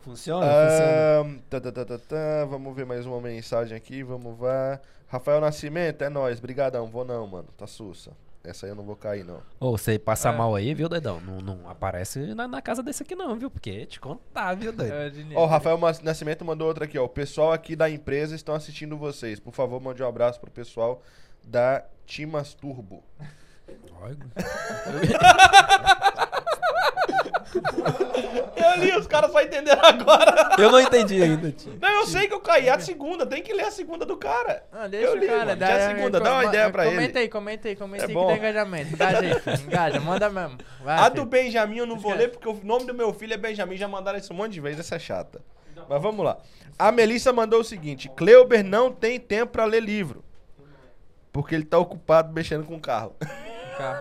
Speaker 1: Funciona? funciona.
Speaker 3: Ahn, tá, tá, tá, tá, tá, Vamos ver mais uma mensagem aqui, vamos vá. Rafael Nascimento, é nóis, brigadão. Vou não, mano, tá sussa. Essa aí eu não vou cair, não.
Speaker 1: Ô, você passa
Speaker 2: É.
Speaker 1: mal aí, viu, doidão? Não, não aparece na, na casa desse aqui não, viu? Porque te contar, viu, doido?
Speaker 2: É, Diniz.
Speaker 3: Ó, o Rafael Mas- Nascimento mandou outra aqui, ó. O pessoal aqui da empresa estão assistindo vocês. Por favor, mande um abraço pro pessoal da Timas Turbo. Eu li, os caras só entenderam agora.
Speaker 1: Eu não entendi ainda, tio.
Speaker 3: Não, eu sei que eu caí a segunda, tem que ler a segunda do cara.
Speaker 2: Ah, deixa
Speaker 3: eu
Speaker 2: o
Speaker 3: li,
Speaker 2: cara,
Speaker 3: mano.
Speaker 2: dá-
Speaker 3: Já a segunda, dá uma
Speaker 2: co-
Speaker 3: ideia pra
Speaker 2: Comenta
Speaker 3: ele.
Speaker 2: aí, comenta aí, comenta
Speaker 3: É
Speaker 2: aí
Speaker 3: bom.
Speaker 2: que dá engajamento. Engaja aí, filho, engaja, manda mesmo. Vai,
Speaker 3: A do
Speaker 2: filho.
Speaker 3: Benjamin eu não vou
Speaker 2: Esquece.
Speaker 3: ler porque o nome do meu filho é Benjamin. Já mandaram isso um monte de vezes, essa é chata. Mas vamos lá. A Melissa mandou o seguinte: Cleuber não tem tempo pra ler livro. Porque ele tá ocupado mexendo com o carro.
Speaker 2: Cá,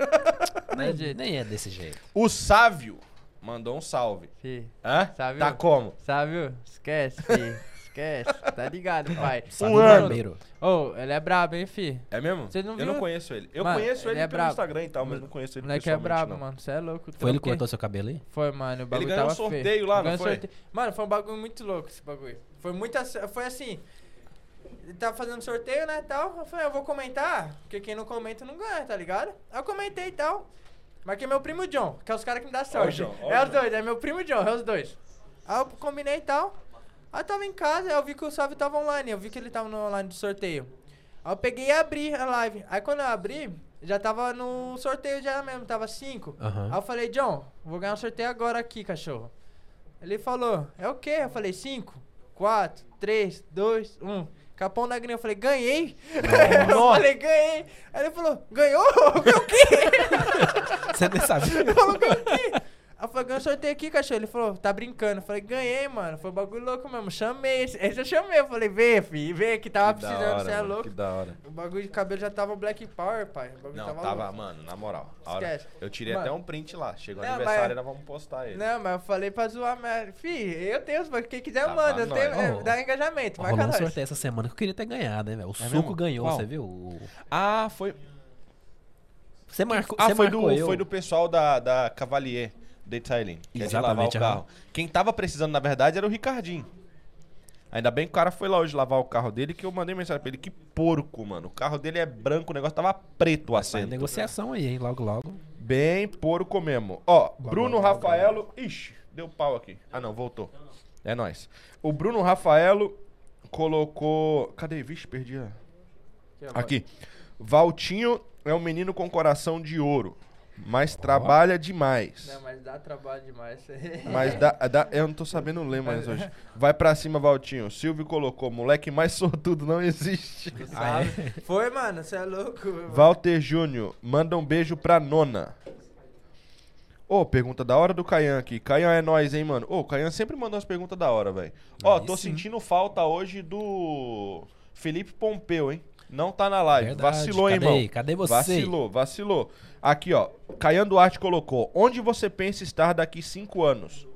Speaker 1: Nem, nem é desse jeito.
Speaker 3: O Sávio mandou um salve.
Speaker 2: filho.
Speaker 3: Hã?
Speaker 2: Sávio?
Speaker 3: Tá como?
Speaker 2: Sabe? Esquece, filho. Esquece. Tá ligado, pai.
Speaker 1: Sabe
Speaker 3: Um
Speaker 1: o
Speaker 3: ano.
Speaker 1: barbeiro.
Speaker 2: Ô, ele é brabo, hein, fi.
Speaker 3: É mesmo?
Speaker 2: Você não
Speaker 3: eu não
Speaker 2: viu?
Speaker 3: conheço ele. Eu
Speaker 2: Mano,
Speaker 3: conheço ele,
Speaker 2: ele é
Speaker 3: pelo
Speaker 2: brabo.
Speaker 3: Instagram e tal, mas não
Speaker 2: O
Speaker 3: conheço ele
Speaker 2: moleque é
Speaker 3: pessoalmente,
Speaker 2: brabo,
Speaker 3: não.
Speaker 2: mano. Você é
Speaker 1: Foi
Speaker 2: louco.
Speaker 1: ele que
Speaker 2: troquei.
Speaker 1: cortou seu cabelo aí?
Speaker 2: Foi, mano. O bagulho
Speaker 3: ganhou
Speaker 2: tava
Speaker 3: um sorteio
Speaker 2: feio.
Speaker 3: lá, não
Speaker 2: Ganhou
Speaker 3: foi?
Speaker 2: Mano, foi um bagulho muito louco esse bagulho. Foi muito ass- Foi assim. Ele tava fazendo sorteio, né, tal. Eu falei, eu vou comentar, porque quem não comenta não ganha, tá ligado? Aí eu comentei e tal. Marquei meu primo John, que é os caras que me dão sorte.
Speaker 3: John, ó o
Speaker 2: é os
Speaker 3: John.
Speaker 2: dois, é meu primo John, é os dois. Aí eu combinei e tal. Aí eu tava em casa, aí eu vi que o Sávio tava online, eu vi que ele tava no online do sorteio. Aí eu peguei e abri a live. Aí quando eu abri, já tava no sorteio já mesmo, tava 5.
Speaker 1: Aham.
Speaker 2: Aí eu falei, John, vou ganhar um sorteio agora aqui, cachorro. Ele falou, é o quê? Eu falei, 5, 4, 3, 2, 1. Capão da grinha, eu falei, ganhei! eu falei, ganhei! Aí ele falou, ganhou? Eu falei, o quê?
Speaker 1: Você nem
Speaker 3: um
Speaker 1: sabia.
Speaker 2: Ele falou, ganhei o quê? Aí eu falei, ganhei um sorteio aqui, cachorro. Ele falou, tá brincando. Eu falei, ganhei, mano. Foi um bagulho louco mesmo. Chamei. Esse esse eu chamei. Eu falei, vê, fi, vê que tava
Speaker 3: Que da
Speaker 2: precisando,
Speaker 3: hora,
Speaker 2: você é
Speaker 3: mano,
Speaker 2: louco.
Speaker 3: Que da hora.
Speaker 2: O bagulho de cabelo já tava um Black Power, pai. O bagulho
Speaker 3: Não,
Speaker 2: tava,
Speaker 3: tava,
Speaker 2: louco.
Speaker 3: mano, na moral. a hora-
Speaker 2: tá Esquece.
Speaker 3: eu tirei até
Speaker 2: Mano.
Speaker 3: um print lá. Chegou o
Speaker 2: Não,
Speaker 3: aniversário,
Speaker 2: mas- é-
Speaker 3: nós vamos postar ele.
Speaker 2: Não, mas eu falei pra zoar, mas. Fih, eu tenho os bagulhos. Quem quiser,
Speaker 3: Tá
Speaker 2: manda. Eu
Speaker 3: bom,
Speaker 2: tenho,
Speaker 1: nós.
Speaker 2: é, dá engajamento. Marca
Speaker 1: Rolou um
Speaker 2: nós.
Speaker 1: sorteio essa
Speaker 2: É
Speaker 1: semana que eu queria ter ganhado, né, velho? O Suco
Speaker 3: mesmo?
Speaker 1: ganhou,
Speaker 3: Qual?
Speaker 1: você viu? O
Speaker 3: Ah, foi.
Speaker 1: Você marcou,
Speaker 3: Ah,
Speaker 1: você
Speaker 3: foi
Speaker 1: marcou
Speaker 3: do,
Speaker 1: eu.
Speaker 3: foi do pessoal da, da Cavalier, da Itailing, que é de lavar o
Speaker 1: Exatamente,
Speaker 3: carro.
Speaker 1: aham.
Speaker 3: Quem tava precisando, na verdade, era o Ricardinho. Ainda bem que o cara foi lá hoje lavar o carro dele, que eu mandei mensagem pra ele. Que porco, mano. O carro dele é branco, o negócio tava preto o
Speaker 1: Vai,
Speaker 3: assento.
Speaker 1: negociação aí, hein? Logo, logo.
Speaker 3: Bem porco mesmo. Ó, Bruno
Speaker 1: lá, lá, lá.
Speaker 3: Rafaelo... Ixi, deu pau aqui. Ah, não, voltou. É nóis. O Bruno Rafaelo colocou... Cadê? Vixe, perdi a...
Speaker 2: Tá
Speaker 3: Aqui. Valtinho é um menino com coração de ouro, mas trabalha demais.
Speaker 2: Não, mas dá trabalho demais.
Speaker 3: Mas dá, dá- eu não tô sabendo ler mais hoje. Vai pra cima, Valtinho. Silvio colocou, moleque mais sortudo não existe.
Speaker 2: Tu sabe? Foi, mano, você é louco.
Speaker 3: Walter Júnior, manda um beijo pra nona. Ô, pergunta da hora do Caian aqui. Caian é nós, hein, mano? Ô, o Caian sempre manda umas perguntas da hora, velho. Ó,
Speaker 1: Aí
Speaker 3: tô
Speaker 1: sim.
Speaker 3: sentindo falta hoje do Felipe Pompeu, hein? Não tá na live.
Speaker 1: Verdade.
Speaker 3: Vacilou, hein,
Speaker 1: Cadê
Speaker 3: irmão?
Speaker 1: aí? Cadê você?
Speaker 3: Vacilou, vacilou. Aqui, ó. Caian Duarte colocou. Onde você pensa estar daqui cinco anos?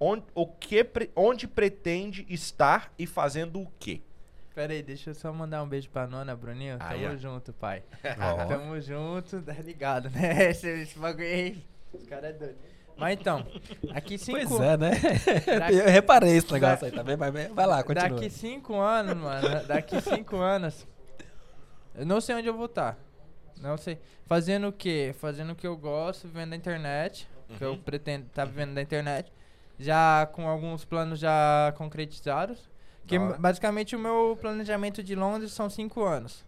Speaker 3: Onde, o que, pre- onde pretende estar e fazendo o quê?
Speaker 2: Pera aí, deixa eu só mandar um beijo pra nona, Bruninho.
Speaker 3: Ah,
Speaker 2: Tamo
Speaker 3: yeah.
Speaker 2: junto, pai.
Speaker 1: Ó.
Speaker 2: Tamo junto, tá ligado, né? Esse, esse bagulho aí. Os caras é doido. Mas então, aqui cinco
Speaker 1: Pois é, né?
Speaker 2: Daqui-
Speaker 1: Eu reparei esse negócio aí também, mas vai lá, continua.
Speaker 2: Daqui cinco anos, mano. Daqui cinco anos. Eu não sei onde eu vou estar. Não sei. Fazendo o quê? Fazendo o que eu gosto, vivendo na internet. Que
Speaker 1: Uhum.
Speaker 2: eu pretendo estar vivendo na internet. Já com alguns planos já concretizados. Que
Speaker 1: Da hora.
Speaker 2: basicamente o meu planejamento de Londres são cinco anos.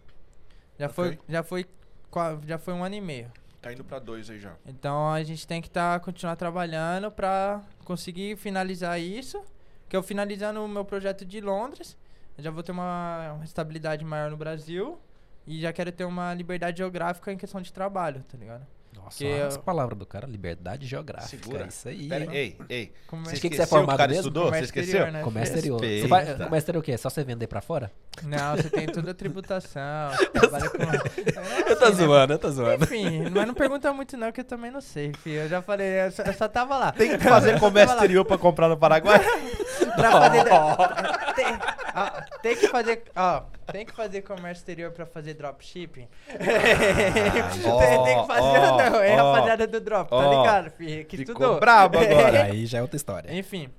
Speaker 2: Já foi.
Speaker 3: Ok.
Speaker 2: Já foi. qua- Já foi um ano e meio.
Speaker 3: Tá indo pra dois aí já.
Speaker 2: Então a gente tem que tá, continuar trabalhando pra conseguir finalizar isso. Que eu finalizando o meu projeto de Londres, eu já vou ter uma, uma estabilidade maior no Brasil e já quero ter uma liberdade geográfica em questão de trabalho, tá ligado?
Speaker 1: Nossa,
Speaker 2: que
Speaker 1: olha
Speaker 2: eu-
Speaker 1: as palavras do cara, liberdade geográfica.
Speaker 3: Segura.
Speaker 1: Isso aí.
Speaker 3: Pera,
Speaker 1: hein?
Speaker 3: ei, ei.
Speaker 2: Como
Speaker 1: Você
Speaker 2: é-
Speaker 1: que que
Speaker 3: esqueceu
Speaker 1: formado
Speaker 3: o cara
Speaker 1: mesmo?
Speaker 3: estudou? Você
Speaker 2: Comércio
Speaker 3: esqueceu?
Speaker 2: exterior, né?
Speaker 1: Comércio
Speaker 2: filho?
Speaker 1: exterior. Você
Speaker 3: Respeita.
Speaker 1: vai, comércio exterior o quê? Só você vender pra fora?
Speaker 2: Não, você tem toda a tributação, trabalha com...
Speaker 1: Eu tô zoando, eu tô
Speaker 2: Enfim, mas não pergunta muito não, que eu também não sei, filho. Eu já falei, eu só, eu só tava lá. Tá,
Speaker 3: Tem que fazer comércio exterior pra comprar no Paraguai?
Speaker 2: Pra fazer. Tem, ó, tem que fazer. Ó, tem que fazer comércio exterior pra fazer dropshipping. tem, tem que fazer
Speaker 3: ó,
Speaker 2: não. É a
Speaker 3: ó,
Speaker 2: rapaziada do drop, tá
Speaker 3: ó.
Speaker 2: ligado, filho? Que
Speaker 3: Ficou
Speaker 2: estudou.
Speaker 3: brabo agora.
Speaker 1: Aí já é outra história.
Speaker 2: Enfim.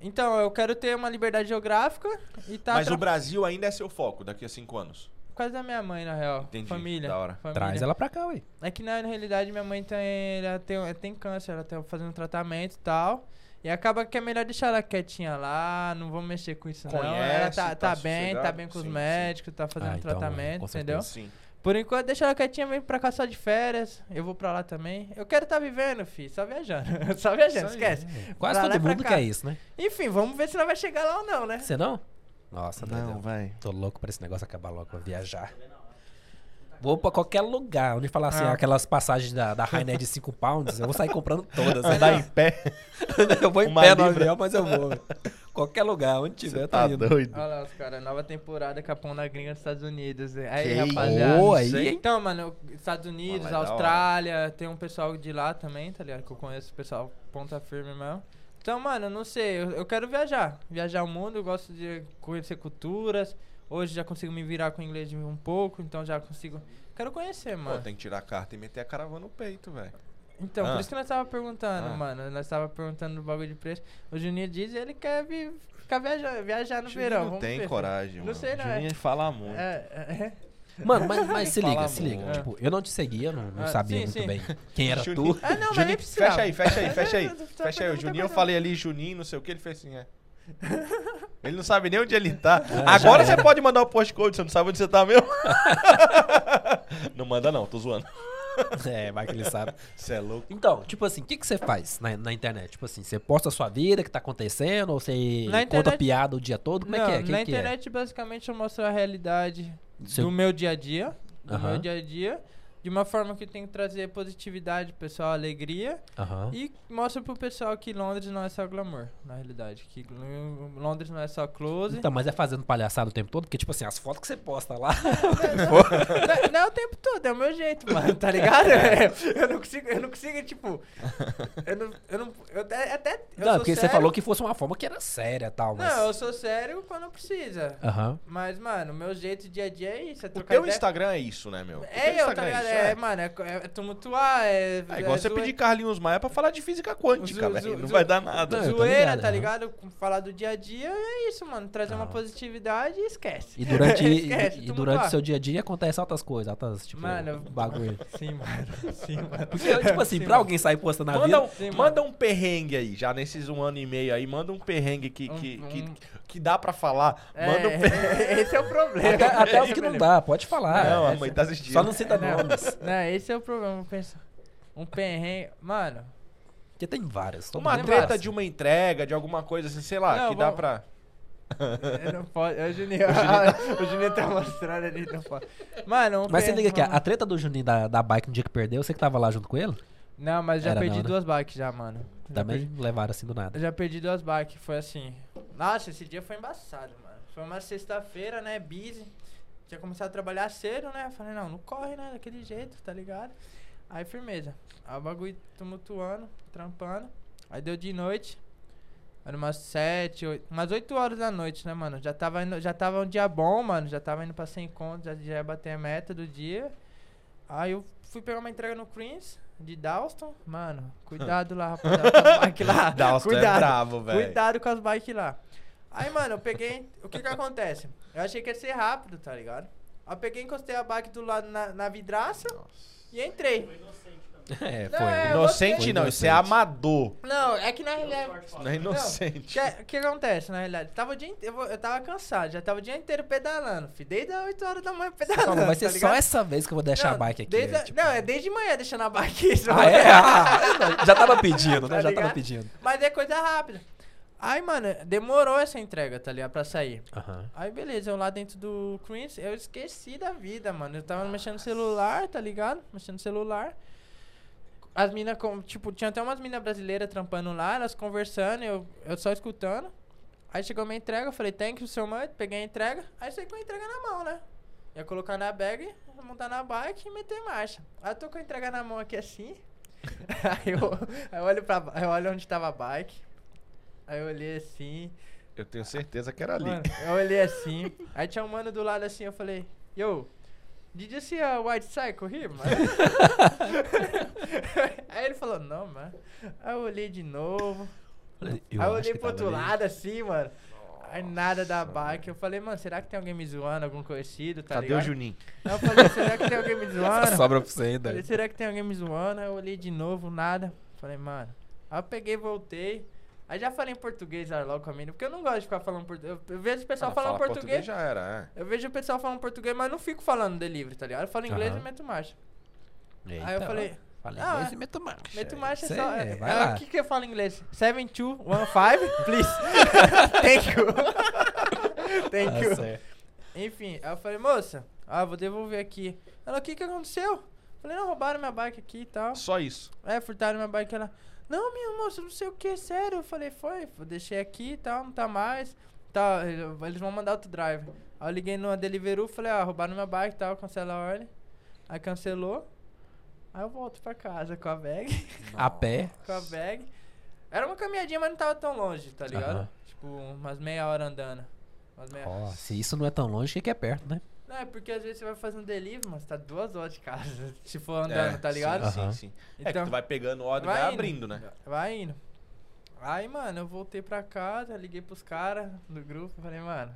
Speaker 2: Então, eu quero ter uma liberdade geográfica e tá
Speaker 3: Mas
Speaker 2: tra-
Speaker 3: o Brasil ainda é seu foco daqui a cinco anos.
Speaker 2: por causa da minha mãe, na real.
Speaker 3: Entendi,
Speaker 2: Família.
Speaker 3: da hora.
Speaker 2: família.
Speaker 1: Traz ela pra cá, ué.
Speaker 2: É que na realidade minha mãe tem, ela tem, ela tem câncer, ela tá fazendo tratamento e tal. E acaba que é melhor deixar ela quietinha lá, não vamos mexer com isso não. Ela
Speaker 3: Conhece,
Speaker 2: tá,
Speaker 3: tá
Speaker 2: tá bem, tá
Speaker 3: sossegado?
Speaker 2: bem com os
Speaker 3: Sim, sim.
Speaker 2: médicos, tá fazendo
Speaker 1: Ah, então,
Speaker 2: tratamento,
Speaker 1: com certeza.
Speaker 2: entendeu?
Speaker 3: Sim.
Speaker 2: Por enquanto deixa ela quietinha, vem pra cá só de férias. Eu vou pra lá também. Eu quero tá vivendo, fi, só viajando. só viajando,
Speaker 3: Isso aí.
Speaker 2: esquece.
Speaker 1: Quase
Speaker 2: Pra lá e
Speaker 1: todo
Speaker 2: pra
Speaker 1: mundo
Speaker 2: cá.
Speaker 1: quer isso, né?
Speaker 2: Enfim, vamos ver se ela vai chegar lá ou não, né?
Speaker 1: Você não? Nossa,
Speaker 2: tá
Speaker 1: não.
Speaker 3: vai.
Speaker 1: Tô louco pra esse negócio acabar logo, vou viajar. Vou pra qualquer lugar, onde falar assim,
Speaker 2: Ah.
Speaker 1: aquelas passagens da, da Rainé de 5 pounds, eu vou sair comprando todas.
Speaker 2: É
Speaker 1: né?
Speaker 3: Andar em pé,
Speaker 1: eu vou em
Speaker 3: Uma
Speaker 1: pé no
Speaker 3: libra.
Speaker 1: avião, mas eu vou. velho. Qualquer lugar, onde tiver,
Speaker 3: você
Speaker 1: eu
Speaker 3: tá
Speaker 2: né?
Speaker 1: tô indo.
Speaker 3: doido.
Speaker 2: Olha lá os caras, nova temporada Capão da Gringa nos Estados Unidos. hein? Aí,
Speaker 3: Que
Speaker 2: rapaziada.
Speaker 1: isso, hein?
Speaker 2: Então, mano, Estados Unidos,
Speaker 3: Mas lá é da
Speaker 2: Austrália, tem um pessoal de lá também, tá ligado? Que eu conheço o pessoal ponta firme mesmo. Então, mano, não sei, eu, eu quero viajar. Viajar o mundo, eu gosto de conhecer culturas. Hoje já consigo me virar com o inglês um pouco, então já consigo. Quero conhecer,
Speaker 3: Pô,
Speaker 2: mano.
Speaker 3: tem que tirar a carta e meter a caravana no peito, velho.
Speaker 2: Então,
Speaker 3: Ah.
Speaker 2: por isso que nós tava perguntando,
Speaker 3: Ah.
Speaker 2: mano. Nós tava perguntando do bagulho de preço. O Juninho diz ele quer vi- ficar viajando, viajar no verão.
Speaker 3: Não
Speaker 2: Vamos
Speaker 3: tem
Speaker 2: ver.
Speaker 3: coragem,
Speaker 2: Não
Speaker 3: mano.
Speaker 2: sei, não, é.
Speaker 3: Juninho fala muito.
Speaker 2: É, é.
Speaker 1: Mano, mas, mas se liga,
Speaker 3: Fala
Speaker 1: se liga.
Speaker 3: muito.
Speaker 1: Tipo, eu não te seguia, não, não
Speaker 2: Ah,
Speaker 1: sabia
Speaker 2: sim,
Speaker 1: muito
Speaker 2: sim.
Speaker 1: bem quem era
Speaker 3: Juninho-
Speaker 1: tu.
Speaker 2: Ah, não, mas nem
Speaker 3: Juninho,
Speaker 2: precisava.
Speaker 3: Fecha aí, fecha aí,
Speaker 2: Mas
Speaker 3: fecha aí.
Speaker 2: eu tô- tô
Speaker 3: Fecha aí. O
Speaker 2: perdendo
Speaker 3: Juninho, eu
Speaker 2: muita
Speaker 3: falei ali, Juninho, não sei o que, ele fez assim, é. Ele não sabe nem onde ele tá.
Speaker 1: já
Speaker 3: Agora você
Speaker 1: era.
Speaker 3: pode mandar o postcode, você não sabe onde você tá mesmo? não manda não, tô zoando.
Speaker 1: é, vai que ele sabe.
Speaker 3: Você é louco.
Speaker 1: Então, tipo assim, o que, que você faz na, na internet? Tipo assim, você posta a sua vida, que tá acontecendo, ou você
Speaker 2: Na
Speaker 1: conta
Speaker 2: internet-
Speaker 1: piada o dia todo? Como é que é?
Speaker 2: Não,
Speaker 1: Que
Speaker 2: na
Speaker 1: que é?
Speaker 2: internet, basicamente, eu mostro a realidade
Speaker 1: Seu-
Speaker 2: do meu dia a dia. Do
Speaker 1: Aham.
Speaker 2: meu dia a dia. De uma forma que eu tenho que trazer positividade, pro pessoal, alegria.
Speaker 1: Aham.
Speaker 2: E mostro pro pessoal que Londres não é só glamour, na realidade. Que gl- Londres não é só close.
Speaker 1: Então, mas é fazendo palhaçada o tempo todo? Porque, tipo assim, as fotos que você posta lá.
Speaker 2: Não, o tempo todo, é o meu jeito, mano, tá ligado? É, eu não consigo, eu não consigo, tipo. Eu não. Eu não eu até. até- eu
Speaker 1: Não, é
Speaker 2: sou
Speaker 1: porque você
Speaker 2: sério-
Speaker 1: falou que fosse uma forma que era séria e tal, mas... Ah.
Speaker 2: Não, eu sou sério quando precisa.
Speaker 1: Aham.
Speaker 2: Mas, mano, o meu jeito dia a dia é isso. É
Speaker 3: O
Speaker 2: trocar
Speaker 3: teu
Speaker 2: ideia.
Speaker 3: Instagram é isso, né, meu? O teu
Speaker 2: É eu, tá
Speaker 3: Instagram
Speaker 2: ligado?
Speaker 3: isso,
Speaker 2: É, mano, é, é tumultuar, é.
Speaker 3: É igual
Speaker 2: é
Speaker 3: você
Speaker 2: zoe-
Speaker 3: pedir Carlinhos Maia pra falar de física quântica,
Speaker 2: Zo-
Speaker 3: velho.
Speaker 2: zo-
Speaker 3: Não
Speaker 2: zo-
Speaker 3: vai dar nada.
Speaker 1: Não, né? eu tô
Speaker 2: Zoeira,
Speaker 1: ligado,
Speaker 2: tá
Speaker 1: aham.
Speaker 2: ligado? Com- Falar do dia a dia é isso, mano. Trazer uma positividade e esquece.
Speaker 1: E durante, e-
Speaker 2: Esquece,
Speaker 1: e,
Speaker 2: tu não
Speaker 1: durante
Speaker 2: tá.
Speaker 1: o seu dia a dia acontecem altas coisas, altas, tipo,
Speaker 2: Mano,
Speaker 1: bagulho.
Speaker 2: Sim, mano. Sim, mano.
Speaker 1: Porque, tipo assim,
Speaker 2: Sim,
Speaker 1: pra
Speaker 2: mano.
Speaker 1: alguém sair postando na
Speaker 3: Manda
Speaker 1: vida...
Speaker 3: um,
Speaker 2: Sim, mano.
Speaker 3: manda um perrengue aí, já nesses um ano e meio aí, manda um perrengue que, que,
Speaker 2: Um-
Speaker 3: que,
Speaker 2: um-
Speaker 3: que dá pra falar. Manda um perrengue.
Speaker 2: É, esse é o problema.
Speaker 1: Até, até os
Speaker 2: Esse
Speaker 1: que
Speaker 2: é
Speaker 1: não
Speaker 2: o problema.
Speaker 1: dá, pode falar.
Speaker 3: não, a
Speaker 1: É,
Speaker 3: mãe tá assistindo.
Speaker 1: Só não cita
Speaker 2: Não.
Speaker 1: nomes.
Speaker 2: Não, esse é o problema. Pensa. Um perrengue. Mano,
Speaker 1: Porque tem várias. todo
Speaker 3: Uma
Speaker 1: mundo-
Speaker 3: treta
Speaker 2: massa.
Speaker 3: de uma entrega, de alguma coisa assim, sei lá,
Speaker 2: assim. Não,
Speaker 3: que dá
Speaker 2: vamos-
Speaker 3: pra.
Speaker 2: eu não posso. É o Juninho. o Juninho tá mostrando ali, não pode. Mano, um
Speaker 1: Mas você
Speaker 2: perrengue-
Speaker 1: liga que a, a treta do Juninho da, da bike no dia que perdeu, você que tava lá junto com ele?
Speaker 2: Não, mas já
Speaker 1: Era
Speaker 2: perdi
Speaker 1: não, né?
Speaker 2: duas bikes já, mano. Já
Speaker 1: Também levaram assim do
Speaker 2: Eu
Speaker 1: nada.
Speaker 2: já perdi duas bikes, foi assim. Nossa, esse dia foi embaçado, mano. Foi uma sexta-feira, né? Busy. Tinha começado a trabalhar cedo, né? Falei, não, não corre, né? Daquele jeito, tá ligado? Aí firmeza. Aí o bagulho tumultuando, trampando. Aí deu de noite. Era umas sete, oito, umas 8 horas da noite, né, mano? Já tava, indo- já tava um dia bom, mano. Já tava indo pra 100 contos, já, já ia bater a meta do dia. Aí eu fui pegar uma entrega no Queens, de Dalston. Mano, cuidado lá, rapaziada. com as bikes lá.
Speaker 3: Dalston é
Speaker 2: cuidado,
Speaker 3: bravo, velho.
Speaker 2: Cuidado com as bikes lá. Aí, mano, eu peguei... O que que acontece? Eu achei que ia ser rápido, tá ligado? Aí eu peguei, encostei a bike do lado na, na vidraça e entrei.
Speaker 1: É,
Speaker 2: Não, é,
Speaker 1: foi.
Speaker 2: eu
Speaker 3: Inocente
Speaker 1: gostei.
Speaker 3: não, isso é amador.
Speaker 2: Não, é que na realidade...
Speaker 3: Não é inocente.
Speaker 2: O que, que acontece, na realidade? Tava o dia inte- eu, vou- eu tava cansado, já tava o dia inteiro pedalando. Fui desde as 8 horas da manhã pedalando.
Speaker 1: Falou, vai ser
Speaker 2: tá
Speaker 1: só
Speaker 2: ligado?
Speaker 1: essa vez que eu vou deixar
Speaker 2: Não,
Speaker 1: a bike aqui.
Speaker 2: desde a-
Speaker 1: tipo-
Speaker 2: Não, é desde manhã deixando a bike. isso,
Speaker 1: Ah,
Speaker 2: mano.
Speaker 1: é? Ah, não, já tava pedindo, né?
Speaker 2: Tá
Speaker 1: já
Speaker 2: ligado?
Speaker 1: tava pedindo.
Speaker 2: Mas é coisa rápida. Aí, mano, demorou essa entrega, tá ligado? Pra sair.
Speaker 1: Aham.
Speaker 2: Aí, beleza, eu lá dentro do Queens, eu esqueci da vida, mano. Eu tava mexendo no celular, tá ligado? Mexendo no celular. As minas, com- tipo, tinha até umas minas brasileiras trampando lá, elas conversando, eu, eu só escutando. Aí chegou minha entrega, eu falei, thank you so much, peguei a entrega. Aí saí com a entrega na mão, né? Ia colocar na bag, montar na bike e meter marcha. Aí eu tô com a entrega na mão aqui assim. aí, eu, aí eu olho pra, ba- eu olho onde tava a bike. Aí eu olhei assim.
Speaker 3: Eu tenho certeza que era ali.
Speaker 2: Mano, tá eu olhei assim, aí tinha um mano do lado assim, eu falei, yo, did you see a white cycle here, mano? aí ele falou, não, mano. Aí eu olhei de novo,
Speaker 1: Eu
Speaker 2: aí eu
Speaker 1: acho
Speaker 2: olhei
Speaker 1: que
Speaker 2: pro
Speaker 1: tava
Speaker 2: outro
Speaker 1: ali.
Speaker 2: lado assim, mano. Aí nada da bike, eu falei, mano, será que tem alguém me zoando, algum conhecido, tá
Speaker 3: Cadê
Speaker 2: ligado?
Speaker 3: o Juninho?
Speaker 2: Aí eu falei, será que tem alguém me zoando?
Speaker 1: Sobra pra você ainda.
Speaker 2: Falei, será que tem alguém me zoando? Aí eu olhei de novo, nada. Falei, mano. Aí eu peguei, voltei. Aí já falei em português lá logo com a menina, porque eu não gosto de ficar falando português. Eu vejo o pessoal
Speaker 3: Ah,
Speaker 2: falando
Speaker 3: falar
Speaker 2: português.
Speaker 3: já era, é.
Speaker 2: eu vejo o pessoal falando português, mas não fico falando delivery, tá ligado? Eu falo inglês
Speaker 1: Aham.
Speaker 2: e meto marcha.
Speaker 1: Eita,
Speaker 2: aí eu falei,
Speaker 1: ó. Falei,
Speaker 2: ah,
Speaker 1: esse meto marcha.
Speaker 2: meto marcha é
Speaker 1: Sei,
Speaker 2: só.
Speaker 1: é,
Speaker 2: é-
Speaker 1: vai
Speaker 2: é,
Speaker 1: lá.
Speaker 2: O que, que eu falo em inglês? 7215, please. Thank you.
Speaker 1: Tá
Speaker 2: Thank you.
Speaker 1: certo.
Speaker 2: Enfim, aí eu falei, moça, ah, vou devolver aqui. Ela, o que, que aconteceu? Eu Falei, não, roubaram minha bike aqui e tal.
Speaker 3: é. Só isso.
Speaker 2: É, furtaram minha bike. Ela, não, minha moça, não sei o que, sério. Eu falei, foi, eu deixei aqui e tal, não tá mais. Tá, eles vão mandar outro drive. Aí eu liguei no Deliveroo, falei, ah, roubaram minha bike e tal, cancela a ordem. Aí cancelou. Aí eu volto pra casa com a bag,
Speaker 1: A pé.
Speaker 2: com a bag. Era uma caminhadinha, mas não tava tão longe, tá ligado?
Speaker 1: Aham.
Speaker 2: Tipo, umas meia hora andando. Umas meia...
Speaker 1: Ó, se isso não é tão longe, o que que é perto, né?
Speaker 2: Não, é porque às vezes você vai fazer um delivery, mas tá duas horas de casa, se for andando,
Speaker 3: É,
Speaker 2: tá ligado? Então,
Speaker 3: Sim, sim,
Speaker 1: Aham.
Speaker 3: sim. É que tu vai pegando ordem e vai,
Speaker 2: indo.
Speaker 3: abrindo, né?
Speaker 2: Vai indo. Aí, mano, eu voltei pra casa, liguei pros caras do grupo, falei, mano,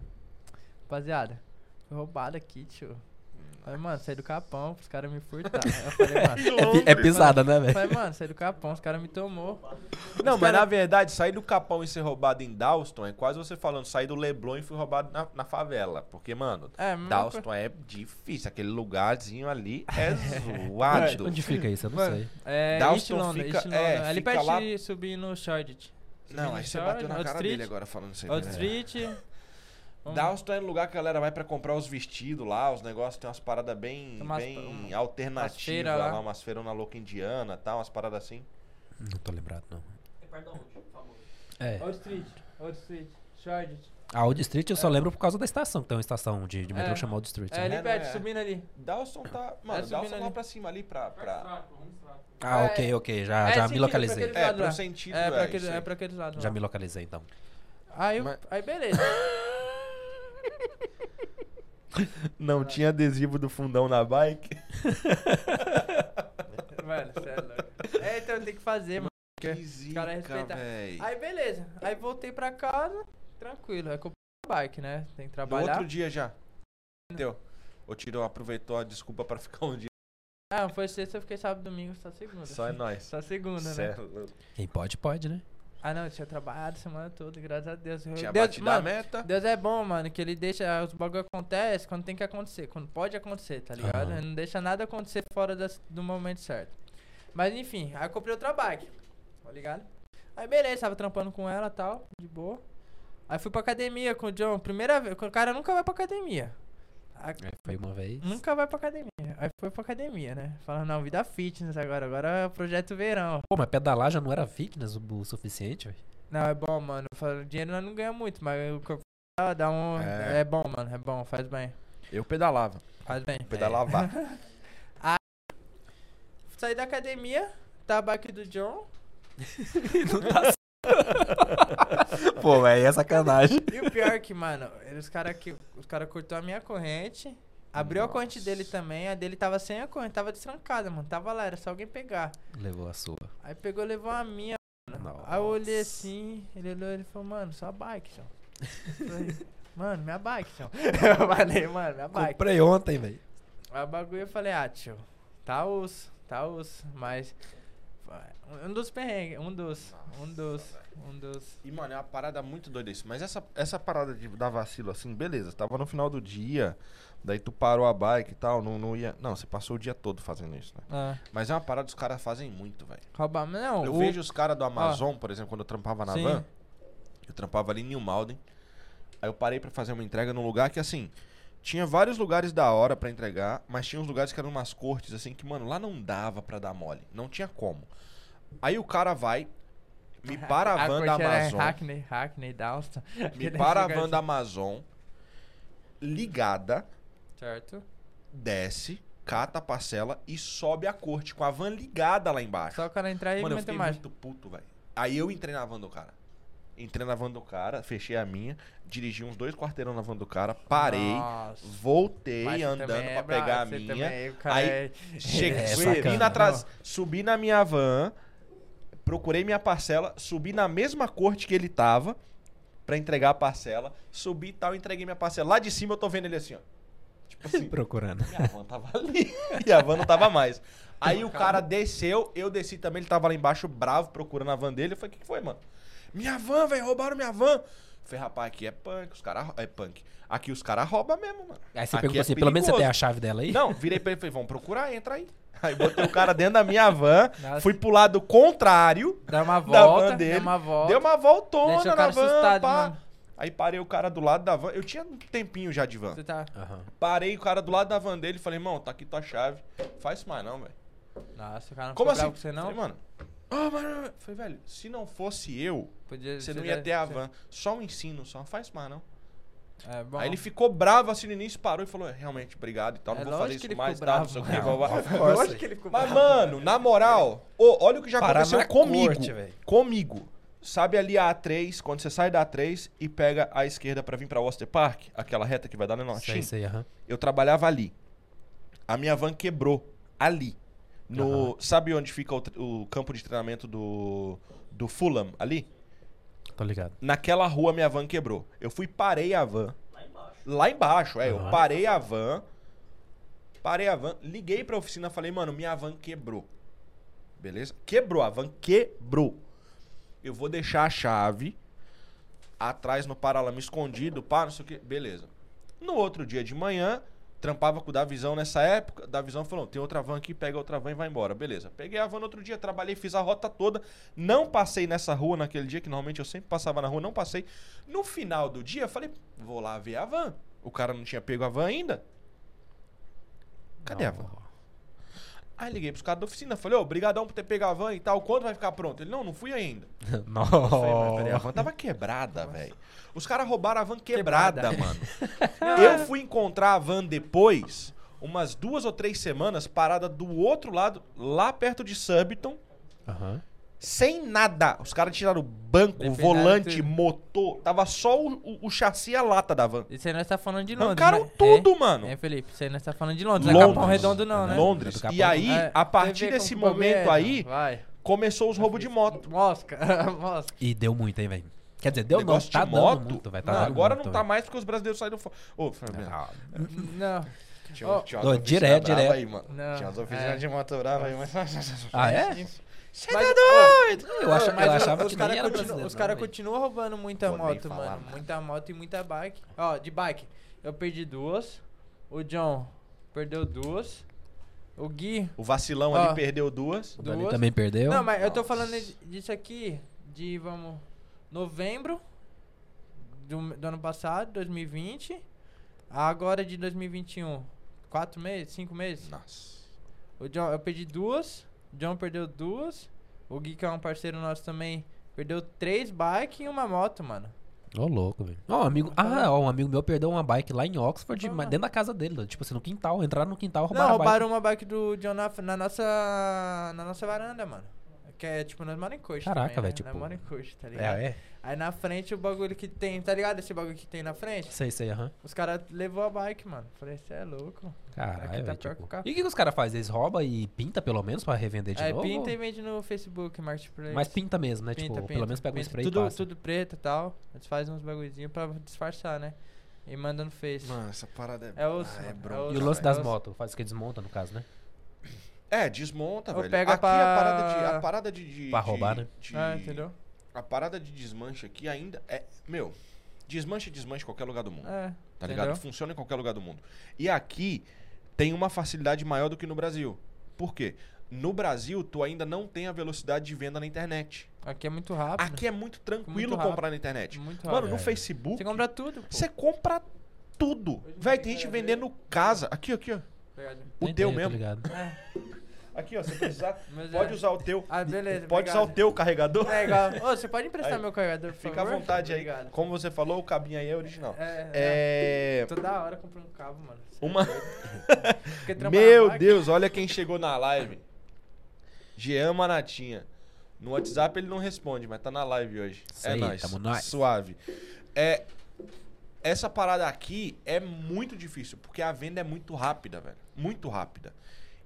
Speaker 2: rapaziada, fui roubado aqui, tio. Falei, mano, saí do capão, os caras me furtaram. eu falei, mano.
Speaker 1: É, pi- é pisada, né,
Speaker 2: eu
Speaker 1: velho?
Speaker 2: Falei, mano, saí do capão, os caras me tomou.
Speaker 3: Não,
Speaker 2: Os
Speaker 3: mas
Speaker 2: cara-
Speaker 3: na verdade, sair do Capão e ser roubado em Dalston é quase você falando, sair do Leblon e fui roubado na, na favela. Porque, mano,
Speaker 2: É, mesma
Speaker 3: Dalston é difícil. Aquele lugarzinho ali é
Speaker 1: Onde,
Speaker 3: zoado.
Speaker 1: onde fica isso? Eu não
Speaker 2: Mano,
Speaker 1: sei.
Speaker 2: É,
Speaker 3: Dalston
Speaker 2: East London,
Speaker 3: fica-
Speaker 2: East London.
Speaker 3: é,
Speaker 2: Ali
Speaker 3: fica
Speaker 2: perto
Speaker 3: lá-
Speaker 2: de subir no Shoreditch.
Speaker 3: Não, aí você bateu na
Speaker 2: Old
Speaker 3: cara
Speaker 2: Street.
Speaker 3: dele agora falando isso aí.
Speaker 2: Old
Speaker 3: né?
Speaker 2: Street. vamos-
Speaker 3: Dalston é um lugar que a galera vai pra comprar os vestidos lá, os negócios tem umas paradas bem,
Speaker 2: Tem umas-
Speaker 3: bem
Speaker 2: um- umas
Speaker 3: alternativas
Speaker 2: feira
Speaker 3: lá.
Speaker 2: lá.
Speaker 3: umas feiras na louca indiana e tal, umas paradas assim.
Speaker 1: Não tô lembrado, não. É.
Speaker 2: Old Street, Old Street, Shoreditch.
Speaker 1: A Old Street eu só lembro por causa da estação, que tem uma estação de, de metrô
Speaker 2: É.
Speaker 1: que chama Old Street.
Speaker 2: É
Speaker 1: né?
Speaker 2: ali
Speaker 3: É,
Speaker 2: perto,
Speaker 3: né?
Speaker 2: subindo ali.
Speaker 3: Dawson tá. Mano,
Speaker 2: É subindo
Speaker 3: Dawson lá
Speaker 2: ali.
Speaker 3: pra cima ali pra. pra...
Speaker 1: Ah,
Speaker 2: É.
Speaker 1: ok, ok. Já, já
Speaker 2: É, sentido
Speaker 1: me
Speaker 2: pra
Speaker 1: localizei.
Speaker 2: aquele
Speaker 3: É,
Speaker 2: lado
Speaker 3: pro
Speaker 2: lá.
Speaker 3: sentido,
Speaker 2: É, pra
Speaker 3: é,
Speaker 2: aquele-
Speaker 3: isso aí.
Speaker 2: é pra aqueles lados
Speaker 1: Já
Speaker 2: lá.
Speaker 1: me localizei, então.
Speaker 2: Aí, eu-
Speaker 3: Mas-
Speaker 2: aí beleza.
Speaker 3: Não tinha adesivo do fundão na bike.
Speaker 2: Mano, cê é louco. É, então tem que fazer, mano.
Speaker 3: Que
Speaker 2: cara
Speaker 3: zica,
Speaker 2: respeita.
Speaker 3: véi.
Speaker 2: Aí beleza. Aí voltei pra casa, tranquilo. Aí comprei a bike, né? Tem que
Speaker 3: No
Speaker 2: trabalhar.
Speaker 3: outro dia já. Entendeu? Ou tirou, aproveitou a desculpa pra ficar um dia.
Speaker 2: Ah, não foi sexta, eu fiquei sábado, domingo, só segunda.
Speaker 3: Só é nóis.
Speaker 2: Só segunda,
Speaker 3: Cê é
Speaker 2: né?
Speaker 3: louco.
Speaker 1: Quem pode, pode, né?
Speaker 2: Ah, não, eu tinha trabalhado a semana toda, graças a Deus. Eu-
Speaker 3: Tinha
Speaker 2: Deus,
Speaker 3: batido a
Speaker 2: mano,
Speaker 3: meta.
Speaker 2: Deus é bom, mano, que ele deixa os bagulho acontece quando tem que acontecer, quando pode acontecer, tá ligado?
Speaker 1: Aham.
Speaker 2: Ele não deixa nada acontecer fora das- do momento certo. Mas enfim, aí eu comprei outra bike, tá ligado? Aí beleza, tava trampando com ela e tal, de boa. Aí fui pra academia com o John, primeira vez, o cara nunca vai pra academia. A-
Speaker 1: É, Foi uma vez.
Speaker 2: Nunca vai pra academia. Aí foi pra academia, né? Falando, não, vida fitness agora, agora é o projeto verão.
Speaker 1: Pô, mas pedalar já não era fitness o o suficiente, velho.
Speaker 2: Não, é bom, mano. Fala, Dinheiro nós não ganha muito, mas o corpo dá- dá um.
Speaker 3: É.
Speaker 2: É. bom, mano. É bom, faz bem.
Speaker 3: Eu pedalava.
Speaker 2: Faz bem.
Speaker 3: É.
Speaker 2: É.
Speaker 3: Pedalava.
Speaker 2: Saí da academia, tá a bike do John.
Speaker 1: Pô, velho, é sacanagem.
Speaker 2: E o pior que, mano, os caras que. Os caras cortou a minha corrente. Abriu a corrente dele também. A dele tava sem a corrente, tava destrancada, mano. Tava lá, era só alguém pegar.
Speaker 1: Levou a sua.
Speaker 2: Aí pegou, levou a minha.
Speaker 1: Não.
Speaker 2: Aí eu olhei assim, ele olhou e falou, mano, sua bike, João. Eu falei, mano, minha bike, João. Eu falei, mano, minha bike.
Speaker 1: Comprei ontem, velho.
Speaker 2: Aí o bagulho eu falei, ah, tio, tá osso, tá osso, mas. Um dos perrengues, um dos, um dos, um dos.
Speaker 3: E, mano, é uma parada muito doida isso. Mas essa, essa parada de dar vacilo assim, beleza, tava no final do dia, daí tu parou a bike e tal, não, não ia. Não, você passou o dia todo fazendo isso, né?
Speaker 2: Ah,
Speaker 3: Mas é uma parada que os caras fazem muito, velho.
Speaker 2: roubar, mas não.
Speaker 3: Eu
Speaker 2: o-
Speaker 3: vejo os caras do Amazon, por exemplo, quando eu trampava na
Speaker 2: Sim.
Speaker 3: van, eu trampava ali em New Malden. Aí eu parei pra fazer uma entrega num lugar que, assim, tinha vários lugares da hora pra entregar, mas tinha uns lugares que eram umas cortes, assim, que, mano, lá não dava pra dar mole. Não tinha como. Aí o cara vai, me para a van da
Speaker 2: corte era
Speaker 3: Amazon.
Speaker 2: Hackney, Hackney, Dalston.
Speaker 3: Me
Speaker 2: é aquele
Speaker 3: para a
Speaker 2: lugar
Speaker 3: van da
Speaker 2: assim.
Speaker 3: Amazon, ligada,
Speaker 2: Certo.
Speaker 3: desce, cata a parcela e sobe a corte com a van ligada lá embaixo.
Speaker 2: Só o cara entrar e
Speaker 3: Mano, eu
Speaker 2: meter
Speaker 3: fiquei
Speaker 2: mais.
Speaker 3: muito puto, velho. Aí eu entrei na van do cara. Entrei na van do cara, fechei a minha, dirigi uns dois quarteirão na van do cara, parei,
Speaker 2: Nossa.
Speaker 3: voltei
Speaker 2: Mas você
Speaker 3: andando
Speaker 2: também
Speaker 3: pra
Speaker 2: é bravo,
Speaker 3: pegar a
Speaker 2: você
Speaker 3: minha.
Speaker 2: também, o cara
Speaker 3: Aí,
Speaker 2: é-
Speaker 3: Cheguei,
Speaker 1: É,
Speaker 3: subi,
Speaker 1: sacana.
Speaker 3: na tras- subi na minha van, procurei minha parcela, subi na mesma corte que ele tava pra entregar a parcela, subi e tal, entreguei minha parcela. Lá de cima eu tô vendo ele assim, ó. Tipo assim,
Speaker 1: Procurando.
Speaker 3: minha van tava ali e a van não tava mais. Aí o cara desceu, eu desci também, ele tava lá embaixo bravo procurando a van dele. Eu falei, o que, que foi, mano? Minha van, velho, roubaram minha van. Falei, rapaz, aqui é punk, os caras... É punk. Aqui os caras roubam mesmo, mano.
Speaker 1: Aí você
Speaker 3: Aqui
Speaker 1: perguntou
Speaker 3: é
Speaker 1: assim, pelo menos você
Speaker 3: perigoso."
Speaker 1: tem a chave dela aí?
Speaker 3: Não, virei pra ele e falei, vamos procurar, entra aí. Aí botei o cara dentro da minha van,
Speaker 2: Nossa.
Speaker 3: fui pro lado contrário
Speaker 2: Dá uma
Speaker 3: da
Speaker 2: volta, deu
Speaker 3: van dele.
Speaker 2: uma volta.
Speaker 3: Deu uma voltona
Speaker 2: Deixa o
Speaker 3: na
Speaker 2: cara
Speaker 3: van,
Speaker 2: assustado,
Speaker 3: pá.
Speaker 2: mano.
Speaker 3: Aí parei o cara do lado da van. Eu tinha um tempinho já de van.
Speaker 2: Você tá.
Speaker 1: Aham.
Speaker 3: Parei o cara do lado da van dele e falei, irmão, tá aqui tua chave. Faz isso mais não, velho.
Speaker 2: Nossa, o cara não
Speaker 3: Como
Speaker 2: ficou
Speaker 3: assim?
Speaker 2: bravo com você não?
Speaker 3: Falei, mano. Ah, mano. Falei, velho, se não fosse eu,
Speaker 2: Podia,
Speaker 3: você
Speaker 2: você tá
Speaker 3: não ia
Speaker 2: deve-
Speaker 3: ter a
Speaker 2: você-
Speaker 3: van. Só um ensino, só. Faz isso mais não.
Speaker 2: É, bom.
Speaker 3: Aí ele ficou bravo assim no início, parou e falou, é, realmente, obrigado e tal. Não
Speaker 2: É
Speaker 3: vou fazer
Speaker 2: lógico que
Speaker 3: isso
Speaker 2: ele
Speaker 3: mais,
Speaker 2: ficou
Speaker 3: tá? Não
Speaker 2: bravo,
Speaker 3: sei o que,
Speaker 1: mano.
Speaker 3: blá, blá, blá."
Speaker 2: Lógico que ele ficou
Speaker 3: Mas,
Speaker 2: bravo.
Speaker 3: mano, na moral, ô, olha o que já
Speaker 1: Parar
Speaker 3: aconteceu
Speaker 1: na
Speaker 3: comigo.
Speaker 1: corte, velho.
Speaker 3: comigo. Sabe ali a A3, quando você sai da A3 e pega a esquerda pra vir pra Oster Park, aquela reta que vai dar né, no
Speaker 1: Sei,
Speaker 3: Nortinho?
Speaker 1: sei, aham.
Speaker 3: Eu trabalhava ali. A minha van quebrou ali. No, Sabe onde fica o, tre- o campo de treinamento do, do Fulham ali?
Speaker 1: Tô ligado.
Speaker 3: Naquela rua minha van quebrou. Eu fui parei a van. Lá embaixo. Lá embaixo, é. Eu
Speaker 1: Aham.
Speaker 3: parei a van. Parei a van, liguei pra oficina, falei, mano, minha van quebrou. Beleza? Quebrou, a van quebrou. Eu vou deixar a chave atrás no paralama escondido, pá, não sei o que. Beleza. No outro dia de manhã, trampava com o Davizão nessa época. Davizão falou: tem outra van aqui, pega outra van e vai embora. Beleza. Peguei a van no outro dia, trabalhei, fiz a rota toda. Não passei nessa rua naquele dia, que normalmente eu sempre passava na rua, não passei. No final do dia, eu falei: vou lá ver a van. O cara não tinha pego a van ainda. Cadê a van? Aí liguei pros caras da oficina, falei, ô, brigadão por ter pegado a van e tal, quando vai ficar pronto? Ele, não, não fui ainda. Falei, mas peraí, a
Speaker 1: Nossa.
Speaker 3: van tava quebrada, velho. Os caras roubaram a van quebrada,
Speaker 2: Quebrada. é.
Speaker 3: mano. Eu fui encontrar a van depois, umas duas ou três semanas, parada do outro lado, lá perto de Subton,
Speaker 1: Aham.
Speaker 3: sem nada. Os caras tiraram o banco, o
Speaker 2: Dependaram
Speaker 3: volante,
Speaker 2: tudo.
Speaker 3: motor. Tava só o, o, o chassi e a lata da van.
Speaker 2: Isso aí nós tá falando de Londres.
Speaker 3: Arrancaram
Speaker 2: né?
Speaker 3: tudo, um mano.
Speaker 2: É, é, Felipe, isso aí nós tá falando de Londres. Não é
Speaker 3: Londres.
Speaker 2: Capão Redondo, não, né?
Speaker 3: Londres.
Speaker 1: Capão
Speaker 3: E aí,
Speaker 2: É,
Speaker 3: a
Speaker 2: você
Speaker 3: partir
Speaker 2: vê
Speaker 3: desse
Speaker 2: como o bagulho é,
Speaker 3: momento
Speaker 2: não. É
Speaker 3: aí,
Speaker 2: Vai.
Speaker 3: começou os roubos de moto.
Speaker 2: Mosca, mosca.
Speaker 1: E deu muito, hein, velho? Quer dizer, deu não,
Speaker 3: Negócio
Speaker 1: tá
Speaker 3: de
Speaker 1: dando
Speaker 3: moto.
Speaker 1: muito, velho. Tá
Speaker 3: Não,
Speaker 1: dando
Speaker 3: agora
Speaker 1: muito,
Speaker 3: não tá
Speaker 1: velho.
Speaker 3: mais porque os brasileiros saíram fora. Ô, Fabiano,
Speaker 2: Não.
Speaker 3: tinha, um,
Speaker 2: Ó,
Speaker 3: tinha
Speaker 1: ó,
Speaker 3: oficinas
Speaker 1: direto,
Speaker 3: brava
Speaker 1: direto.
Speaker 3: Aí, mano.
Speaker 2: Não,
Speaker 3: Tinha as oficinas
Speaker 2: é.
Speaker 3: de moto brava aí, mas.
Speaker 1: Ah, é?
Speaker 3: Cê
Speaker 2: Mas-
Speaker 3: tá doido!
Speaker 1: Eu, acha,
Speaker 2: Mas
Speaker 1: eu
Speaker 2: o-
Speaker 1: achava
Speaker 2: os
Speaker 1: que
Speaker 2: cara
Speaker 1: nem era
Speaker 2: continu-
Speaker 1: brasileiro.
Speaker 2: Os caras
Speaker 1: não, velho.
Speaker 2: continuam roubando muita
Speaker 3: Vou nem
Speaker 2: moto,
Speaker 3: falar
Speaker 2: mano.
Speaker 3: nada.
Speaker 2: Muita moto e muita bike. Ó, de bike, eu perdi duas. O John perdeu duas. O Gui.
Speaker 3: O vacilão
Speaker 2: Ó.
Speaker 3: ali perdeu duas.
Speaker 1: O Dali
Speaker 2: duas.
Speaker 1: também perdeu.
Speaker 2: Não, mas eu tô
Speaker 3: Nossa.
Speaker 2: falando de- disso aqui de, vamos, novembro do, do ano passado, 2020. a Agora de 2021. Quatro meses? Cinco meses?
Speaker 3: Nossa.
Speaker 2: O John, eu perdi duas. O John perdeu duas. O Gui, que é um parceiro nosso também, perdeu três bikes e uma moto, mano.
Speaker 1: Ô, louco, velho. Ó, um amigo... Ah, ó, um amigo meu perdeu uma bike lá em Oxford,
Speaker 2: Ah.
Speaker 1: mas dentro da casa dele. Tipo assim, no quintal. Entraram no quintal, roubaram
Speaker 2: Não,
Speaker 1: a bike.
Speaker 2: roubaram uma bike do John na, na nossa. na nossa varanda, mano. Que é tipo, nós moramos em Coxa.
Speaker 1: Caraca,
Speaker 2: também,
Speaker 1: velho,
Speaker 2: né?
Speaker 1: tipo-
Speaker 2: Nós moramos em Coxa, tá ligado?
Speaker 1: É, é.
Speaker 2: Aí na frente o bagulho que tem, tá ligado? Esse bagulho que tem na frente?
Speaker 1: Sei, sei, aham.
Speaker 2: Os caras levou a bike, mano. Falei, você é louco. Aqui
Speaker 1: Caralho,
Speaker 2: tá
Speaker 1: velho,
Speaker 2: pior que o
Speaker 1: tipo...
Speaker 2: carro.
Speaker 1: E o que, que os caras fazem? Eles roubam e pinta pelo menos pra revender de
Speaker 2: Aí
Speaker 1: novo?
Speaker 2: pinta e vende no Facebook, Marketplace.
Speaker 1: Mas pinta mesmo, né? tipo, pelo menos pega um
Speaker 2: pinta.
Speaker 1: spray e
Speaker 2: tudo,
Speaker 1: passa.
Speaker 2: tudo preto e tal. Eles fazem uns bagulhozinhos pra disfarçar, né? E manda no Face.
Speaker 3: Mano, essa parada é.
Speaker 2: É osso,
Speaker 3: Ah, é
Speaker 2: mano, é
Speaker 3: bronca,
Speaker 2: osso.
Speaker 1: E o lance
Speaker 2: velho.
Speaker 1: das
Speaker 2: Nossa.
Speaker 1: motos? Faz que desmonta, no caso, né?
Speaker 3: É, desmonta,
Speaker 2: Ou
Speaker 3: velho.
Speaker 2: pega
Speaker 3: aqui
Speaker 2: pra-
Speaker 3: a parada de. A parada de, de-
Speaker 1: Pra roubar,
Speaker 3: de-
Speaker 1: né?
Speaker 3: de-
Speaker 2: Ah, entendeu?
Speaker 3: A parada de desmanche aqui ainda é. Meu, desmanche, desmanche em qualquer lugar do mundo.
Speaker 2: É.
Speaker 3: Tá
Speaker 2: entendeu?
Speaker 3: ligado? Funciona em qualquer lugar do mundo. E aqui tem uma facilidade maior do que no Brasil. Por quê? No Brasil, tu ainda não tem a velocidade de venda na internet.
Speaker 2: Aqui é muito rápido.
Speaker 3: Aqui é muito tranquilo
Speaker 2: Muito rápido.
Speaker 3: comprar na internet.
Speaker 2: Muito rápido.
Speaker 3: Mano, no
Speaker 1: É.
Speaker 3: Facebook,
Speaker 2: Você compra tudo, pô.
Speaker 3: você compra tudo. Véi, tem gente vendendo casa. Aqui, aqui, ó.
Speaker 2: Obrigado.
Speaker 3: O
Speaker 1: Nem
Speaker 3: teu
Speaker 1: tem, tá
Speaker 3: mesmo.
Speaker 1: ligado?
Speaker 2: É,
Speaker 3: Aqui, ó. Se precisar,
Speaker 2: mas
Speaker 3: pode
Speaker 2: é.
Speaker 3: usar o teu.
Speaker 2: Ah, beleza.
Speaker 3: Pode usar o teu carregador.
Speaker 2: É igual. Ô, você pode emprestar
Speaker 3: Aí,
Speaker 2: meu carregador, por
Speaker 3: Fica à
Speaker 2: favor?
Speaker 3: vontade aí.
Speaker 2: Obrigado.
Speaker 3: Como você falou, o cabinho aí é original.
Speaker 2: É, é.
Speaker 3: É.
Speaker 2: Toda hora comprando um cabo, mano. Cê é
Speaker 3: Uma.
Speaker 2: doido. Porque trampa na
Speaker 3: Meu
Speaker 2: bike-
Speaker 3: Deus, olha quem chegou na live. Jean Manatinha. No WhatsApp ele não responde, mas tá na live hoje.
Speaker 1: Isso
Speaker 3: é
Speaker 1: aí,
Speaker 3: nóis.
Speaker 1: tamo nós.
Speaker 3: Suave. É, essa parada aqui é muito difícil, porque a venda é muito rápida, velho. Muito rápida.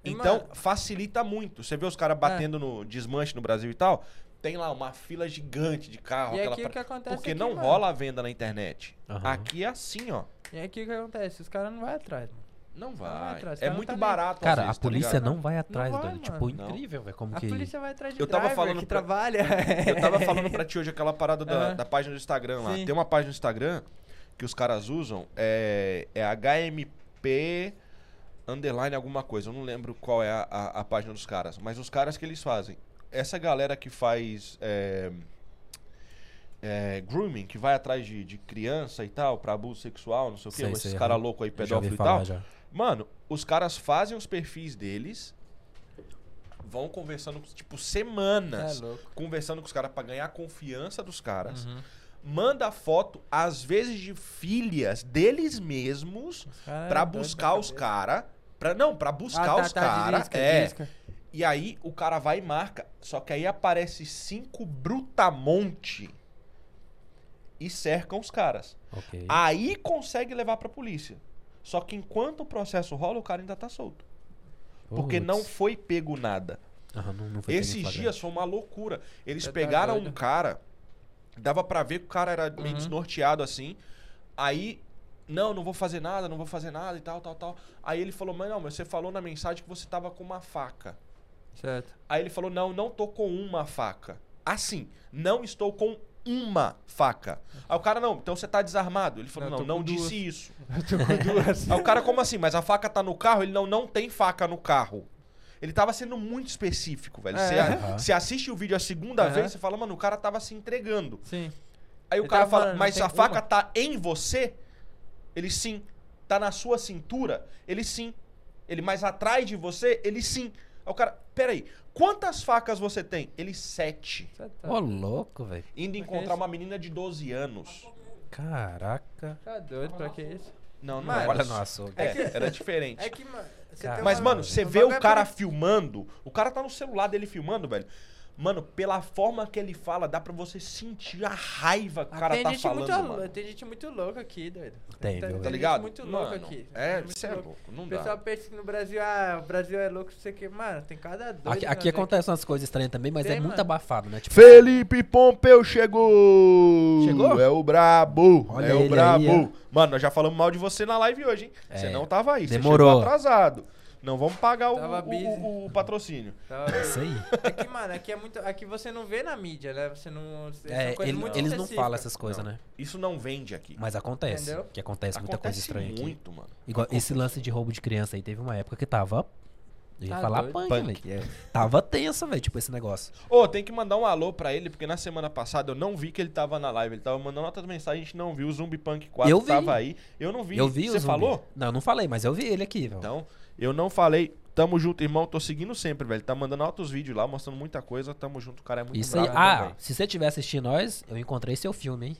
Speaker 2: E,
Speaker 3: Então,
Speaker 2: mano-
Speaker 3: facilita muito. Você vê os
Speaker 2: É.
Speaker 3: caras batendo no desmanche no Brasil e tal. Tem lá uma fila gigante de carro.
Speaker 2: E
Speaker 3: aquela
Speaker 2: aqui o
Speaker 3: par-
Speaker 2: que acontece
Speaker 3: Porque
Speaker 2: aqui,
Speaker 3: não
Speaker 2: mano.
Speaker 3: rola a venda na internet.
Speaker 1: Aham.
Speaker 3: Aqui é assim, ó.
Speaker 2: E aqui o que acontece? Os caras não vão atrás, mano.
Speaker 3: Não
Speaker 2: vai
Speaker 3: vai.
Speaker 2: atrás,
Speaker 3: é
Speaker 2: cara, não
Speaker 3: muito
Speaker 2: tá nem-
Speaker 3: barato. às
Speaker 1: Cara,
Speaker 3: vezes,
Speaker 1: a
Speaker 3: tá
Speaker 1: polícia
Speaker 3: ligado?
Speaker 1: não vai atrás,
Speaker 2: vai,
Speaker 1: doido.
Speaker 2: mano.
Speaker 1: Tipo,
Speaker 3: Não.
Speaker 1: incrível, velho. Como
Speaker 2: A
Speaker 1: que.
Speaker 2: polícia vai atrás de
Speaker 3: Eu tava
Speaker 2: driver
Speaker 3: falando
Speaker 2: que
Speaker 3: pra-
Speaker 2: trabalha.
Speaker 3: Eu tava falando pra ti hoje aquela parada da,
Speaker 2: Ah.
Speaker 3: da página do Instagram lá.
Speaker 2: Sim.
Speaker 3: Tem uma página do Instagram que os caras usam, é, é HMP underline alguma coisa. Eu não lembro qual é a, a- a página dos caras. Mas os caras que eles fazem. Essa galera que faz é, é, grooming, que vai atrás de, de criança e tal, pra abuso sexual, não sei o quê.
Speaker 1: Sei,
Speaker 3: esses
Speaker 1: sei,
Speaker 3: caras
Speaker 1: aham.
Speaker 3: loucos aí,
Speaker 1: Já ouvi
Speaker 3: pedófilo e
Speaker 1: falar,
Speaker 3: tal.
Speaker 1: já.
Speaker 3: Mano, os caras fazem os perfis deles, vão conversando, tipo, semanas
Speaker 2: É louco.
Speaker 3: conversando com os caras pra ganhar a confiança dos caras.
Speaker 2: Uhum.
Speaker 3: Manda foto, às vezes, de filhas deles mesmos
Speaker 2: Os caras
Speaker 3: pra
Speaker 2: é doido
Speaker 3: buscar
Speaker 2: da
Speaker 3: os
Speaker 2: cabeça.
Speaker 3: caras. Pra, não, pra buscar
Speaker 2: Ah, tá,
Speaker 3: os
Speaker 2: tá,
Speaker 3: caras.
Speaker 2: disca,
Speaker 3: É.
Speaker 2: disca.
Speaker 3: E aí o cara vai e marca. Só que aí aparece cinco brutamonte e cercam os caras.
Speaker 1: Ok.
Speaker 3: Aí consegue levar pra polícia. Só que enquanto o processo rola, o cara ainda tá solto. Porque
Speaker 1: Putz.
Speaker 3: não foi pego nada.
Speaker 1: Aham, não, não foi pego em
Speaker 3: Esses
Speaker 1: flagrante.
Speaker 3: dias foi uma loucura. Eles
Speaker 2: Você tá
Speaker 3: pegaram
Speaker 2: doido?
Speaker 3: um cara, dava pra ver que o cara era meio
Speaker 2: Uhum.
Speaker 3: desnorteado assim. Aí, não, não vou fazer nada, não vou fazer nada e tal, tal, tal. Aí ele falou, mas não, mas você falou na mensagem que você tava com uma faca.
Speaker 2: Certo.
Speaker 3: Aí ele falou, não, não tô com uma faca. Assim, não estou com uma faca. Aí o cara, não, então você tá desarmado. Ele falou,
Speaker 2: Não,
Speaker 3: não,
Speaker 2: tô
Speaker 3: não,
Speaker 2: com
Speaker 3: disse
Speaker 2: duas.
Speaker 3: isso.
Speaker 2: Eu tô com duas.
Speaker 3: Aí o cara, como assim? Mas a faca tá no carro? Ele não, não tem faca no carro. Ele tava sendo muito específico, velho. Você
Speaker 2: É.
Speaker 1: Aham.
Speaker 3: você assiste o vídeo a segunda
Speaker 2: Aham.
Speaker 3: vez, você fala, mano, o cara tava se entregando.
Speaker 2: Sim.
Speaker 3: Aí o
Speaker 2: Ele
Speaker 3: cara
Speaker 2: tava
Speaker 3: fala,
Speaker 2: falando,
Speaker 3: mas
Speaker 2: tem
Speaker 3: a faca
Speaker 2: uma?
Speaker 3: tá em você? Ele sim. Tá na sua cintura? Ele sim. Ele mais atrás de você? Ele sim. Aí o cara, peraí, quantas facas você tem? Ele, sete.
Speaker 2: Você tá,
Speaker 1: Ô, louco, velho.
Speaker 2: Mas que
Speaker 3: Indo encontrar
Speaker 2: isso?
Speaker 3: uma menina de 12 anos.
Speaker 1: Caraca.
Speaker 2: tá doido pra que isso?
Speaker 3: Não, não
Speaker 1: Mano,
Speaker 3: era.
Speaker 1: olha no açougue.
Speaker 3: É, era diferente.
Speaker 2: É que, mano. você
Speaker 1: Cara.
Speaker 2: tem
Speaker 3: Mas,
Speaker 2: uma-
Speaker 3: mano, você
Speaker 2: um
Speaker 3: vê o
Speaker 2: bagulho
Speaker 3: cara
Speaker 2: é pra-
Speaker 3: filmando, o cara tá no celular dele filmando, velho. Mano, pela forma que ele fala, dá pra você sentir a raiva que o
Speaker 2: Ah,
Speaker 3: cara
Speaker 2: tem
Speaker 3: tá
Speaker 2: gente
Speaker 3: falando,
Speaker 2: muito
Speaker 3: mano.
Speaker 2: lou- Tem gente muito louca aqui, doido.
Speaker 1: Tem, viu,
Speaker 3: Tá
Speaker 1: velho?
Speaker 3: ligado?
Speaker 2: Tem gente muito
Speaker 3: mano,
Speaker 2: louca aqui.
Speaker 3: É,
Speaker 2: Muito
Speaker 3: você é
Speaker 2: louca.
Speaker 3: louco, não
Speaker 2: O
Speaker 3: dá.
Speaker 2: pessoal pensa que no Brasil, ah, o Brasil é louco, você que. Mano, né? tem cada doido.
Speaker 1: Aqui,
Speaker 2: que
Speaker 1: aqui
Speaker 2: nós
Speaker 1: acontecem umas coisas estranhas também, mas
Speaker 2: Tem,
Speaker 1: é muito
Speaker 2: mano.
Speaker 1: abafado, né? Tipo,
Speaker 3: Felipe Pompeu chegou!
Speaker 1: Chegou?
Speaker 3: É o brabo!
Speaker 1: Olha
Speaker 3: é
Speaker 1: ele
Speaker 3: o
Speaker 1: aí,
Speaker 3: brabo!
Speaker 1: ó.
Speaker 3: Mano, nós já falamos mal de você na live hoje, hein? Você
Speaker 1: É,
Speaker 3: não tava aí,
Speaker 1: demorou.
Speaker 3: você chegou atrasado. Não vamos pagar o,
Speaker 2: Tava
Speaker 3: o-
Speaker 2: busy.
Speaker 3: o- o patrocínio.
Speaker 2: Tá,
Speaker 1: é isso aí.
Speaker 2: Aqui, mano, aqui é muito. Aqui você não vê na mídia, né? Você não.
Speaker 1: É,
Speaker 2: são coisas
Speaker 1: ele-
Speaker 2: muito
Speaker 1: eles não
Speaker 2: específicas.
Speaker 1: falam essas coisas,
Speaker 3: Não.
Speaker 1: né?
Speaker 3: Isso não vende aqui.
Speaker 1: Mas acontece.
Speaker 2: Entendeu?
Speaker 1: Que acontece muita coisa estranha aqui.
Speaker 3: muito, mano.
Speaker 1: Igual esse lance de roubo de criança aí, teve uma época que tava. Eu ia
Speaker 2: Tá
Speaker 1: falar
Speaker 2: doido.
Speaker 1: punk,
Speaker 3: Punk.
Speaker 1: velho. É, Tava tenso, velho, tipo, esse negócio.
Speaker 3: Ô, tem que mandar um alô pra ele, porque na semana passada eu não vi que ele tava na live. Ele tava mandando outras mensagens, a gente não viu. O Zumbi Punk 4
Speaker 1: Eu vi.
Speaker 3: tava aí. Eu não vi.
Speaker 1: Eu vi
Speaker 3: Você
Speaker 1: o zumbi.
Speaker 3: falou?
Speaker 1: Não, eu não falei, mas eu vi ele aqui, velho.
Speaker 3: Então, eu não falei. Tamo junto, irmão. Tô seguindo sempre, velho. Tá mandando altos vídeos lá, mostrando muita coisa. Tamo junto, o cara é muito
Speaker 1: Isso aí.
Speaker 3: bravo
Speaker 1: Ah,
Speaker 3: também.
Speaker 1: se você tiver assistindo nós, eu encontrei seu filme, hein?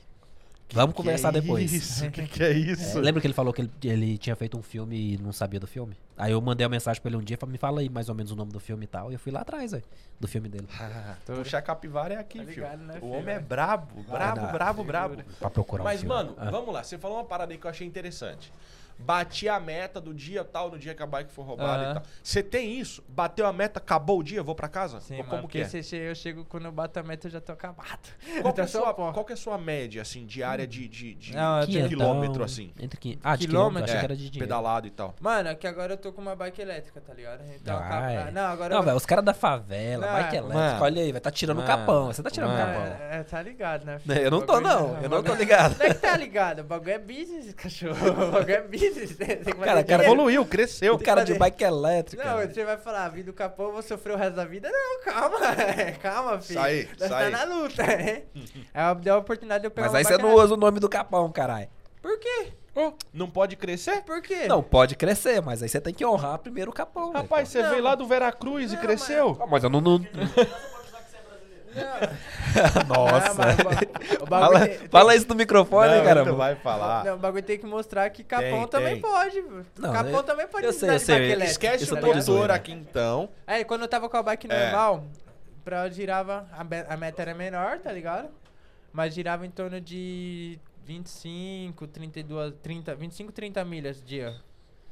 Speaker 1: Vamos
Speaker 3: Que
Speaker 1: conversar
Speaker 3: que é
Speaker 1: depois.
Speaker 3: Isso, que que é isso?
Speaker 1: É, lembra que ele falou que ele, ele tinha feito um filme e não sabia do filme? Aí eu mandei uma mensagem pra ele um dia, falei, me fala aí mais ou menos o nome do filme e tal. E eu fui lá atrás, velho, do filme dele.
Speaker 3: Ah, Puxar capivara é aqui,
Speaker 2: Tá
Speaker 3: filho.
Speaker 2: ligado, né,
Speaker 3: o
Speaker 2: filho?
Speaker 3: homem é brabo, brabo,
Speaker 1: dá.
Speaker 3: brabo, brabo.
Speaker 1: Pra procurar o
Speaker 3: Mas,
Speaker 1: filme.
Speaker 3: mano,
Speaker 1: Ah.
Speaker 3: vamos lá. Você falou uma parada aí que eu achei interessante. Bati a meta do dia tal, no dia que a bike foi roubada e
Speaker 2: Aham.
Speaker 3: tal. Você tem isso? Bateu a meta, acabou o dia, vou pra casa?
Speaker 2: Sim,
Speaker 3: Ou
Speaker 2: mano,
Speaker 3: como que é?
Speaker 2: porque se eu chego quando eu bato a meta, eu já tô acabado.
Speaker 3: Qual, que
Speaker 2: Tá
Speaker 3: é a sua,
Speaker 2: só pó.
Speaker 3: qual que é a sua média, assim, diária de, de, de
Speaker 2: Não, eu tenho-
Speaker 3: quilômetro, assim?
Speaker 1: Ah, Entre quin... Ah, de quilômetro?
Speaker 2: Quilômetro?
Speaker 1: Achei
Speaker 3: É,
Speaker 1: que era de dinheiro.
Speaker 3: pedalado e tal.
Speaker 2: Mano, é que agora eu tô com uma bike elétrica, tá ligado? Então
Speaker 1: Ah,
Speaker 2: acaba-
Speaker 1: é.
Speaker 2: ah, Não, agora
Speaker 1: Não,
Speaker 2: eu.
Speaker 1: velho, os caras da favela,
Speaker 2: Não,
Speaker 1: bike elétrica,
Speaker 3: mano.
Speaker 1: olha aí, vai tá tirando o
Speaker 3: Mano,
Speaker 1: capão. Você tá tirando o
Speaker 3: mano.
Speaker 1: capão.
Speaker 2: É, é, tá ligado, né?
Speaker 1: Né, eu não
Speaker 2: O
Speaker 1: tô,
Speaker 2: bagulho-
Speaker 1: não. Eu não tô
Speaker 2: bagulho-
Speaker 1: ligado.
Speaker 2: Não é que tá ligado, o bagulho é business, cachorro. O bagulho é business. Tem que fazer
Speaker 1: Cara, cara,
Speaker 2: dinheiro.
Speaker 3: Evoluiu, cresceu.
Speaker 1: O cara de
Speaker 2: fazer-
Speaker 1: bike elétrica.
Speaker 2: Não,
Speaker 1: velho.
Speaker 2: você vai falar, a vida do capão, eu vou sofrer o resto da vida? Não, calma, calma, filho.
Speaker 3: Sai,
Speaker 2: Nós
Speaker 3: sai.
Speaker 2: tá na luta, hein? Aí deu a oportunidade de eu pegar
Speaker 1: Mas
Speaker 2: uma
Speaker 1: aí você é
Speaker 2: bike
Speaker 1: não usa o nome do capão, caralho.
Speaker 2: Por quê?
Speaker 3: Não pode crescer?
Speaker 2: Por quê?
Speaker 1: Não, pode crescer, mas aí você tem que honrar primeiro o capão. velho,
Speaker 3: Rapaz,
Speaker 1: pô.
Speaker 3: você
Speaker 2: Não,
Speaker 3: veio lá do Veracruz e
Speaker 2: Não,
Speaker 3: cresceu?
Speaker 1: Ah, mas eu não. não-
Speaker 2: Não. Ah,
Speaker 1: Nossa.
Speaker 2: mas o ba- o bagulho
Speaker 1: Fala,
Speaker 2: tem- então
Speaker 1: fala isso no microfone,
Speaker 3: Não,
Speaker 1: né,
Speaker 3: não
Speaker 1: caramba.
Speaker 3: vai falar.
Speaker 2: Não, o bagulho tem que mostrar que Capão
Speaker 3: Tem,
Speaker 2: também
Speaker 3: tem.
Speaker 2: pode. pô.
Speaker 1: Não,
Speaker 2: capão
Speaker 1: eu-
Speaker 2: também pode
Speaker 1: eu
Speaker 2: andar
Speaker 1: sei,
Speaker 2: de Tá
Speaker 1: eu sei,
Speaker 2: bike
Speaker 1: eu-
Speaker 2: elétrica,
Speaker 3: Esquece
Speaker 1: Isso
Speaker 3: o
Speaker 1: daí é
Speaker 3: motor
Speaker 1: zoeira.
Speaker 3: aqui então.
Speaker 2: Aí, quando eu tava com a bike
Speaker 3: É.
Speaker 2: normal, pra eu girava, a, be- a meta era menor, tá ligado? Mas girava em torno de 25, 32, 30, 25, 30 milhas dia.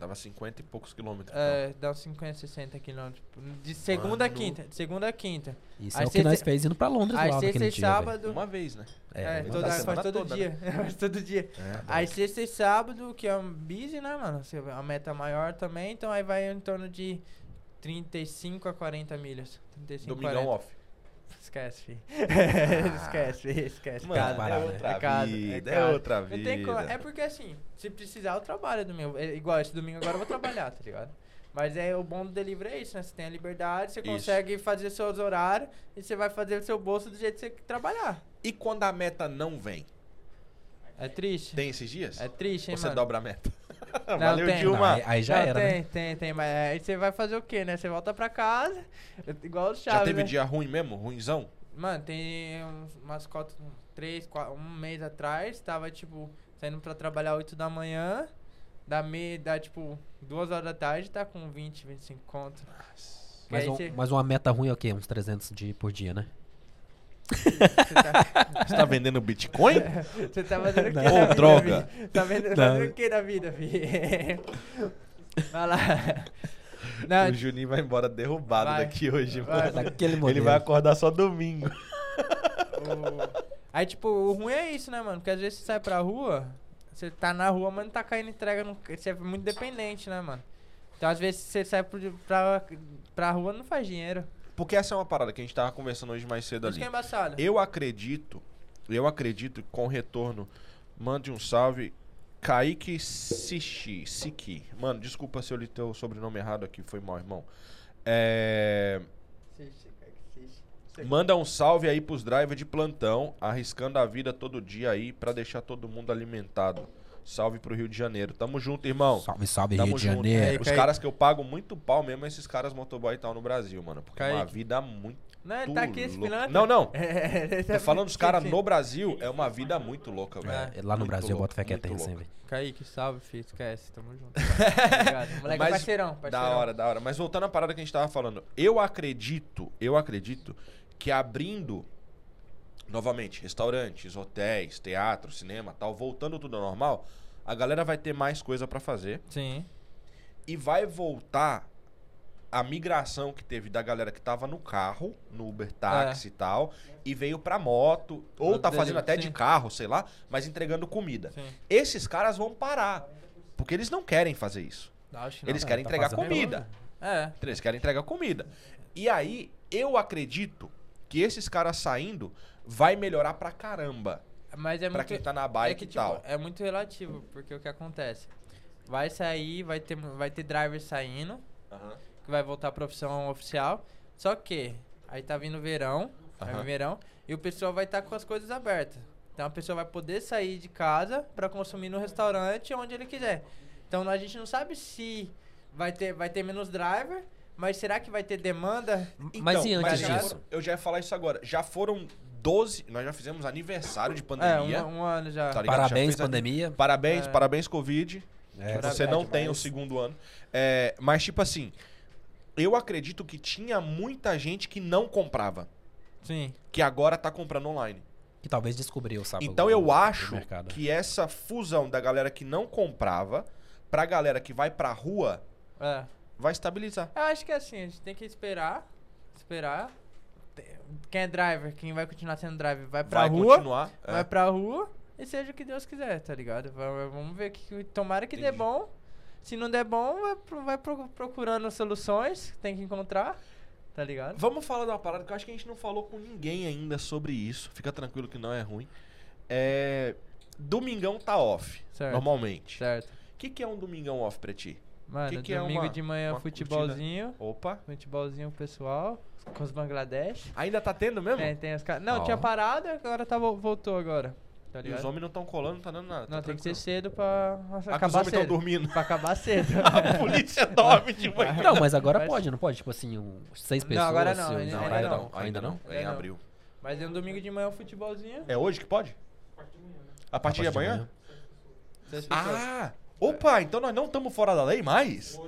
Speaker 3: Dava 50 e poucos quilômetros. então.
Speaker 2: É, dá uns 50, 60 quilômetros. De segunda a
Speaker 3: Mano.
Speaker 2: quinta, de segunda a quinta.
Speaker 1: Isso
Speaker 2: Aí
Speaker 1: é o que
Speaker 2: sexta-
Speaker 1: nós fez indo pra Londres
Speaker 2: Aí
Speaker 1: lá
Speaker 2: sexta
Speaker 1: naquele
Speaker 2: e
Speaker 1: dia. então velho.
Speaker 2: sábado...
Speaker 3: Uma vez, né?
Speaker 2: É,
Speaker 1: uma
Speaker 2: toda,
Speaker 1: vez.
Speaker 2: faz
Speaker 3: semana
Speaker 2: todo
Speaker 3: toda, né? Então.
Speaker 2: dia. faz todo dia.
Speaker 1: É.
Speaker 3: É.
Speaker 1: Ah,
Speaker 2: Aí sexta e sábado, que é um busy, né, mano? Você- A meta maior também, então aí vai em torno de 35 a 40 milhas. 35
Speaker 3: Domingão
Speaker 2: 40.
Speaker 3: off.
Speaker 2: Esquece, fi. esquece, fi. esquece.
Speaker 1: Mano,
Speaker 2: cara.
Speaker 1: é parar, né?
Speaker 3: outra
Speaker 2: É casa, é
Speaker 3: vida, é
Speaker 2: casa.
Speaker 3: outra
Speaker 2: Não tem como. É
Speaker 3: vida.
Speaker 2: porque assim, se precisar, eu trabalho domingo. É igual esse domingo agora eu vou trabalhar, tá ligado? Mas é, o bom do delivery é isso, né? Você tem a liberdade, você
Speaker 3: Isso.
Speaker 2: consegue fazer seus horários e você vai fazer o seu bolso do jeito que você trabalhar.
Speaker 3: E quando a meta não vem?
Speaker 2: É triste?
Speaker 3: Tem esses dias?
Speaker 2: É triste, hein,
Speaker 3: Ou você
Speaker 2: mano?
Speaker 3: dobra a meta?
Speaker 2: Não,
Speaker 3: Valeu,
Speaker 2: tem.
Speaker 1: Não,
Speaker 3: Dilma.
Speaker 1: aí, aí já
Speaker 2: Não,
Speaker 1: era,
Speaker 2: tem,
Speaker 1: né?
Speaker 2: Tem, tem, mas aí você vai fazer o quê, né? Você volta pra casa, igual o Chaves,
Speaker 3: Já teve
Speaker 2: né?
Speaker 3: dia ruim mesmo? Ruinzão?
Speaker 2: Mano, tem uns- umas cotas, um- três, quatro, um mês atrás, tava, tipo, saindo pra trabalhar 8 da manhã, da, me, da tipo, duas horas da tarde, tá com 20, 25 conto. Que
Speaker 1: Mas,
Speaker 2: aí
Speaker 1: um-
Speaker 2: você-
Speaker 1: mas uma meta ruim é o quê? Uns 300 de, por dia, né?
Speaker 2: você tá-
Speaker 3: Você tá vendendo Bitcoin?
Speaker 2: Você tá fazendo o que
Speaker 3: Não.
Speaker 2: na
Speaker 3: Ô,
Speaker 2: vida,
Speaker 3: droga.
Speaker 2: fi? Tá vendo,
Speaker 1: Não.
Speaker 2: fazendo o que na vida, fi? Vai lá.
Speaker 1: É.
Speaker 2: Não,
Speaker 3: O Juninho vai embora derrubado
Speaker 2: Vai.
Speaker 3: daqui hoje,
Speaker 2: Vai.
Speaker 3: mano.
Speaker 1: Daquele
Speaker 3: Ele
Speaker 1: modelo.
Speaker 3: vai acordar só domingo.
Speaker 2: O- Aí, tipo, o ruim é isso, né, mano? Porque às vezes você sai pra rua, você tá na rua, mas não tá caindo entrega. Não... Você é muito dependente, né, mano? Então, às vezes, você sai pro- pra, pra rua não faz dinheiro.
Speaker 3: Porque essa é uma parada que a gente tava conversando hoje mais cedo
Speaker 2: Isso
Speaker 3: ali.
Speaker 2: que é embaçado.
Speaker 3: Eu acredito, eu acredito que com o retorno, mande um salve, Kaique Sichi, Siki. Mano, desculpa se eu li teu sobrenome errado aqui, foi mal, irmão. É, Manda um salve aí pros drivers de plantão, arriscando a vida todo dia aí pra deixar todo mundo alimentado. Salve pro Rio de Janeiro. Tamo junto, irmão.
Speaker 1: Salve, salve,
Speaker 3: Tamo
Speaker 1: Rio de
Speaker 3: junto.
Speaker 1: Janeiro.
Speaker 3: Os
Speaker 2: Caí-
Speaker 3: caras que eu pago muito pau mesmo, esses caras motoboy e tal no Brasil, mano. Porque é uma
Speaker 2: Kaique.
Speaker 3: vida muito.
Speaker 2: Não, ele tá aqui, esse
Speaker 3: louca.
Speaker 2: pilantra.
Speaker 3: Não, não.
Speaker 2: É, ele tá-
Speaker 3: Tô falando dos
Speaker 2: sim,
Speaker 3: caras
Speaker 2: sim.
Speaker 3: no Brasil, é uma vida muito louca,
Speaker 2: né? É,
Speaker 3: velho.
Speaker 1: Lá no
Speaker 3: Muito
Speaker 1: Brasil, eu
Speaker 3: louca,
Speaker 1: boto fé que é
Speaker 3: muito
Speaker 1: terra sem
Speaker 3: louca.
Speaker 1: ver.
Speaker 2: Kaique, salve, filho. Esquece, tamo junto. Obrigado. Moleque, é
Speaker 3: Mas-
Speaker 2: parceirão, parceirão.
Speaker 3: Da hora, da hora. Mas voltando à parada que a gente tava falando, eu acredito, eu acredito que abrindo novamente restaurantes, hotéis, teatro, cinema, tal, voltando tudo ao normal, a galera vai ter mais coisa pra fazer
Speaker 2: Sim.
Speaker 3: e vai voltar a migração que teve da galera que tava no carro, no Uber
Speaker 2: É.
Speaker 3: táxi e tal, e veio pra moto, ou
Speaker 2: No
Speaker 3: tá fazendo
Speaker 2: delivery,
Speaker 3: até de
Speaker 2: sim.
Speaker 3: carro, sei lá, mas entregando comida.
Speaker 2: Sim.
Speaker 3: Esses caras vão parar, porque eles não querem fazer isso.
Speaker 2: Acho que não.
Speaker 3: Eles
Speaker 1: é,
Speaker 3: querem
Speaker 1: tá
Speaker 3: entregar
Speaker 1: fazendo
Speaker 3: comida.
Speaker 2: É.
Speaker 3: Eles querem entregar comida. E aí, eu acredito que esses caras saindo vai melhorar pra caramba.
Speaker 2: Mas é
Speaker 3: pra
Speaker 2: muito...
Speaker 3: quem tá na
Speaker 2: é
Speaker 3: bike
Speaker 2: que,
Speaker 3: e
Speaker 2: tipo,
Speaker 3: tal.
Speaker 2: é muito relativo, porque o que acontece? Vai sair, vai ter, vai ter driver saindo,
Speaker 3: Aham.
Speaker 2: que vai voltar à profissão oficial. Só que aí tá vindo verão, vai
Speaker 3: Aham.
Speaker 2: vir verão, e o pessoal vai estar com as coisas abertas. Então a pessoa vai poder sair de casa pra consumir no restaurante onde ele quiser. Então a gente não sabe se vai ter, vai ter menos driver, mas será que vai ter demanda?
Speaker 1: Mas e antes
Speaker 3: Então, já
Speaker 1: disso?
Speaker 3: foram- eu já ia falar isso agora. Já foram 12. Nós já fizemos aniversário de pandemia.
Speaker 2: É, um, um ano já.
Speaker 3: tá ligado? Já
Speaker 1: Parabéns,
Speaker 3: fez ani-
Speaker 1: pandemia.
Speaker 3: Parabéns,
Speaker 2: É.
Speaker 3: parabéns, Covid.
Speaker 1: É,
Speaker 2: Parabéns,
Speaker 3: Você não
Speaker 2: demais.
Speaker 3: tem o segundo ano. É, mas, tipo assim, eu acredito que tinha muita gente que não comprava,
Speaker 2: Sim.
Speaker 3: que agora tá comprando online.
Speaker 1: que talvez descobriu, sabe?
Speaker 3: Então eu acho
Speaker 1: Tá mercado.
Speaker 3: que essa fusão da galera que não comprava pra galera que vai pra rua
Speaker 2: É.
Speaker 3: vai estabilizar.
Speaker 2: Eu acho que é assim, a gente tem que esperar. Esperar. Te- Quem é driver, quem vai continuar sendo driver, vai pra
Speaker 3: vai
Speaker 2: rua.
Speaker 3: continuar. é.
Speaker 2: Vai pra rua e seja o que Deus quiser, tá ligado? Va- va- Vamos ver que- que. Tomara que dê
Speaker 3: Entendi.
Speaker 2: bom. Se não der bom, vai, pro- vai pro- procurando soluções que tem que encontrar, tá ligado?
Speaker 3: Vamos falar de uma parada que eu acho que a gente não falou com ninguém ainda sobre isso. Fica tranquilo que não é ruim. É, Domingão tá off,
Speaker 2: Certo.
Speaker 3: normalmente.
Speaker 2: Certo.
Speaker 3: O que, que é um domingão off pra ti?
Speaker 2: Mano,
Speaker 3: Que que é
Speaker 2: domingo
Speaker 3: uma-
Speaker 2: de manhã,
Speaker 3: uma
Speaker 2: futebolzinho.
Speaker 3: Opa.
Speaker 2: Futebolzinho com o pessoal, com os Bangladesh.
Speaker 3: Ainda tá tendo mesmo?
Speaker 2: Tem, tem os caras. Não,
Speaker 1: Ó.
Speaker 2: tinha parado, agora tá, vo- voltou agora. Tá
Speaker 3: E os
Speaker 2: ligado?
Speaker 3: homens não estão colando, não tá dando nada.
Speaker 2: Não,
Speaker 3: tá
Speaker 2: tem que ser
Speaker 3: tranquilo.
Speaker 2: cedo pra
Speaker 3: Ah, que os
Speaker 2: acabar
Speaker 3: homens estão
Speaker 2: cedo.
Speaker 3: dormindo. Ah,
Speaker 2: Pra acabar cedo.
Speaker 3: A polícia dorme de manhã.
Speaker 1: Não, mas agora
Speaker 2: Mas-
Speaker 1: pode, não pode? Tipo assim, um- seis
Speaker 2: Não,
Speaker 1: pessoas.
Speaker 2: agora não,
Speaker 1: se-
Speaker 2: ainda
Speaker 1: não,
Speaker 2: ainda
Speaker 1: não. Ainda não?
Speaker 3: É em
Speaker 2: Ainda não.
Speaker 3: abril.
Speaker 2: Mas é um domingo de manhã, um futebolzinho.
Speaker 3: É hoje que pode? A partir de amanhã?
Speaker 2: Seis pessoas.
Speaker 3: Ah! Opa, então nós não estamos fora da lei mais?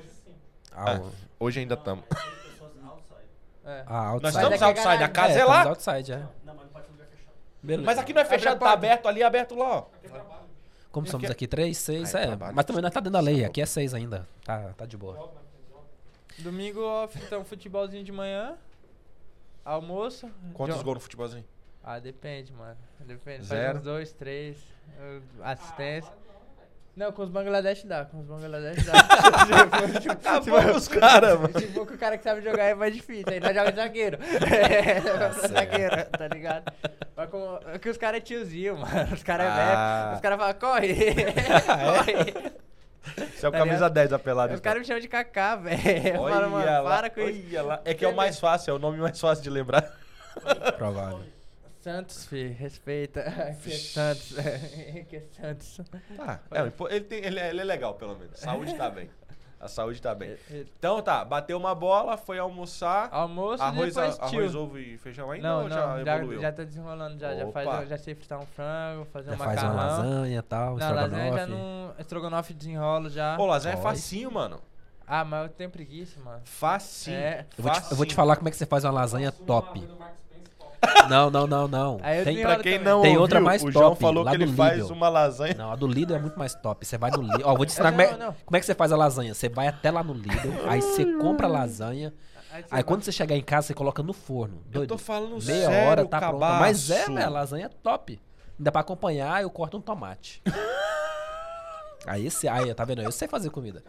Speaker 1: Ah,
Speaker 3: Ah, hoje ainda estamos.
Speaker 2: É.
Speaker 1: ah, outside.
Speaker 3: Nós
Speaker 2: Mas
Speaker 3: estamos
Speaker 2: é que a
Speaker 3: outside, a
Speaker 2: galera-
Speaker 3: casa é,
Speaker 1: estamos
Speaker 3: lá.
Speaker 1: outside, é.
Speaker 4: Não, mas não pode ser um lugar fechado.
Speaker 1: Beleza.
Speaker 3: Mas aqui não é fechado,
Speaker 2: a
Speaker 3: tá aberto ali, aberto lá, ó.
Speaker 1: Como somos aqui três, seis,
Speaker 3: Ai,
Speaker 1: é.
Speaker 3: trabalho.
Speaker 1: Mas também não tá dentro da lei, aqui é seis ainda. Tá, tá de boa.
Speaker 2: Domingo off, então futebolzinho de manhã. Almoço.
Speaker 3: Quantos
Speaker 2: jo-
Speaker 3: gols no futebolzinho?
Speaker 2: Ah, depende, mano. Depende.
Speaker 3: Zero.
Speaker 2: Faz uns dois, três. uh, Assistência. Não, com os Bangladesh dá. Com os Bangladesh dá.
Speaker 3: Tipo, Acabou os caras, mano.
Speaker 2: Tipo, que o cara que sabe jogar é mais difícil. Aí nós joga de zagueiro.
Speaker 3: É,
Speaker 1: certo.
Speaker 2: zagueiro, tá ligado? Mas como, é que os caras é tiozinho, mano. Os caras é
Speaker 3: Ah.
Speaker 2: velho. Os caras falam, corre! corre!
Speaker 3: Você é o
Speaker 2: Tá
Speaker 3: camisa
Speaker 2: ligado?
Speaker 3: 10 apelado.
Speaker 2: Os caras me chamam de Kaká, velho. Eu falo, mano, para com isso.
Speaker 3: É que é o mais fácil, é o nome mais fácil de lembrar.
Speaker 1: Provável.
Speaker 2: Santos, fi, respeita. Que é Santos. que é Santos.
Speaker 3: Tá, é, o impo- ele, tem- ele é, ele é legal, pelo menos. Saúde tá bem. A saúde tá bem.
Speaker 2: É, é.
Speaker 3: Então tá, bateu uma bola, foi almoçar.
Speaker 2: Almoço
Speaker 3: Arroz,
Speaker 2: e depois
Speaker 3: a-
Speaker 2: tio.
Speaker 3: arroz, ovo e feijão ainda
Speaker 2: não,
Speaker 3: ou
Speaker 2: não,
Speaker 3: já
Speaker 2: já,
Speaker 3: evoluiu?
Speaker 2: já tá desenrolando já. Já,
Speaker 3: Opa.
Speaker 2: faz, já sei fritar um frango, fazer
Speaker 1: Já
Speaker 2: um
Speaker 1: faz uma
Speaker 2: macarrão.
Speaker 1: lasanha e tal,
Speaker 2: não, lasanha já
Speaker 1: estrogonofe.
Speaker 2: não. Estrogonofe desenrolo já.
Speaker 3: Pô, lasanha é
Speaker 1: Olha.
Speaker 3: facinho, mano.
Speaker 2: Ah, mas eu tenho preguiça, mano.
Speaker 3: Facinho.
Speaker 2: É.
Speaker 1: Eu vou, te, eu vou te
Speaker 3: facinho.
Speaker 1: falar como é que você faz uma lasanha top. Não, não, não, não.
Speaker 2: Aí eu
Speaker 1: Tem,
Speaker 2: tenho-
Speaker 3: Pra quem
Speaker 2: Tem
Speaker 3: não ouviu,
Speaker 1: outra mais top,
Speaker 3: o João falou
Speaker 1: lá
Speaker 3: que
Speaker 1: do
Speaker 3: ele faz
Speaker 1: Lidl.
Speaker 3: uma lasanha.
Speaker 1: Não, a do Lidl é muito mais top. Você vai no Lidl. Ó, vou te ensinar
Speaker 2: Não,
Speaker 1: como é,
Speaker 2: não.
Speaker 1: como é que você faz a lasanha. Você vai até lá no Lidl, aí você compra a lasanha.
Speaker 2: você
Speaker 1: Aí
Speaker 2: vai-
Speaker 1: quando você chegar em casa, você coloca no forno.
Speaker 3: Eu
Speaker 1: Doido.
Speaker 3: tô falando
Speaker 1: Meia
Speaker 3: sério,
Speaker 1: hora tá pronta. Mas é,
Speaker 3: cabaço.
Speaker 1: né? A lasanha é top. Ainda pra acompanhar, eu corto um tomate. aí você. Aí, tá vendo? Eu sei fazer comida.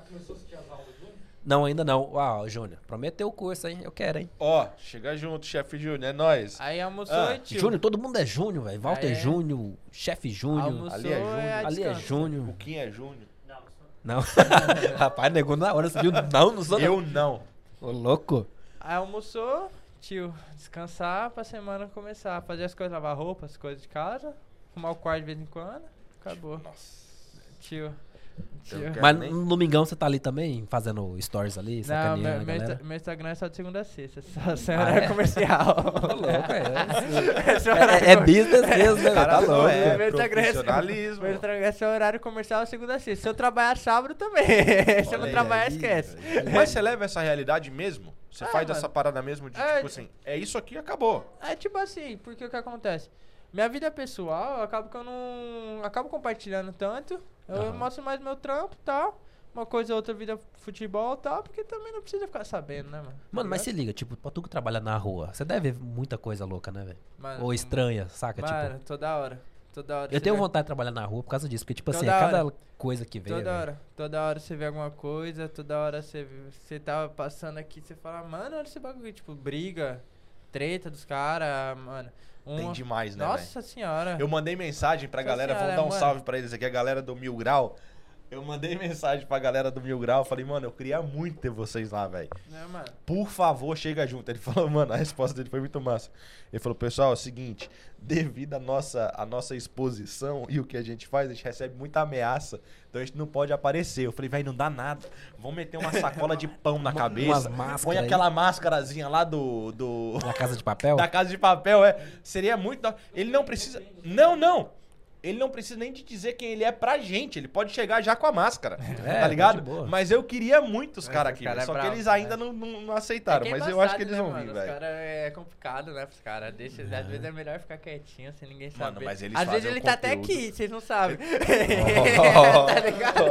Speaker 1: Não, ainda não. Uau, Júnior, prometeu o curso, hein? Eu quero, hein?
Speaker 3: Ó, chega junto, chefe Júnior, é nóis.
Speaker 2: Aí almoçou
Speaker 3: Ah,
Speaker 2: e tio.
Speaker 1: Júnior, todo mundo é Júnior, velho. Walter
Speaker 2: Ah, é?
Speaker 1: Júnior, chefe Júnior.
Speaker 2: Almoçou
Speaker 3: Ali é Júnior.
Speaker 2: a
Speaker 1: Ali é
Speaker 2: descanso. né?
Speaker 1: Júnior.
Speaker 3: O Kim é Júnior.
Speaker 4: Não, só
Speaker 1: Não. Rapaz, negou na hora. Você viu? Não, não sou
Speaker 3: Eu não.
Speaker 1: Ô, louco.
Speaker 2: Aí almoçou, tio, descansar pra semana começar. Fazer as coisas, lavar roupa, as coisas de casa. Fumar o quarto de vez em quando. Acabou.
Speaker 3: Nossa.
Speaker 2: Tio. Tio.
Speaker 3: quero-
Speaker 1: Mas
Speaker 3: nem-
Speaker 1: no domingão você tá ali também, fazendo stories ali,
Speaker 2: Não,
Speaker 1: sacaneando
Speaker 2: meu,
Speaker 1: a
Speaker 2: meu
Speaker 1: galera?
Speaker 2: Insta- meu Instagram é só de segunda a sexta. Só, só em
Speaker 1: Ah,
Speaker 2: horário
Speaker 1: é?
Speaker 2: comercial.
Speaker 1: Tá louco, é.
Speaker 2: é, só horário
Speaker 1: É, é
Speaker 2: comercial.
Speaker 1: business mesmo, né? velho? Tá
Speaker 3: Cara, não,
Speaker 1: louco.
Speaker 3: é
Speaker 2: Meu Instagram é-
Speaker 3: profissionalismo.
Speaker 2: Meu Instagram é só horário comercial segunda a sexta. Se eu trabalhar sábado também. Se eu não
Speaker 3: Olha
Speaker 2: trabalhar,
Speaker 1: aí,
Speaker 2: esquece.
Speaker 3: Mas você leva essa realidade mesmo? Você
Speaker 2: Ah,
Speaker 3: faz
Speaker 2: mano.
Speaker 3: essa parada mesmo de,
Speaker 2: É,
Speaker 3: tipo assim, é isso aqui e acabou.
Speaker 2: É tipo assim, porque o que acontece? Minha vida pessoal, eu acabo que eu não. Acabo compartilhando tanto. Eu
Speaker 1: Aham.
Speaker 2: mostro mais meu trampo e tal. Uma coisa ou outra vida futebol e tal, porque também não precisa ficar sabendo, né, mano?
Speaker 1: Mano, mas
Speaker 2: Tá
Speaker 1: se liga, tipo, pra tu que trabalha na rua, você deve ver muita coisa louca, né, velho?
Speaker 2: ligado? Mano,
Speaker 1: Ou estranha, saca?
Speaker 2: Mano,
Speaker 1: tipo,
Speaker 2: toda hora. Toda hora.
Speaker 1: eu
Speaker 2: você
Speaker 1: tenho
Speaker 2: vê-
Speaker 1: vontade de trabalhar na rua por causa disso, porque, tipo assim,
Speaker 2: Toda
Speaker 1: a cada
Speaker 2: hora.
Speaker 1: coisa que vê.
Speaker 2: Toda
Speaker 1: velho,
Speaker 2: hora. Toda hora você vê alguma coisa, toda hora você, vê- você tá passando aqui, você fala, mano, olha esse bagulho. Tipo, briga, treta dos caras, mano. Um...
Speaker 3: Tem demais, né, velho?
Speaker 2: Nossa senhora.
Speaker 3: Eu mandei mensagem pra
Speaker 2: Nossa
Speaker 3: galera, vamos
Speaker 2: senhora,
Speaker 3: dar um
Speaker 2: mano.
Speaker 3: salve pra eles aqui, a galera do Mil Grau. Eu mandei mensagem pra galera do Mil Grau, falei, mano, eu queria muito ter vocês lá, velho.
Speaker 2: Né, mano?
Speaker 3: Por favor, chega junto. Ele falou, mano, a resposta dele foi muito massa. Ele falou, pessoal, é o seguinte, devido à nossa, à nossa exposição e o que a gente faz, a gente recebe muita ameaça, então a gente não pode aparecer. Eu falei, velho, não dá nada. Vamos meter uma sacola de pão na cabeça.
Speaker 1: máscaras
Speaker 3: Põe
Speaker 1: aí.
Speaker 3: aquela máscarazinha lá do. do
Speaker 1: Na casa de papel?
Speaker 3: da casa de papel, é. Seria muito. da- Ele não precisa. Não, não. Ele não precisa nem de dizer quem ele é pra gente. Ele pode chegar já com a máscara.
Speaker 1: É,
Speaker 3: tá
Speaker 1: tá
Speaker 3: ligado?
Speaker 1: de boa.
Speaker 3: Mas eu queria muito os
Speaker 2: Mas
Speaker 3: caras
Speaker 2: os
Speaker 3: aqui.
Speaker 2: cara é
Speaker 3: só que
Speaker 2: bravo,
Speaker 3: eles ainda
Speaker 2: né?
Speaker 3: não, não- não aceitaram.
Speaker 2: É que é
Speaker 3: mas eu acho
Speaker 2: embaçado,
Speaker 3: que eles
Speaker 2: né,
Speaker 3: vão
Speaker 2: mano?
Speaker 3: vir,
Speaker 2: Os
Speaker 3: velho.
Speaker 2: cara é complicado, né? Os caras deixa, às vezes é melhor ficar quietinho sem ninguém
Speaker 3: Mano,
Speaker 2: saber.
Speaker 3: mas eles
Speaker 2: às vezes
Speaker 3: fazem
Speaker 2: ele
Speaker 3: o
Speaker 2: tá até
Speaker 3: conteúdo.
Speaker 2: aqui, vocês não sabem.
Speaker 3: Oh.
Speaker 2: tá ligado?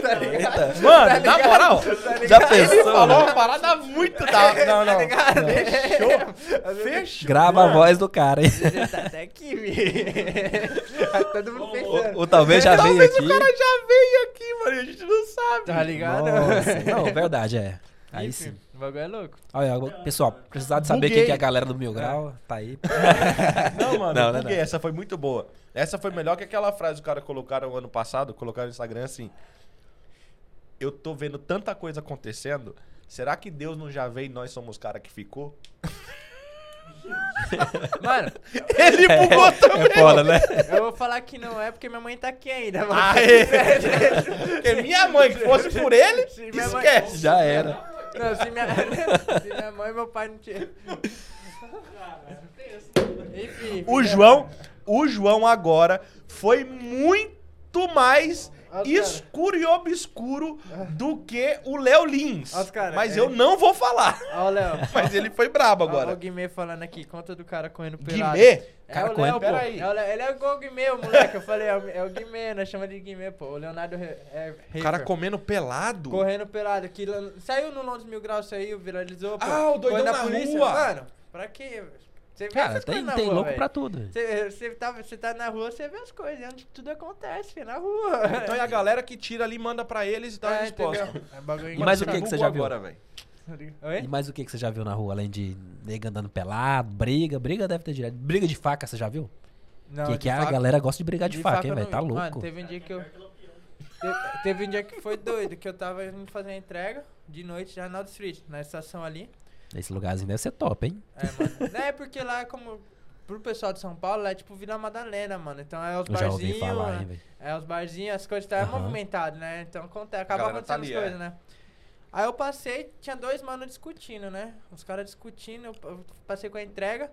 Speaker 2: tá ligado? Tá
Speaker 3: Mano, na
Speaker 2: ligado?
Speaker 3: moral,
Speaker 2: Tá ligado?
Speaker 1: já pensou?
Speaker 3: ele falou uma parada muito da. né? Não,
Speaker 2: Tá
Speaker 3: não.
Speaker 2: ligado?
Speaker 3: Fechou. Fechou.
Speaker 1: Grava a voz do cara, hein?
Speaker 2: Ele tá até aqui, mi. Tá Todo mundo pensando.
Speaker 1: Ou talvez já veio
Speaker 3: Então, Talvez
Speaker 1: aqui.
Speaker 3: o cara já veio aqui, mano. e A gente não sabe.
Speaker 2: Tá ligado?
Speaker 1: Nossa, não, verdade, é. Aí
Speaker 2: Enfim,
Speaker 1: sim.
Speaker 2: O bagulho é louco.
Speaker 1: Olha, pessoal, precisar de saber
Speaker 3: Buguei.
Speaker 1: quem que é a galera do Mil Grau, tá aí.
Speaker 3: Não, mano,
Speaker 1: Não, é não,
Speaker 3: buguei. Essa foi muito boa. Essa foi melhor que aquela frase que o cara colocaram ano passado, colocaram no Instagram assim. Eu tô vendo tanta coisa acontecendo. Será que Deus não já veio e nós somos os cara que ficou?
Speaker 2: Mano,
Speaker 3: Ele bugou também.
Speaker 1: É foda, né?
Speaker 2: eu vou falar que não é porque minha mãe tá aqui ainda. Mas...
Speaker 3: Porque minha mãe, que fosse por ele,
Speaker 2: Se minha mãe-
Speaker 3: esquece.
Speaker 1: Já era.
Speaker 2: Não, se minha, se minha mãe e meu pai não tinha. Enfim.
Speaker 3: O João, o João agora foi muito mais
Speaker 2: Olha os
Speaker 3: escuro e obscuro do que o Léo Lins.
Speaker 2: Olha os cara,
Speaker 3: Mas
Speaker 2: é.
Speaker 3: eu não vou falar.
Speaker 2: Ó, o Léo.
Speaker 3: Mas ele foi brabo
Speaker 2: Agora. Ó, o
Speaker 3: agora.
Speaker 2: Guimê falando aqui, conta do cara correndo pelado.
Speaker 3: Guimê?
Speaker 2: É
Speaker 1: Cara
Speaker 2: o
Speaker 1: correndo-
Speaker 2: Léo, pô.
Speaker 3: Pera aí.
Speaker 2: É o Léo- Ele é igual o Guimê, o moleque. Eu falei, é o, é o Guimê, nós chamamos de Guimê, pô. O Leonardo Re- é,
Speaker 3: O cara
Speaker 2: Hafer.
Speaker 3: comendo pelado?
Speaker 2: correndo pelado. Que lan- Saiu no Londres Mil Graus, saiu, viralizou, pô.
Speaker 3: Ah, o doidão
Speaker 2: Quando a
Speaker 3: na
Speaker 2: polícia-
Speaker 3: rua.
Speaker 2: Mano, pra quê? Você vê
Speaker 1: Cara,
Speaker 2: essas
Speaker 1: tem,
Speaker 2: coisas na
Speaker 1: tem
Speaker 2: rua,
Speaker 1: louco
Speaker 2: velho.
Speaker 1: pra tudo.
Speaker 2: Você você tá, você tá na rua, você vê as coisas, é onde tudo acontece, filho, na rua.
Speaker 3: Então é a galera tá que tira ali, manda pra eles e dá a
Speaker 2: É,
Speaker 3: resposta.
Speaker 2: entendeu? É bagulho
Speaker 1: E
Speaker 2: engraçado.
Speaker 1: mais o que que você já viu?
Speaker 3: agora, velho?
Speaker 1: E
Speaker 2: Oi?
Speaker 1: mais o que, que você já viu na rua, além de nega andando pelado, briga? Briga deve ter direto. Briga de faca, você já viu?
Speaker 2: Não,
Speaker 1: que
Speaker 2: de
Speaker 1: que a
Speaker 2: faca-
Speaker 1: galera gosta de brigar de, faca, hein,
Speaker 2: eu
Speaker 1: velho?
Speaker 2: não
Speaker 1: Tá
Speaker 2: vi.
Speaker 1: louco.
Speaker 2: Mano, teve um dia que eu... Te- Teve um dia que foi doido, que eu tava indo fazer a entrega de noite já na Street, na estação ali.
Speaker 1: Esse lugarzinho deve ser top, hein?
Speaker 2: É, mano. Não é porque lá, como... Pro pessoal de São Paulo, lá é tipo Vila Madalena, mano. Então é os
Speaker 1: Eu já ouvi
Speaker 2: barzinhos,
Speaker 1: falar,
Speaker 2: é-
Speaker 1: hein, velho.
Speaker 2: É, os barzinhos, as coisas estavam
Speaker 1: Aham.
Speaker 2: movimentadas, né? Então conta, acaba
Speaker 3: galera
Speaker 2: acontecendo
Speaker 3: tá ali,
Speaker 2: as coisas,
Speaker 1: é.
Speaker 2: né? Aí eu passei, tinha dois manos discutindo, né? Os caras discutindo, eu eu passei com a entrega.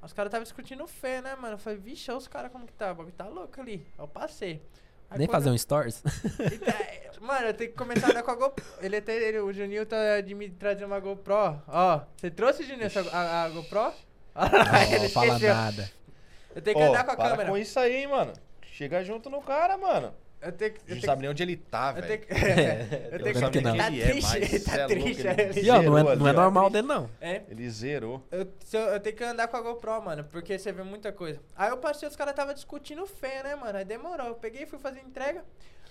Speaker 2: Os caras estavam discutindo feio, né, mano? Eu falei, vixe, olha os caras como que tá, o bagulho tá louco ali. Aí Eu passei. Aí
Speaker 1: Nem
Speaker 2: quando
Speaker 1: fazer um stories.
Speaker 2: e tá- Mano, eu tenho que começar a andar com a GoPro. Ele até, ele- o Juninho tá de me trazer uma GoPro. Ó, você trouxe, Juninho, essa- a, a GoPro? Olha lá,
Speaker 1: Não, fala nada.
Speaker 2: Eu tenho que
Speaker 3: Ô,
Speaker 2: andar com a
Speaker 3: para
Speaker 2: câmera.
Speaker 3: com isso aí, hein, mano. Chega junto no cara, mano.
Speaker 2: Eu tenho que.
Speaker 3: Não
Speaker 2: Eu tenho que-
Speaker 3: sabe nem onde ele tá,
Speaker 2: eu
Speaker 3: velho.
Speaker 2: tenho que.
Speaker 1: Eu
Speaker 2: Eu tenho
Speaker 1: lembro
Speaker 2: que.
Speaker 1: que não.
Speaker 2: Tá
Speaker 3: Ele é
Speaker 2: triste,
Speaker 3: mais,
Speaker 2: tá
Speaker 3: cê é louco,
Speaker 2: triste,
Speaker 3: ele-
Speaker 2: ele- né?
Speaker 1: E ó, não
Speaker 3: Zerou
Speaker 1: é,
Speaker 3: ali,
Speaker 1: não é
Speaker 3: ó.
Speaker 1: normal dele, não.
Speaker 2: É,
Speaker 3: Ele zerou.
Speaker 2: eu, se eu, eu tenho que andar com a GoPro, mano, porque você vê muita coisa. Aí eu passei, os caras tava discutindo feio, né, mano? Aí demorou. Eu peguei e fui fazer entrega.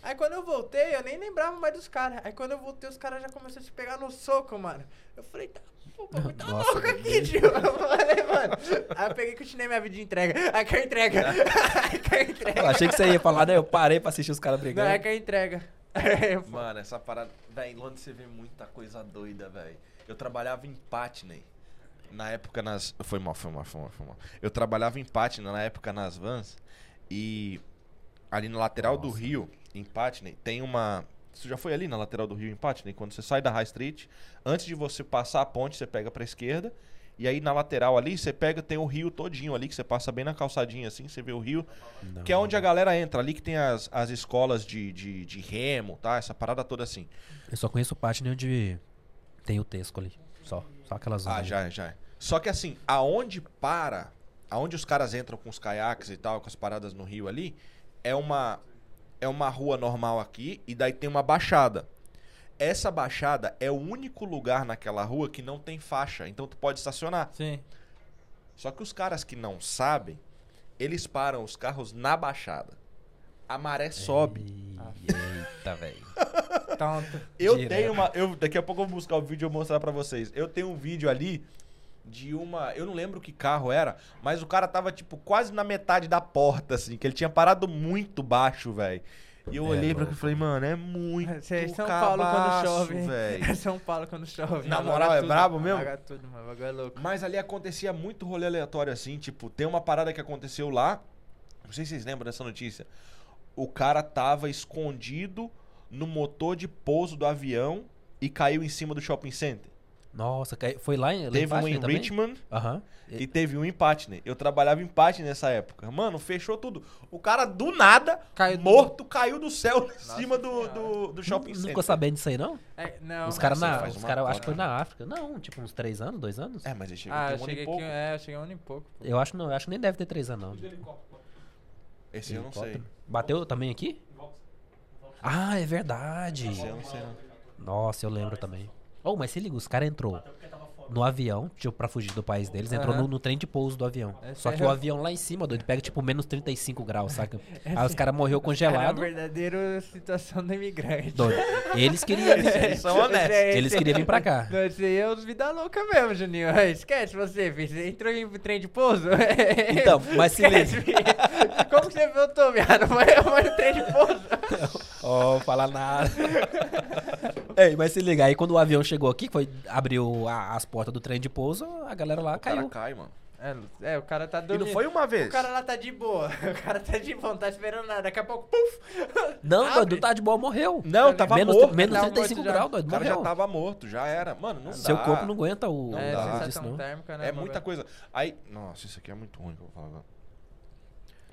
Speaker 2: Aí quando eu voltei, eu nem lembrava mais dos caras. Aí quando eu voltei, os caras já começaram a se pegar no soco, mano. Eu falei, tá. pô, o bagulho tá
Speaker 1: Nossa,
Speaker 2: louco
Speaker 1: meu
Speaker 2: aqui, tio. Eu falei, mano. Aí eu peguei e continuei minha vida de entrega. Aí que eu entrega. Aí que eu
Speaker 1: Eu
Speaker 3: Tá
Speaker 2: entrega.
Speaker 1: achei que você ia falar, né? Eu parei pra assistir os caras
Speaker 2: Não, é que
Speaker 1: brigando.
Speaker 2: eu entrega. Aí eu
Speaker 3: Mano, essa parada. Véi, em Londres você vê muita coisa doida, velho. Eu trabalhava em Patney. Na época nas. Foi mal, foi mal, foi mal, foi mal. Eu trabalhava em Patney na época nas vans. E ali na lateral do Rio, em Patney, tem uma. Você já foi ali na lateral do Rio, em Patney? Quando você sai da High Street, antes de você passar a ponte, você pega pra esquerda. E aí na lateral ali, você pega, tem o rio todinho ali, que você passa bem na calçadinha assim, você vê o rio. Que é onde a galera entra, ali que tem as, as escolas de, de, de remo, tá? Essa parada toda assim.
Speaker 1: Eu só conheço o Patney onde tem o Tesco ali. Só. Só aquelas
Speaker 3: Ah, já é, já é. Só que assim, aonde para, aonde os caras entram com os caiaques e tal, com as paradas no rio ali, é uma é uma rua normal aqui e daí tem uma baixada. Essa baixada é o único lugar naquela rua que não tem faixa, então tu pode estacionar.
Speaker 2: Sim.
Speaker 3: Só que os caras que não sabem, eles param os carros na baixada. A maré sobe.
Speaker 1: Ah. Eita, velho.
Speaker 2: Tonto.
Speaker 3: Eu
Speaker 1: Direto.
Speaker 3: tenho uma. Eu, daqui a pouco eu vou buscar o vídeo e eu mostrar pra vocês. Eu tenho um vídeo ali de uma. Eu não lembro que carro era, mas o cara tava, tipo, quase na metade da porta, assim, que ele tinha parado muito baixo, velho. E eu
Speaker 1: É
Speaker 3: olhei pra
Speaker 1: louco.
Speaker 3: ele e falei, mano, é muito.
Speaker 2: Cê é São Paulo quando
Speaker 3: cabaço,
Speaker 2: chove. hein?
Speaker 3: velho."
Speaker 2: É São Paulo quando chove.
Speaker 3: Na
Speaker 2: Alaga
Speaker 3: moral, é
Speaker 2: tudo,
Speaker 3: brabo mesmo?
Speaker 2: Alaga tudo, mano. O bagulho é louco.
Speaker 3: Mas ali acontecia muito rolê aleatório, assim, tipo, tem uma parada que aconteceu lá. Não sei se vocês lembram dessa notícia. O cara tava escondido no motor de pouso do avião e caiu em cima do shopping center.
Speaker 1: Nossa, cai- foi lá em lá em
Speaker 3: Teve um
Speaker 1: Patney
Speaker 3: em
Speaker 1: também?
Speaker 3: Richmond.
Speaker 1: Aham.
Speaker 3: E teve um empate, né? Eu trabalhava em empate nessa época. Mano, fechou tudo. O cara, do nada,
Speaker 2: Caiu do-
Speaker 3: morto, caiu do céu em cima do,
Speaker 2: Senhora.
Speaker 3: do, do shopping
Speaker 1: Não-
Speaker 3: center.
Speaker 1: Ficou sabendo disso aí, não?
Speaker 2: É, não.
Speaker 1: os caras
Speaker 3: você
Speaker 1: na.
Speaker 3: faz
Speaker 1: Os
Speaker 3: uma
Speaker 1: caras, acho que foi
Speaker 3: cota.
Speaker 1: na África. Não, tipo, uns três anos, dois anos?
Speaker 3: É, mas ele chegou
Speaker 2: Ah,
Speaker 3: aqui
Speaker 2: eu
Speaker 3: um ano
Speaker 2: cheguei
Speaker 3: e
Speaker 2: aqui.
Speaker 3: pouco.
Speaker 2: É, eu cheguei um ano e pouco.
Speaker 1: Eu acho não, eu acho que nem deve ter três anos, não.
Speaker 3: Esse eu não sei.
Speaker 1: Helicóptero. Bateu também aqui? Ah, é verdade.
Speaker 3: Esse eu não sei, não.
Speaker 1: Ah, Nossa, eu lembro também. Oh, mas se liga, os caras entrou no avião, tipo, pra fugir do país deles, entrou
Speaker 2: Aham.
Speaker 1: no, no trem de pouso do avião.
Speaker 2: É
Speaker 1: Só que
Speaker 2: sério?
Speaker 1: o avião lá em cima, doido, pega tipo menos 35 graus, saca?
Speaker 3: É
Speaker 1: Aí os caras morreu congelado.
Speaker 2: Era a verdadeira situação do imigrante.
Speaker 1: Doido. Eles queriam vir.
Speaker 3: Eles são honestos.
Speaker 2: Esse-
Speaker 1: Eles queriam vir pra cá.
Speaker 2: Não, Isso aí é os vida louca mesmo, Juninho. Esquece você, filho. Você entrou em trem de pouso?
Speaker 1: Então, mas se
Speaker 2: Esquece,
Speaker 1: liga.
Speaker 2: filho. Como que você viu o Tom, viado? Mas eu vou no trem de pouso.
Speaker 1: Ó, falar nada. Ei, mas se liga, aí quando o avião chegou aqui, que foi, abriu a- as portas do trem de pouso, a galera lá
Speaker 3: O cara
Speaker 1: caiu.
Speaker 3: cai, mano.
Speaker 2: É, o cara tá
Speaker 3: E
Speaker 2: dormindo.
Speaker 3: não foi uma vez.
Speaker 2: O cara lá tá de boa. O cara tá de boa, não tá esperando nada. Daqui a pouco, puf!
Speaker 1: Não,
Speaker 2: Abre.
Speaker 1: doido, tá de boa, morreu.
Speaker 3: Não, tava
Speaker 1: menos,
Speaker 3: morto.
Speaker 1: menos
Speaker 2: Tava
Speaker 1: 35
Speaker 2: morto já.
Speaker 1: graus, doido,
Speaker 3: O cara já
Speaker 1: morreu.
Speaker 3: tava morto, já era. Mano, não
Speaker 1: Seu
Speaker 3: dá.
Speaker 1: corpo não aguenta o...
Speaker 3: Não
Speaker 2: é,
Speaker 3: dá.
Speaker 1: o-
Speaker 2: sensação
Speaker 1: disso, não.
Speaker 2: térmica, né?
Speaker 3: É
Speaker 2: o
Speaker 3: muita
Speaker 2: bagulho.
Speaker 3: coisa. Aí, nossa, isso aqui é muito ruim que eu vou falar agora.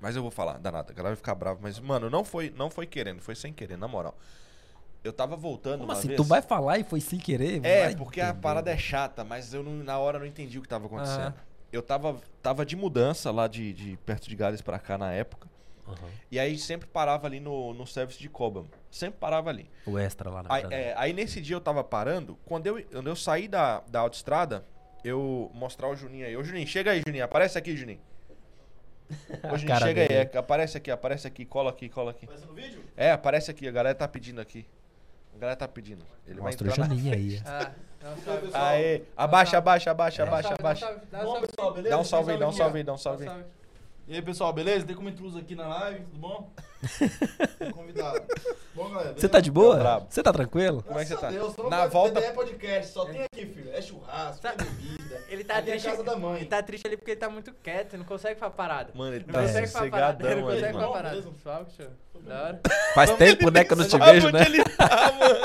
Speaker 3: Mas eu vou falar, danada. A galera vai ficar brava. Mas, mano, não foi, não foi querendo, foi sem querer, na moral. Eu tava voltando
Speaker 1: Como
Speaker 3: uma
Speaker 1: assim?
Speaker 3: vez.
Speaker 1: Tu vai falar e foi sem querer?
Speaker 3: É,
Speaker 1: Vai
Speaker 3: porque a
Speaker 1: entender.
Speaker 3: parada é chata, mas eu não- na hora não entendi o que tava acontecendo.
Speaker 2: Aham.
Speaker 3: Eu tava, tava de mudança lá de, de perto de Gales pra cá na época.
Speaker 1: Aham.
Speaker 3: E aí sempre parava ali no, no service de Cobham. Sempre parava ali.
Speaker 1: O extra lá na
Speaker 3: Aí,
Speaker 1: parada.
Speaker 3: é, aí nesse dia eu tava parando, quando eu, quando eu saí da, da autoestrada, eu mostrar o Juninho aí. Ô Juninho, chega aí, Juninho. Aparece aqui, Juninho. Ô
Speaker 1: A
Speaker 3: Juninho,
Speaker 1: cara
Speaker 3: chega aí.
Speaker 1: dele.
Speaker 3: é, aparece aqui, aparece aqui, cola aqui, cola aqui. Aparece no vídeo? É, aparece aqui, a galera tá pedindo aqui. A galera tá pedindo. Ele
Speaker 1: Mostra o
Speaker 3: vai entrar na-
Speaker 1: Janinho aí.
Speaker 2: Ah, dá um salve.
Speaker 3: Aê, abaixa, abaixa,
Speaker 2: Dá
Speaker 3: abaixa,
Speaker 2: um
Speaker 3: abaixa,
Speaker 2: salve,
Speaker 3: abaixa.
Speaker 2: Dá um salve, dá um salve.
Speaker 3: Dá um salve aí, dá um então, salve aí, dá um
Speaker 2: Dá um
Speaker 3: salve aí.
Speaker 2: salve.
Speaker 4: E aí, pessoal, beleza? Tem como intruso aqui na live, tudo bom? Convidado. Bom, galera.
Speaker 1: Você tá de boa?
Speaker 3: brabo.
Speaker 1: Você tá tranquilo?
Speaker 3: Como é que você tá?
Speaker 4: Na
Speaker 3: Na
Speaker 4: volta.
Speaker 3: volta-
Speaker 4: é podcast, só tem aqui, filho. É churrasco, é bebida.
Speaker 2: Ele tá
Speaker 4: aqui é
Speaker 2: triste.
Speaker 4: casa da
Speaker 2: Ele
Speaker 4: mãe.
Speaker 2: tá triste ali porque ele tá muito quieto, ele não consegue falar parada.
Speaker 3: Mano, ele
Speaker 2: Não
Speaker 3: tá
Speaker 2: consegue falar parada, ele
Speaker 3: sossegadão
Speaker 2: não
Speaker 3: aí,
Speaker 2: consegue falar
Speaker 4: Bom,
Speaker 3: mano.
Speaker 2: parada.
Speaker 4: beleza?
Speaker 2: Suave, tio. Da hora.
Speaker 1: Faz tempo, né, que eu não te vejo, né?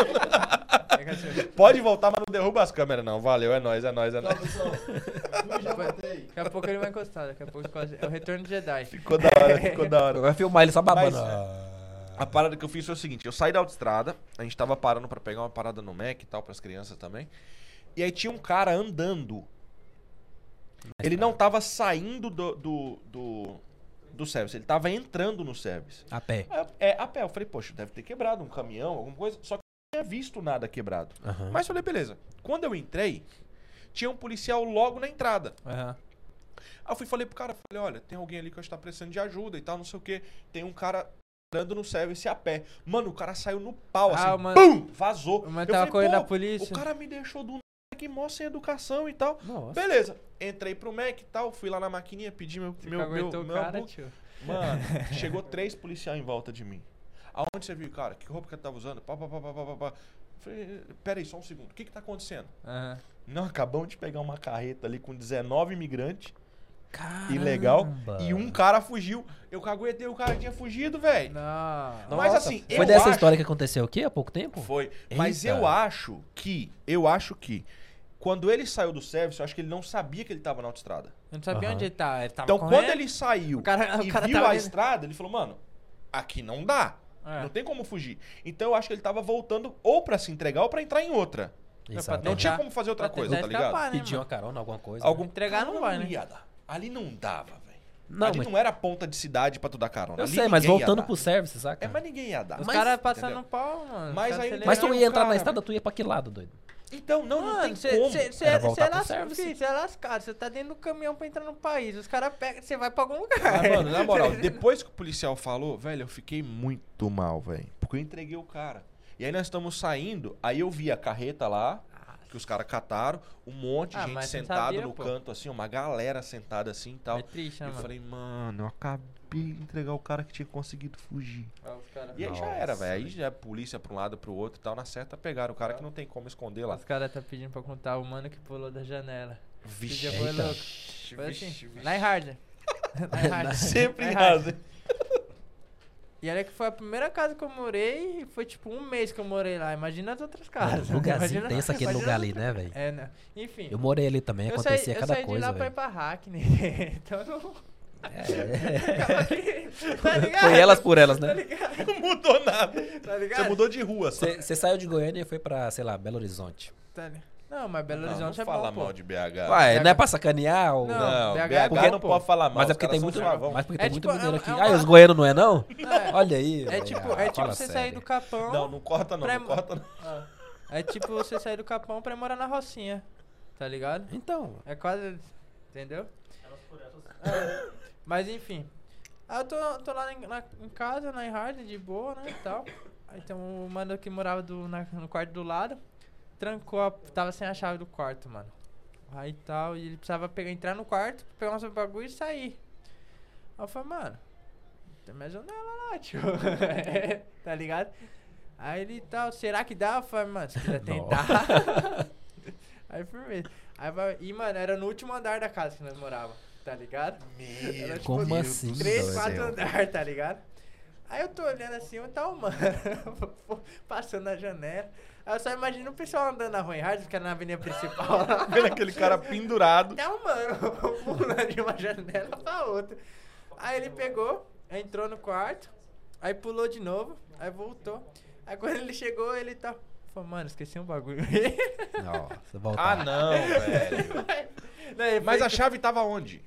Speaker 2: Fica tio.
Speaker 3: Pode voltar, mas não derruba as câmeras, não. Valeu, é nóis, é nóis, é
Speaker 4: Tchau,
Speaker 3: nóis.
Speaker 4: pessoal. Fui, já voltei.
Speaker 2: Daqui a pouco ele vai encostar, daqui a pouco quase. É o retorno de Jedi.
Speaker 3: Ficou da hora, ficou da hora.
Speaker 1: Vai filmar ele só babando.
Speaker 3: Mas- A parada que eu fiz foi o seguinte: eu saí da autoestrada, a gente tava parando pra pegar uma parada no Mac e tal, pras crianças também. E aí tinha um cara andando. Ele não tava saindo do, do, do, do service, ele tava entrando no service.
Speaker 1: A pé.
Speaker 3: Aí eu- É, a pé, eu falei, poxa, deve ter quebrado um caminhão, alguma coisa. Só que eu não tinha visto nada quebrado.
Speaker 1: Aham.
Speaker 3: Mas falei, beleza. Quando eu entrei, tinha um policial logo na entrada.
Speaker 2: Aham.
Speaker 3: Aí eu fui e falei pro cara, falei, olha, tem alguém ali que eu acho que tá precisando de ajuda e tal, não sei o quê. Tem um cara entrando no service a pé. Mano, o cara saiu no pau,
Speaker 2: Ah,
Speaker 3: assim,
Speaker 2: uma-
Speaker 3: pum, vazou.
Speaker 2: Mas
Speaker 3: Eu
Speaker 2: tava
Speaker 3: falei,
Speaker 2: correndo
Speaker 3: "Pô,
Speaker 2: a polícia.
Speaker 3: O cara me deixou do nada que mó sem educação e tal.
Speaker 1: Nossa.
Speaker 3: Beleza, entrei pro Mac e tal, fui lá na maquininha, pedi meu...
Speaker 2: Você
Speaker 3: meu,
Speaker 2: que
Speaker 3: meu,
Speaker 2: aguentou o
Speaker 3: meu
Speaker 2: cara,
Speaker 3: hambúrguer.
Speaker 2: tio.
Speaker 3: Mano, chegou três policiais em volta de mim. Aonde você viu, cara? Que roupa que ele tava usando? Pá, pá, pá, pá, pá, pá, pá. Falei, pera aí, só um segundo. O que que tá acontecendo?
Speaker 2: Aham.
Speaker 3: Não, acabamos de pegar uma carreta ali com 19 imigrantes. ilegal.
Speaker 1: Caramba.
Speaker 3: E um cara fugiu. Eu caguetei, o cara tinha fugido, velho.
Speaker 2: Não.
Speaker 3: Mas assim,
Speaker 1: Foi
Speaker 3: eu
Speaker 1: dessa
Speaker 3: acho-
Speaker 1: história que aconteceu aqui há pouco tempo?
Speaker 3: Foi. Mas
Speaker 1: Eita.
Speaker 3: eu acho que, eu acho que, quando ele saiu do serviço, eu acho que ele não sabia que ele tava na autoestrada.
Speaker 2: Eu não sabia
Speaker 1: Aham.
Speaker 2: onde ele tava. Ele tava
Speaker 3: Então,
Speaker 2: correndo.
Speaker 3: quando ele saiu
Speaker 2: O cara- o
Speaker 3: e
Speaker 2: cara
Speaker 3: viu
Speaker 2: tava
Speaker 3: a
Speaker 2: ali-
Speaker 3: estrada, ele falou, mano, aqui não dá.
Speaker 2: É.
Speaker 3: Não tem como fugir. Então, eu acho que ele tava voltando ou pra se entregar ou pra entrar em outra.
Speaker 1: Exato.
Speaker 3: Não tinha
Speaker 2: Tentar-
Speaker 3: como fazer outra
Speaker 2: pra
Speaker 3: coisa,
Speaker 2: tentar
Speaker 3: tá ligado?
Speaker 2: escapar, né,
Speaker 1: Pediu é uma
Speaker 2: mano?
Speaker 1: carona, alguma coisa.
Speaker 3: Algum
Speaker 1: né?
Speaker 2: Entregar não
Speaker 3: Cara,
Speaker 2: vai, né?
Speaker 3: ia dar. Ali não dava, velho.
Speaker 1: Não,
Speaker 3: Ali
Speaker 1: mas-
Speaker 3: não era ponta de cidade pra tu dar carona.
Speaker 1: Eu
Speaker 3: Ali
Speaker 1: sei, mas
Speaker 3: ninguém ia
Speaker 1: voltando
Speaker 3: dar.
Speaker 1: pro service, saca?
Speaker 3: É, mas ninguém ia dar.
Speaker 2: Os
Speaker 3: Mas-
Speaker 2: caras passando
Speaker 3: entendeu?
Speaker 2: pau, mano.
Speaker 3: Mas
Speaker 2: Os
Speaker 3: aí-
Speaker 2: caras
Speaker 1: Mas tu
Speaker 2: acelerando.
Speaker 1: ia entrar
Speaker 3: cara,
Speaker 1: na estrada, tu ia pra que lado, doido?
Speaker 3: Então, não, não tem
Speaker 2: Mano,
Speaker 3: como.
Speaker 2: você
Speaker 1: Era voltar
Speaker 2: é
Speaker 1: pro
Speaker 2: lascado,
Speaker 1: service.
Speaker 2: filho, você é lascado. Você tá dentro do caminhão pra entrar no país. Os caras pegam, você vai pra algum
Speaker 3: Ah,
Speaker 2: lugar.
Speaker 3: mano, na moral, depois que o policial falou, velho, eu fiquei muito mal, velho. Porque eu entreguei o cara. E aí nós estamos saindo, aí eu vi a carreta lá, que os caras cataram, um monte de
Speaker 2: Ah,
Speaker 3: gente
Speaker 2: mas você não
Speaker 3: sentado
Speaker 2: sabia,
Speaker 3: no
Speaker 2: pô.
Speaker 3: canto, assim, uma galera sentada assim e tal.
Speaker 2: É triste,
Speaker 3: eu
Speaker 2: né, mano?
Speaker 3: falei, mano, eu acabei de entregar o cara que tinha conseguido fugir.
Speaker 2: Ah, os caras
Speaker 3: E aí já era, velho. Aí já é polícia pra um lado, pro outro e tal. Na certa pegaram o cara que não tem como esconder lá.
Speaker 2: Os cara tá pedindo pra contar o mano que pulou da janela.
Speaker 3: Vixe,
Speaker 2: já foi
Speaker 3: eita.
Speaker 2: louco.
Speaker 3: Vixe,
Speaker 2: Foi assim.
Speaker 3: vixe, vixe.
Speaker 2: Lighthard. Lighthard.
Speaker 4: É
Speaker 3: Sempre em
Speaker 2: Lighthard.
Speaker 3: casa.
Speaker 2: E olha que foi a primeira casa que eu morei e foi tipo um mês que eu morei lá. Imagina as outras
Speaker 3: Tá
Speaker 2: casas.
Speaker 1: Lugarzinho
Speaker 2: Imagina-
Speaker 1: tenso aquele
Speaker 2: imagina-
Speaker 1: lugar ali, né, velho?
Speaker 2: É, né? Enfim.
Speaker 1: Eu morei ali também,
Speaker 2: eu
Speaker 1: acontecia
Speaker 2: saí,
Speaker 1: cada
Speaker 2: eu saí de
Speaker 1: coisa,
Speaker 2: lá pra ir
Speaker 1: velho.
Speaker 2: pra Hackney. então não.
Speaker 1: É.
Speaker 2: Ficava aqui, tá ligado?
Speaker 1: Foi elas por elas, né?
Speaker 2: Tá ligado?
Speaker 3: Não mudou nada.
Speaker 2: Tá ligado?
Speaker 3: Você mudou de rua, só.
Speaker 1: Você saiu de Goiânia e foi pra, sei lá, Belo Horizonte.
Speaker 2: Tá li- Não, mas Belo
Speaker 3: Não,
Speaker 2: Horizonte
Speaker 3: não
Speaker 2: é
Speaker 3: fala
Speaker 2: bom, pô.
Speaker 3: mal de BH.
Speaker 1: Ué,
Speaker 2: BH.
Speaker 1: não é pra sacanear ou...
Speaker 2: Não.
Speaker 3: Não, BH,
Speaker 2: BH
Speaker 3: não
Speaker 2: pô.
Speaker 3: pode falar mal.
Speaker 1: Mas é
Speaker 3: os
Speaker 1: porque
Speaker 3: caras
Speaker 1: tem
Speaker 3: são
Speaker 1: muito,
Speaker 3: suavão.
Speaker 1: mas porque
Speaker 2: É
Speaker 1: tem muito
Speaker 2: tipo, é
Speaker 1: mineiro
Speaker 2: um-
Speaker 1: aqui.
Speaker 2: é
Speaker 1: Ah, e
Speaker 2: uma-
Speaker 1: os goianos não é não?
Speaker 2: É.
Speaker 1: Olha aí.
Speaker 2: É
Speaker 1: velho.
Speaker 2: tipo,
Speaker 1: Ah,
Speaker 2: é tipo
Speaker 1: fala
Speaker 2: você sair
Speaker 1: sério.
Speaker 2: do Capão.
Speaker 3: Não, não corta não,
Speaker 2: Pra-
Speaker 3: não corta não.
Speaker 2: Ah, É tipo você sair do Capão pra ir morar na Rocinha. Tá ligado?
Speaker 1: Então,
Speaker 2: É quase. Entendeu? É. Mas enfim. Aí eu tô, tô lá em, na- em casa, na Enhard, de boa, né? E tal. Aí tem um mano que morava do, na- no quarto do lado. Trancou, a, tava sem a chave do quarto, mano. Aí tal, e ele precisava pegar, entrar no quarto, pegar uns bagulho e sair. Aí eu falei, mano, tem minha janela lá, tio. tá ligado? Aí ele tal, será que dá? Eu falei, mano, se quiser
Speaker 1: Não.
Speaker 2: tentar. Aí firmeza. Aí vai. E, mano, era no último andar da casa que nós morava, tá ligado? Era tipo
Speaker 1: como assim,
Speaker 2: três,
Speaker 1: doido?
Speaker 2: quatro andar, tá ligado? Aí eu tô olhando assim, eu tá o mano passando na janela. Aí eu só imagino o pessoal andando na rua Hard, que era na avenida principal lá.
Speaker 3: Vendo é aquele cara pendurado.
Speaker 2: Tá um mano pulando de uma janela pra outra. Aí ele pegou, entrou no quarto, aí pulou de novo, aí voltou. Aí quando ele chegou, ele tá. Falou, mano, esqueci um bagulho.
Speaker 1: Nossa, volta.
Speaker 3: Ah, não, velho.
Speaker 2: Não, ele
Speaker 3: Mas
Speaker 2: foi-
Speaker 3: a chave tava onde?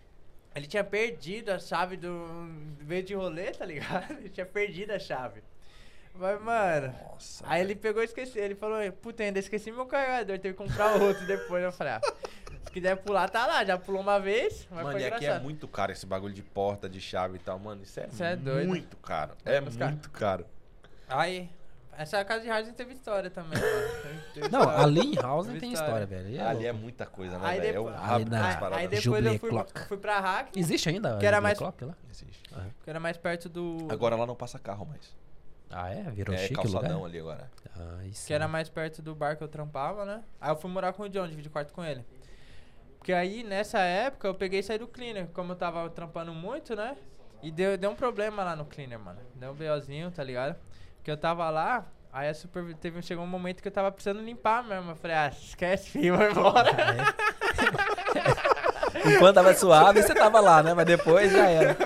Speaker 2: Ele tinha perdido a chave do. Veio de rolê, tá ligado? Ele tinha perdido a chave. Mas, mano.
Speaker 3: Nossa,
Speaker 2: aí ele pegou e esqueceu. Ele falou: Puta, ainda esqueci meu carregador. Teve que comprar outro depois. Eu falei: ah, Se quiser pular, tá lá. Já pulou uma vez. Mas
Speaker 3: Mano,
Speaker 2: foi
Speaker 3: e aqui é
Speaker 2: engraçado.
Speaker 3: muito caro esse bagulho de porta, de chave e tal. Mano, isso é,
Speaker 2: Isso é doido.
Speaker 3: muito caro. É
Speaker 2: Mas, cara,
Speaker 3: muito caro.
Speaker 2: Aí. Essa casa de rádio teve história também. mano. Teve- teve
Speaker 1: Não,
Speaker 2: história.
Speaker 1: ali em House
Speaker 2: Teve
Speaker 1: tem
Speaker 2: história.
Speaker 1: história, velho. E é
Speaker 3: Ali é
Speaker 1: louco.
Speaker 3: muita coisa, né,
Speaker 2: Aí
Speaker 3: velho? É o
Speaker 2: depois-
Speaker 3: rabo
Speaker 1: Ali
Speaker 3: das
Speaker 1: na-
Speaker 2: Aí, aí
Speaker 3: paradas.
Speaker 2: depois
Speaker 1: Jubilee
Speaker 2: eu fui,
Speaker 1: Clock.
Speaker 2: fui pra Hack,
Speaker 3: é
Speaker 1: Existe ainda?
Speaker 2: Que era
Speaker 1: Jubilee
Speaker 2: mais-
Speaker 1: Clock lá?
Speaker 3: Existe.
Speaker 2: que era mais perto do.
Speaker 3: Agora lá não passa carro mais.
Speaker 1: Ah, é? Virou
Speaker 2: um
Speaker 3: É
Speaker 1: chique o lugar?
Speaker 3: calçadão ali agora.
Speaker 1: Ah, isso.
Speaker 2: Que era mais perto do bar que eu trampava, né? Aí eu fui morar com o John, dividi quarto com ele. Porque aí, nessa época, eu peguei e saí do cleaner. Como eu tava trampando muito, né? E deu, deu um problema lá no cleaner, mano. Deu um BOzinho, tá ligado? Porque eu tava lá, aí a super... teve, chegou um momento que eu tava precisando limpar mesmo. Eu falei, ah, esquece, filho, vai embora.
Speaker 1: É. Enquanto tava suave, você tava lá, né? Mas depois já era.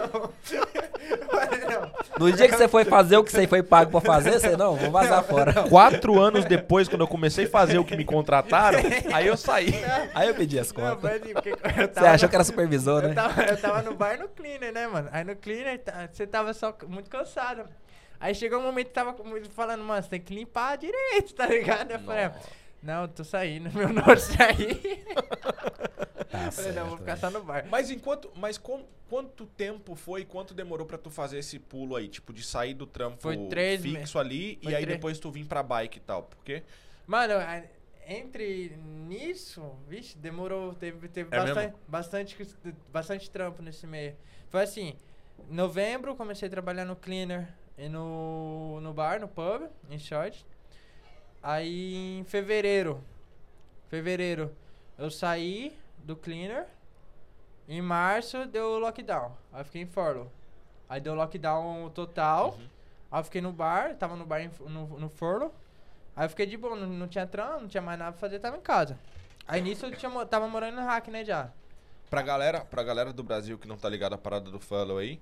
Speaker 1: No dia que você foi fazer o que você foi pago pra fazer, você não, vou vazar fora.
Speaker 3: Quatro anos depois, quando eu comecei a fazer o que me contrataram, aí eu saí.
Speaker 1: Aí eu pedi as
Speaker 2: Não,
Speaker 1: contas.
Speaker 2: mas, assim, porque eu
Speaker 1: Você
Speaker 2: tava
Speaker 1: achou
Speaker 2: no-
Speaker 1: que era supervisor,
Speaker 2: Eu
Speaker 1: né?
Speaker 2: tava, eu tava no bar e no cleaner, né, mano? Aí no cleaner tá- você tava só c- muito cansado. Aí chegou um momento que tava com- falando, mano, você tem que limpar direito, tá ligado? Eu falei, ah, não, eu tô saindo, meu nojo sair.
Speaker 1: Tá
Speaker 2: Eu falei, não, eu vou ficar só no bar.
Speaker 3: Mas enquanto. Mas com- quanto tempo foi, quanto demorou pra tu fazer esse pulo aí? Tipo, de sair do trampo
Speaker 2: Foi três me-
Speaker 3: fixo ali
Speaker 2: foi
Speaker 3: e aí
Speaker 2: três-
Speaker 3: depois tu vir pra bike e tal. Porque.
Speaker 2: Mano, a- entre nisso, vixe, demorou, teve, teve
Speaker 3: É
Speaker 2: bastan-
Speaker 3: mesmo?
Speaker 2: bastante, bastante, trampo nesse meio. Foi assim, novembro comecei a trabalhar no cleaner e no, no bar, no pub, em short. Aí em fevereiro, fevereiro, eu saí do cleaner Em março deu lockdown. Aí eu fiquei em Forlo. Aí deu lockdown total.
Speaker 3: Uhum.
Speaker 2: Aí eu fiquei no bar, tava no bar em F- no, no Forlo. Aí eu fiquei de boa, não, não tinha trampo, não tinha mais nada pra fazer, tava em casa. Aí nisso eu tinha mo- tava morando no hack, né, já.
Speaker 3: Pra galera, pra galera do Brasil que não tá ligada à parada do Follow aí,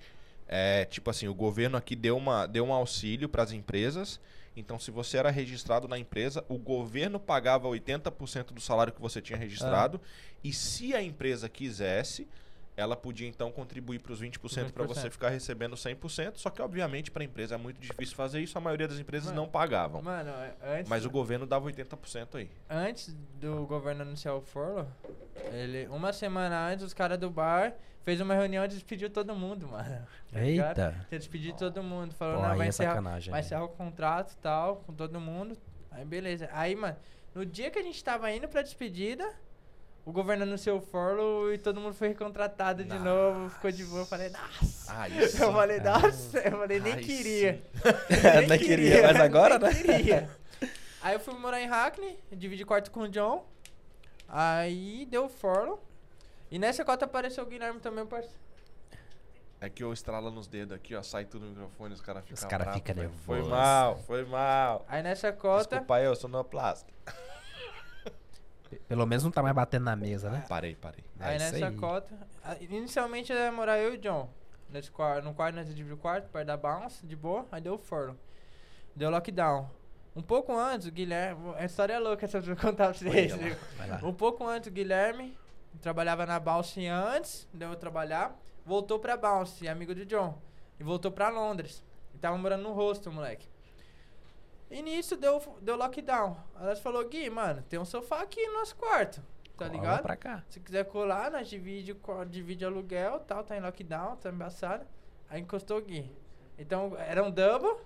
Speaker 3: é tipo assim, o governo aqui deu, uma, deu um auxílio pras empresas. Então, se você era registrado na empresa, o governo pagava 80% do salário que você tinha registrado. E se a empresa quisesse, ela podia então contribuir pros 20% pra
Speaker 2: 20%.
Speaker 3: você ficar recebendo 100%. Só que, obviamente, pra empresa é muito difícil fazer isso, a maioria das empresas não pagavam.
Speaker 2: Mano, é, antes,
Speaker 3: Mas o governo dava 80% aí.
Speaker 2: antes do governo anunciar o Forlo, ele, uma semana antes, os caras do bar fez uma reunião e despediu todo mundo, mano. Tá ligado?
Speaker 1: Eita.
Speaker 2: Tinha despedido todo mundo,
Speaker 1: Pô,
Speaker 2: falou, não,
Speaker 1: aí
Speaker 2: vai
Speaker 1: é
Speaker 2: encerrar,
Speaker 1: sacanagem.
Speaker 2: vai
Speaker 1: né?
Speaker 2: encerrar o contrato e tal, com todo mundo. Aí beleza. Aí, mano, no dia que a gente tava indo pra despedida, o governo anunciou o furlough e todo mundo foi recontratado de novo, ficou de boa. Eu falei, nossa.
Speaker 3: Ah,
Speaker 2: eu falei, nossa, eu falei, nem
Speaker 3: Ai,
Speaker 2: queria.
Speaker 1: Não queria, mas agora, né?
Speaker 2: nem queria. Aí eu fui morar em Hackney, dividi quarto com o John. Aí deu o furlough. E nessa cota apareceu o Guilherme também, parceiro.
Speaker 3: É que eu estralo nos dedos aqui, ó, sai tudo no microfone, os caras ficam
Speaker 1: Os cara
Speaker 3: bravos,
Speaker 1: fica
Speaker 3: velho.
Speaker 1: nervoso.
Speaker 3: Foi mal, foi mal.
Speaker 2: Aí nessa cota.
Speaker 3: Desculpa eu, sou sonoplasta.
Speaker 1: Pelo menos não tá mais batendo na mesa, né?
Speaker 3: Parei, parei.
Speaker 1: É
Speaker 2: aí
Speaker 1: isso
Speaker 2: nessa
Speaker 1: aí.
Speaker 2: cota. a- Inicialmente ia morar eu e o John. Nesse quarto, no quarto, nós dividimos o quarto, perto da bounce, de boa, aí deu o furlough. Deu lockdown. Um pouco antes, o Guilherme. A história é louca essa pra eu contar pra vocês.
Speaker 3: Olha lá.
Speaker 2: né?
Speaker 1: Vai lá. Tá
Speaker 2: Um pouco antes, o Guilherme trabalhava na Bounce antes de eu trabalhar, voltou pra Bounce, amigo do John, e voltou pra Londres. E tava morando no rosto, moleque. E nisso deu, deu lockdown. Aí Ela falou: Gui, mano, tem um sofá aqui no nosso quarto, tá
Speaker 1: Cola
Speaker 2: ligado?
Speaker 1: pra cá.
Speaker 2: Se quiser colar, nós divide, o co- divide aluguel tal, tá em lockdown, tá embaçado. Aí encostou o Gui. Então era um double,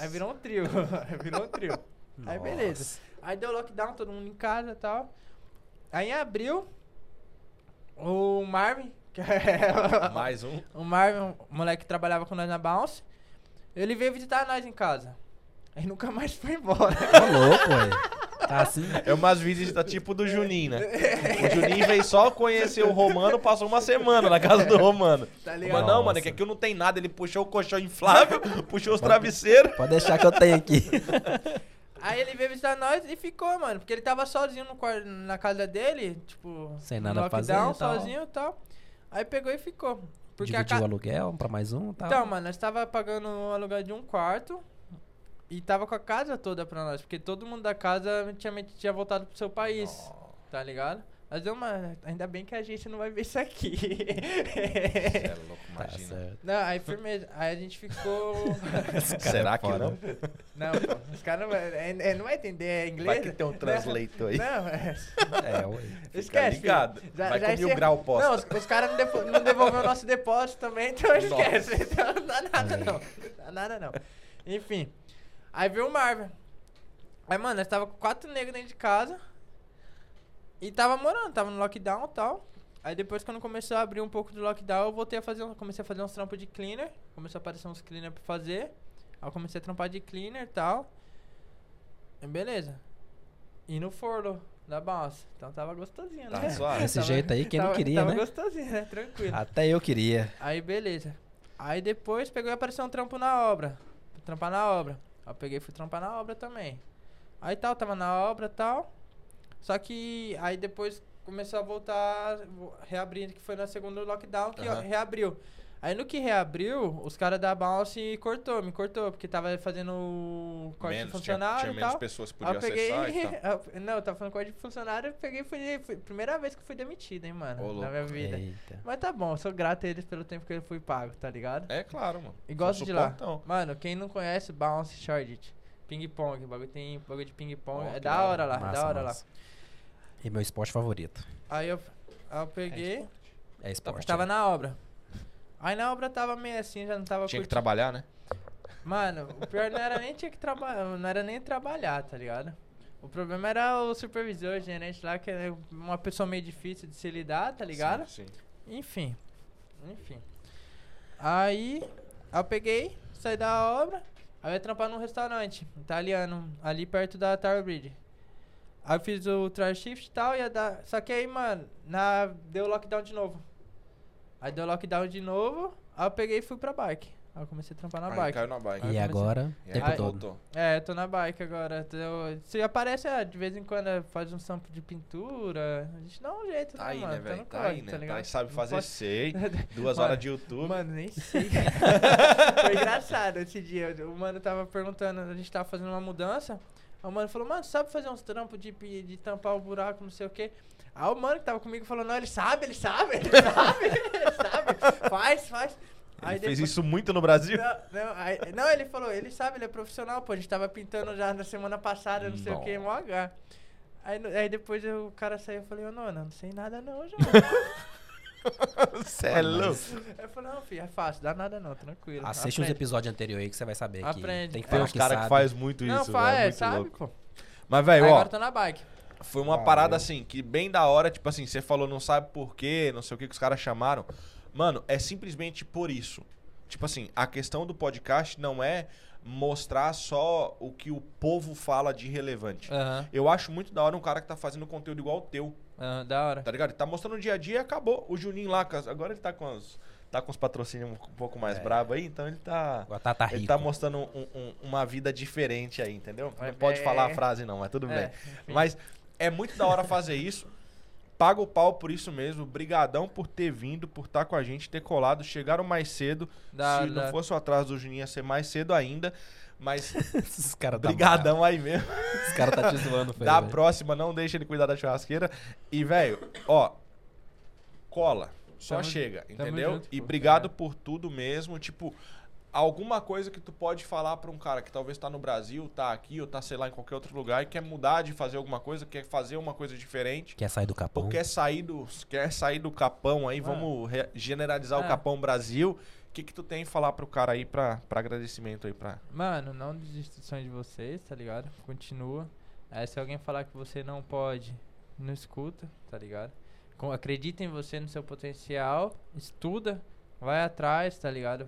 Speaker 2: aí virou um trio. aí virou um trio. Aí beleza. Aí deu lockdown, todo mundo em casa e tal. Aí em abril, o Marvin, que é
Speaker 3: Mais um.
Speaker 2: o Marvin, o moleque que trabalhava com nós na Bounce, ele veio visitar nós em casa. Aí nunca mais foi embora.
Speaker 1: Tá louco, ué. Tá assim.
Speaker 3: É umas visitas tipo do Juninho, né? O Juninho veio só conhecer o Romano, passou uma semana na casa do Romano.
Speaker 2: Tá
Speaker 3: Mas
Speaker 2: ligado?
Speaker 3: não, mano, é que aqui não tem nada. Ele puxou o colchão inflável, puxou os travesseiros.
Speaker 1: Pode deixar que eu tenho aqui.
Speaker 2: Aí ele veio visitar nós e ficou, mano. Porque ele tava sozinho no quar- na casa dele, tipo,
Speaker 1: Sem
Speaker 2: no
Speaker 1: nada a fazer
Speaker 2: lockdown,
Speaker 1: e tal.
Speaker 2: sozinho e tal. Aí pegou e ficou. Porque a
Speaker 1: Dividiu o
Speaker 2: casa.
Speaker 1: aluguel pra mais um e tal.
Speaker 2: Então, mano, nós tava pagando um aluguel de um quarto e tava com a casa toda pra nós. Porque todo mundo da casa tinha, met- tinha voltado pro seu país. Tá ligado? Mas eu, mano, ainda bem que a gente não vai ver isso aqui.
Speaker 3: Cê é louco,
Speaker 1: tá
Speaker 3: imagina.
Speaker 1: certo.
Speaker 2: não, aí firmeza. Aí a gente ficou.
Speaker 3: Será que
Speaker 1: Foda.
Speaker 2: não,
Speaker 3: não?
Speaker 2: pô, os caras não, vai- é- é- não vai entender, é inglês?
Speaker 3: Vai que tem um translator aí. um
Speaker 2: Não, é.
Speaker 1: É, ué.
Speaker 2: Esquece. filho.
Speaker 3: ligado. Vai com mil
Speaker 2: encer-
Speaker 3: grau posta.
Speaker 2: Não, os, os caras não, depo- não devolveram o nosso depósito também, então esquece. Então não dá nada não. Não dá nada não. Enfim. Aí veio o Marvel. Aí, mano, nós tava com quatro negros dentro de casa. E tava morando, tava no lockdown e tal. Aí depois quando começou a abrir um pouco do lockdown, eu voltei a fazer, um- comecei a fazer uns trampos de cleaner. Começou a aparecer uns cleaner pra fazer. Aí eu comecei a trampar de cleaner e tal. E beleza. E no forno da balsa. Então tava gostosinho, né?
Speaker 3: Tá suave.
Speaker 1: Desse jeito aí, quem não
Speaker 2: tava-
Speaker 1: queria,
Speaker 2: tava
Speaker 1: né?
Speaker 2: gostosinho, né? Tranquilo.
Speaker 1: Até eu queria.
Speaker 2: Aí beleza. Aí depois pegou e apareceu um trampo na obra. Fui trampar na obra. Aí eu peguei e fui trampar na obra também. Aí tal, tava na obra tal. Só que aí depois começou a voltar, vo- reabrindo, que foi na segunda lockdown que ó,
Speaker 3: Aham.
Speaker 2: reabriu. Aí no que reabriu, os caras da Bounce cortou, me cortou, porque tava fazendo o corte de
Speaker 3: Menos, tinha,
Speaker 2: funcionário
Speaker 3: tinha
Speaker 2: e tal.
Speaker 3: menos pessoas que
Speaker 2: Aí
Speaker 3: podiam
Speaker 2: eu peguei.
Speaker 3: acessar e tal.
Speaker 2: eu- não, eu tava falando com de funcionário, eu peguei e fui, fui- Primeira vez que eu fui demitido, hein, mano.
Speaker 3: Ô,
Speaker 2: na
Speaker 3: louco.
Speaker 2: minha vida.
Speaker 1: Eita.
Speaker 2: Mas tá bom, eu sou grato a eles pelo tempo que eu fui pago, tá ligado?
Speaker 3: É claro, mano.
Speaker 2: E gosto
Speaker 3: Sou
Speaker 2: de lá.
Speaker 3: suportão.
Speaker 2: Mano, quem não conhece Bounce Shortit, Ping Pong, bagulho tem bagulho de ping pong.
Speaker 3: Ó,
Speaker 2: é
Speaker 3: que
Speaker 2: da
Speaker 3: da
Speaker 2: hora lá,
Speaker 1: Massa,
Speaker 2: da hora
Speaker 1: massa. E meu esporte favorito.
Speaker 2: lá. Aí eu, aí eu peguei,
Speaker 3: tipo,
Speaker 1: É
Speaker 2: tava-
Speaker 1: esporte.
Speaker 3: né?
Speaker 2: tava na obra. Aí na obra tava meio assim, já não tava
Speaker 3: Tinha que
Speaker 2: curtindo.
Speaker 3: trabalhar, né?
Speaker 2: Mano, o pior não era nem tinha que trabalhar, não era nem trabalhar, tá ligado? O problema era o supervisor, o gerente lá, que é uma pessoa meio difícil de se lidar, tá ligado?
Speaker 3: Sim, sim.
Speaker 2: Enfim. Enfim. Aí eu peguei, saí da obra, aí eu ia trampar num restaurante italiano, ali perto da Tower Bridge. Aí eu fiz o try shift e tal, ia dar. Só que aí, mano, na... deu lockdown de novo. Aí deu lockdown de novo, aí eu peguei e fui pra bike. Aí eu comecei a trampar na
Speaker 4: Aí
Speaker 2: bike.
Speaker 4: caiu na bike.
Speaker 2: Aí
Speaker 1: E
Speaker 2: eu comecei-
Speaker 1: agora, o
Speaker 4: E
Speaker 1: tempo
Speaker 4: aí
Speaker 1: todo.
Speaker 4: voltou.
Speaker 2: É, eu tô na bike agora. tô- Se aparece, ah, de vez em quando eh, faz um sampo de pintura. A gente dá um jeito,
Speaker 4: Tá
Speaker 2: né,
Speaker 4: aí,
Speaker 2: mano?
Speaker 4: né,
Speaker 2: Tá
Speaker 4: velho?
Speaker 2: no
Speaker 4: Tá
Speaker 2: corre,
Speaker 4: aí, né? Tá
Speaker 2: ligado?
Speaker 4: aí, sabe
Speaker 2: Não
Speaker 4: fazer
Speaker 2: posso-
Speaker 4: sei. Duas
Speaker 2: Mano,
Speaker 4: horas de YouTube.
Speaker 2: Mano, nem sei. Foi engraçado esse dia. O mano tava perguntando, a gente tava fazendo uma mudança. Aí o mano falou, mano, sabe fazer uns trampos de, pi- de tampar o buraco, não sei o quê. Aí o mano que tava comigo falou, não, ele sabe, ele sabe, ele sabe, ele sabe. Faz, faz.
Speaker 4: Ele fez
Speaker 2: depois-
Speaker 4: isso muito no Brasil.
Speaker 2: não, não, aí- não, ele falou, ele sabe, ele é profissional, pô. A gente tava pintando já na semana passada, não sei o que, mó H. Aí, no- aí depois eu- o cara saiu e falei, ô Nona, não sei nada não, João.
Speaker 4: Você é louco.
Speaker 2: aí eu falei, não, filho, é fácil, dá nada não, tranquilo.
Speaker 4: Ah,
Speaker 1: Assiste os
Speaker 2: aprende."
Speaker 1: episódios anteriores aí que você vai saber. que
Speaker 2: Aprende.
Speaker 1: Tem que
Speaker 4: Tem
Speaker 1: falar
Speaker 4: uns caras que
Speaker 1: sabe.
Speaker 4: faz muito
Speaker 2: Não,
Speaker 4: isso,
Speaker 2: faz,
Speaker 4: velho. é muito
Speaker 2: sabe,
Speaker 4: louco.
Speaker 2: pô.
Speaker 4: Mas, velho,
Speaker 2: Aí
Speaker 4: ó,
Speaker 2: agora eu tô na bike.
Speaker 4: foi uma parada assim, que bem da hora, tipo assim, você falou, não sabe por quê, não sei o que que os caras chamaram. Mano, é simplesmente por isso. Tipo assim, a questão do podcast não é mostrar só o que o povo fala de relevante.
Speaker 2: Aham,
Speaker 4: Eu acho muito da hora um cara que tá fazendo conteúdo igual o teu,
Speaker 2: aham, da hora.
Speaker 4: tá ligado? Ele tá mostrando o dia a dia e acabou. O Juninho lá, com as- agora ele tá com os, tá com os patrocínios um pouco mais
Speaker 3: É.
Speaker 4: brabo aí, então ele tá...
Speaker 1: Agora tá, tá
Speaker 4: Ele
Speaker 1: rico.
Speaker 4: tá mostrando um- um- uma vida diferente aí, entendeu?
Speaker 2: É,
Speaker 4: Não pode
Speaker 2: é,
Speaker 4: falar a
Speaker 2: é.
Speaker 4: frase não, mas tudo
Speaker 2: É,
Speaker 4: bem. Mas é muito da hora fazer isso. Paga o pau por isso mesmo. Brigadão por ter vindo, por estar com a gente, ter colado. Chegaram mais cedo.
Speaker 2: Da
Speaker 4: Se
Speaker 2: hora, da
Speaker 4: não
Speaker 2: hora.
Speaker 4: fosse o atraso do Juninho, ia ser mais cedo ainda. Mas
Speaker 1: Esses caras tá
Speaker 4: brigadão aí mesmo.
Speaker 1: maluco. Esses caras tá te zoando, foi.
Speaker 2: é.
Speaker 4: Da
Speaker 1: velho.
Speaker 4: próxima, não deixa ele cuidar da churrasqueira. E, velho, ó, cola. Só
Speaker 2: Tamo-
Speaker 4: chega,
Speaker 2: tamo
Speaker 4: entendeu?
Speaker 2: junto,
Speaker 4: e
Speaker 2: pô.
Speaker 4: obrigado
Speaker 2: É.
Speaker 4: por tudo mesmo. Tipo, alguma coisa que tu pode falar pra um cara que talvez tá no Brasil, tá aqui ou tá, sei lá, em qualquer outro lugar e quer mudar de fazer alguma coisa, quer fazer uma coisa diferente.
Speaker 1: Quer sair do
Speaker 4: Ou
Speaker 1: capão?
Speaker 2: é
Speaker 4: quer sair do, quer sair do capão aí,
Speaker 2: Ah.
Speaker 4: vamos re- generalizar o
Speaker 2: Ah.
Speaker 4: capão Brasil. O que, que tu tem a falar pro cara aí pra, pra agradecimento aí pra.
Speaker 2: Mano, não desista do sonho de vocês, tá ligado? Continua. É, se alguém falar que você não pode, não escuta, tá ligado? Com, acredita em você, no seu potencial, estuda, vai atrás, tá ligado?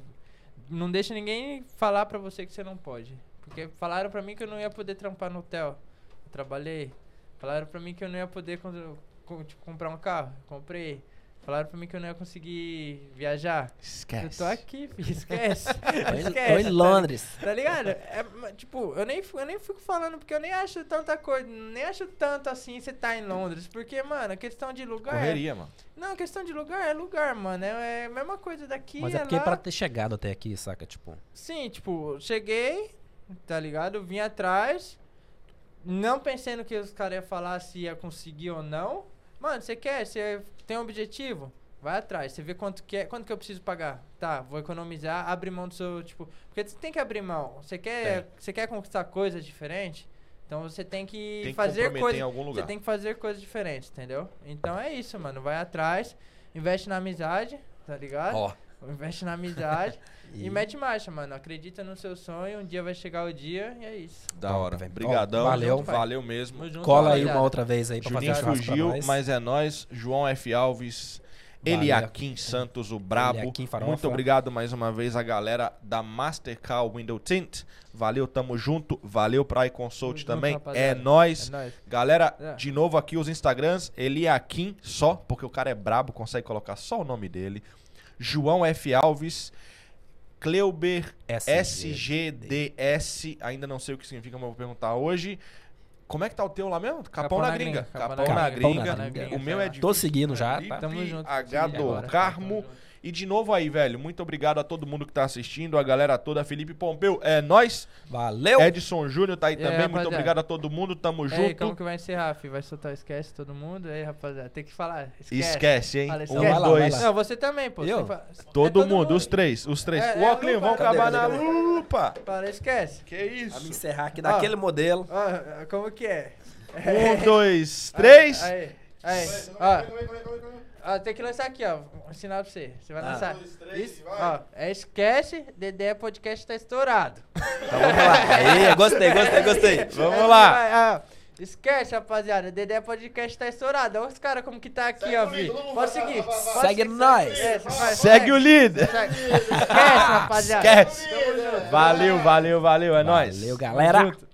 Speaker 2: Não deixa ninguém falar pra você que você não pode. Porque falaram pra mim que eu não ia poder trampar no hotel. Eu trabalhei. Falaram pra mim que eu não ia poder con- con- tipo, comprar um carro. Comprei. Falaram pra mim que eu não ia conseguir viajar.
Speaker 4: Esquece.
Speaker 2: Eu tô aqui, filho. Esquece.
Speaker 1: Tô em-
Speaker 2: Esquece.
Speaker 1: Tô
Speaker 2: tá
Speaker 1: em
Speaker 2: ligado?
Speaker 1: Londres.
Speaker 2: Tá ligado? É, ma- tipo, eu nem, fi- eu nem fico falando porque eu nem acho tanta coisa, nem acho tanto assim você tá em Londres. Porque, mano, a questão de lugar. É,
Speaker 4: Correria, mano.
Speaker 2: não, a questão de lugar é lugar, mano. É, é a mesma coisa daqui.
Speaker 1: Mas é porque
Speaker 2: lá.
Speaker 1: pra ter chegado até aqui, saca? Tipo,
Speaker 2: Sim, tipo, cheguei, tá ligado? Vim atrás. Não pensei no que os caras iam falar se ia conseguir ou não. Mano, você quer? Você tem um objetivo? Vai atrás, você vê quanto que é, quanto que eu preciso pagar. Tá, vou economizar, abre mão do seu, tipo, porque você tem que abrir mão. Você
Speaker 4: É.
Speaker 2: quer, você quer conquistar coisas diferentes? Então você tem que
Speaker 4: Tem que
Speaker 2: fazer
Speaker 4: comprometer
Speaker 2: coisas
Speaker 4: em algum
Speaker 2: Você
Speaker 4: lugar.
Speaker 2: tem que fazer coisas diferentes, entendeu? Então é isso, mano, vai atrás, investe na amizade, tá ligado?
Speaker 1: ó.
Speaker 2: Investe na amizade.
Speaker 1: E-
Speaker 2: E mete marcha, mano. Acredita no seu sonho, um dia vai chegar o dia e é isso.
Speaker 4: Da
Speaker 1: Top,
Speaker 4: hora.
Speaker 1: velho.
Speaker 4: Obrigadão.
Speaker 1: Ó, valeu.
Speaker 4: Valeu mesmo.
Speaker 2: Tamo junto,
Speaker 1: Cola aí
Speaker 2: rapaziada.
Speaker 1: uma outra vez aí pra
Speaker 4: Juninho
Speaker 1: fazer um churrasco pra
Speaker 4: fugiu,
Speaker 1: nós.
Speaker 4: mas é nós. João F. Alves,
Speaker 1: Valeu.
Speaker 4: Eliakim Santos, o Brabo.
Speaker 1: Eliakim Farofa.
Speaker 4: Muito obrigado mais uma vez a galera da Mastercar Window Tint. Valeu, tamo junto. Valeu pra
Speaker 2: Tamo
Speaker 4: iConsult
Speaker 2: junto,
Speaker 4: também. é
Speaker 2: rapaziada.
Speaker 4: nós.
Speaker 2: É nóis.
Speaker 4: Galera,
Speaker 2: É.
Speaker 4: de novo aqui os Instagrams, Eliakim só, porque o cara é brabo, consegue colocar só o nome dele. João F. Alves, Cleuber
Speaker 1: SGD.
Speaker 4: SGDS, ainda não sei o que significa, mas vou perguntar hoje. Como é que tá o teu lá mesmo? Capão,
Speaker 2: Capão
Speaker 4: na
Speaker 2: na
Speaker 4: gringa.
Speaker 2: gringa,
Speaker 4: Capão, na gringa.
Speaker 1: Capão na gringa.
Speaker 4: O meu é
Speaker 2: Tô
Speaker 4: de
Speaker 1: Tô seguindo já,
Speaker 4: Felipe
Speaker 1: tá?
Speaker 2: Tamo junto.
Speaker 4: H
Speaker 2: Sim,
Speaker 4: do
Speaker 2: agora. Tamo
Speaker 4: Carmo.
Speaker 2: junto.
Speaker 4: E de novo aí, velho, muito obrigado a todo mundo que tá assistindo, a galera toda, Felipe Pompeu, é nós.
Speaker 1: Valeu!
Speaker 4: Edson Júnior tá aí
Speaker 2: É,
Speaker 4: também, muito
Speaker 2: rapaziada.
Speaker 4: obrigado a todo mundo, tamo
Speaker 2: E aí,
Speaker 4: junto.
Speaker 2: como que vai encerrar, filho? Vai soltar o esquece todo mundo? E aí, rapaziada, tem que falar. Esquece.
Speaker 4: Esquece, hein?
Speaker 2: Fala,
Speaker 4: Um,
Speaker 2: esquece.
Speaker 4: dois.
Speaker 2: Não, você também, pô.
Speaker 1: Eu?
Speaker 2: Você fa-
Speaker 4: Todo,
Speaker 2: É
Speaker 4: mundo, os três, os três.
Speaker 2: É,
Speaker 4: Ó,
Speaker 2: é,
Speaker 4: Clean,
Speaker 2: lupa.
Speaker 4: vamos
Speaker 2: Cadê?
Speaker 4: acabar na
Speaker 1: Cadê?
Speaker 4: lupa.
Speaker 2: Para, esquece.
Speaker 4: Que
Speaker 1: Vamos
Speaker 4: isso?
Speaker 1: encerrar aqui
Speaker 2: Ó.
Speaker 1: daquele modelo.
Speaker 2: Ó, como que é?
Speaker 4: Um, dois, três.
Speaker 2: Aí, aí. Ó, ó, tem que lançar aqui, ó. Vou ensinar pra você. Você vai
Speaker 1: Ah.
Speaker 2: lançar.
Speaker 5: Um, dois, três,
Speaker 2: Isso,
Speaker 5: vai.
Speaker 2: ó, é esquece, Dedé Podcast tá estourado.
Speaker 1: Então vamos lá. Aí, gostei, gostei, gostei.
Speaker 4: Vamos lá.
Speaker 2: Vai, ah, Esquece, rapaziada. Dedé Podcast tá estourado. Olha os caras como que tá aqui,
Speaker 5: Segue
Speaker 2: ó,
Speaker 5: comigo,
Speaker 2: Vi.
Speaker 5: todo mundo
Speaker 2: Pode
Speaker 5: vai,
Speaker 2: seguir.
Speaker 5: vai, vai, vai.
Speaker 2: Pode
Speaker 1: Segue nós.
Speaker 2: seguir. É, você vai,
Speaker 4: Segue o líder.
Speaker 2: segue. Esquece, rapaziada.
Speaker 4: Esquece. Valeu, valeu, valeu. É nóis.
Speaker 1: Valeu, galera.
Speaker 2: junto.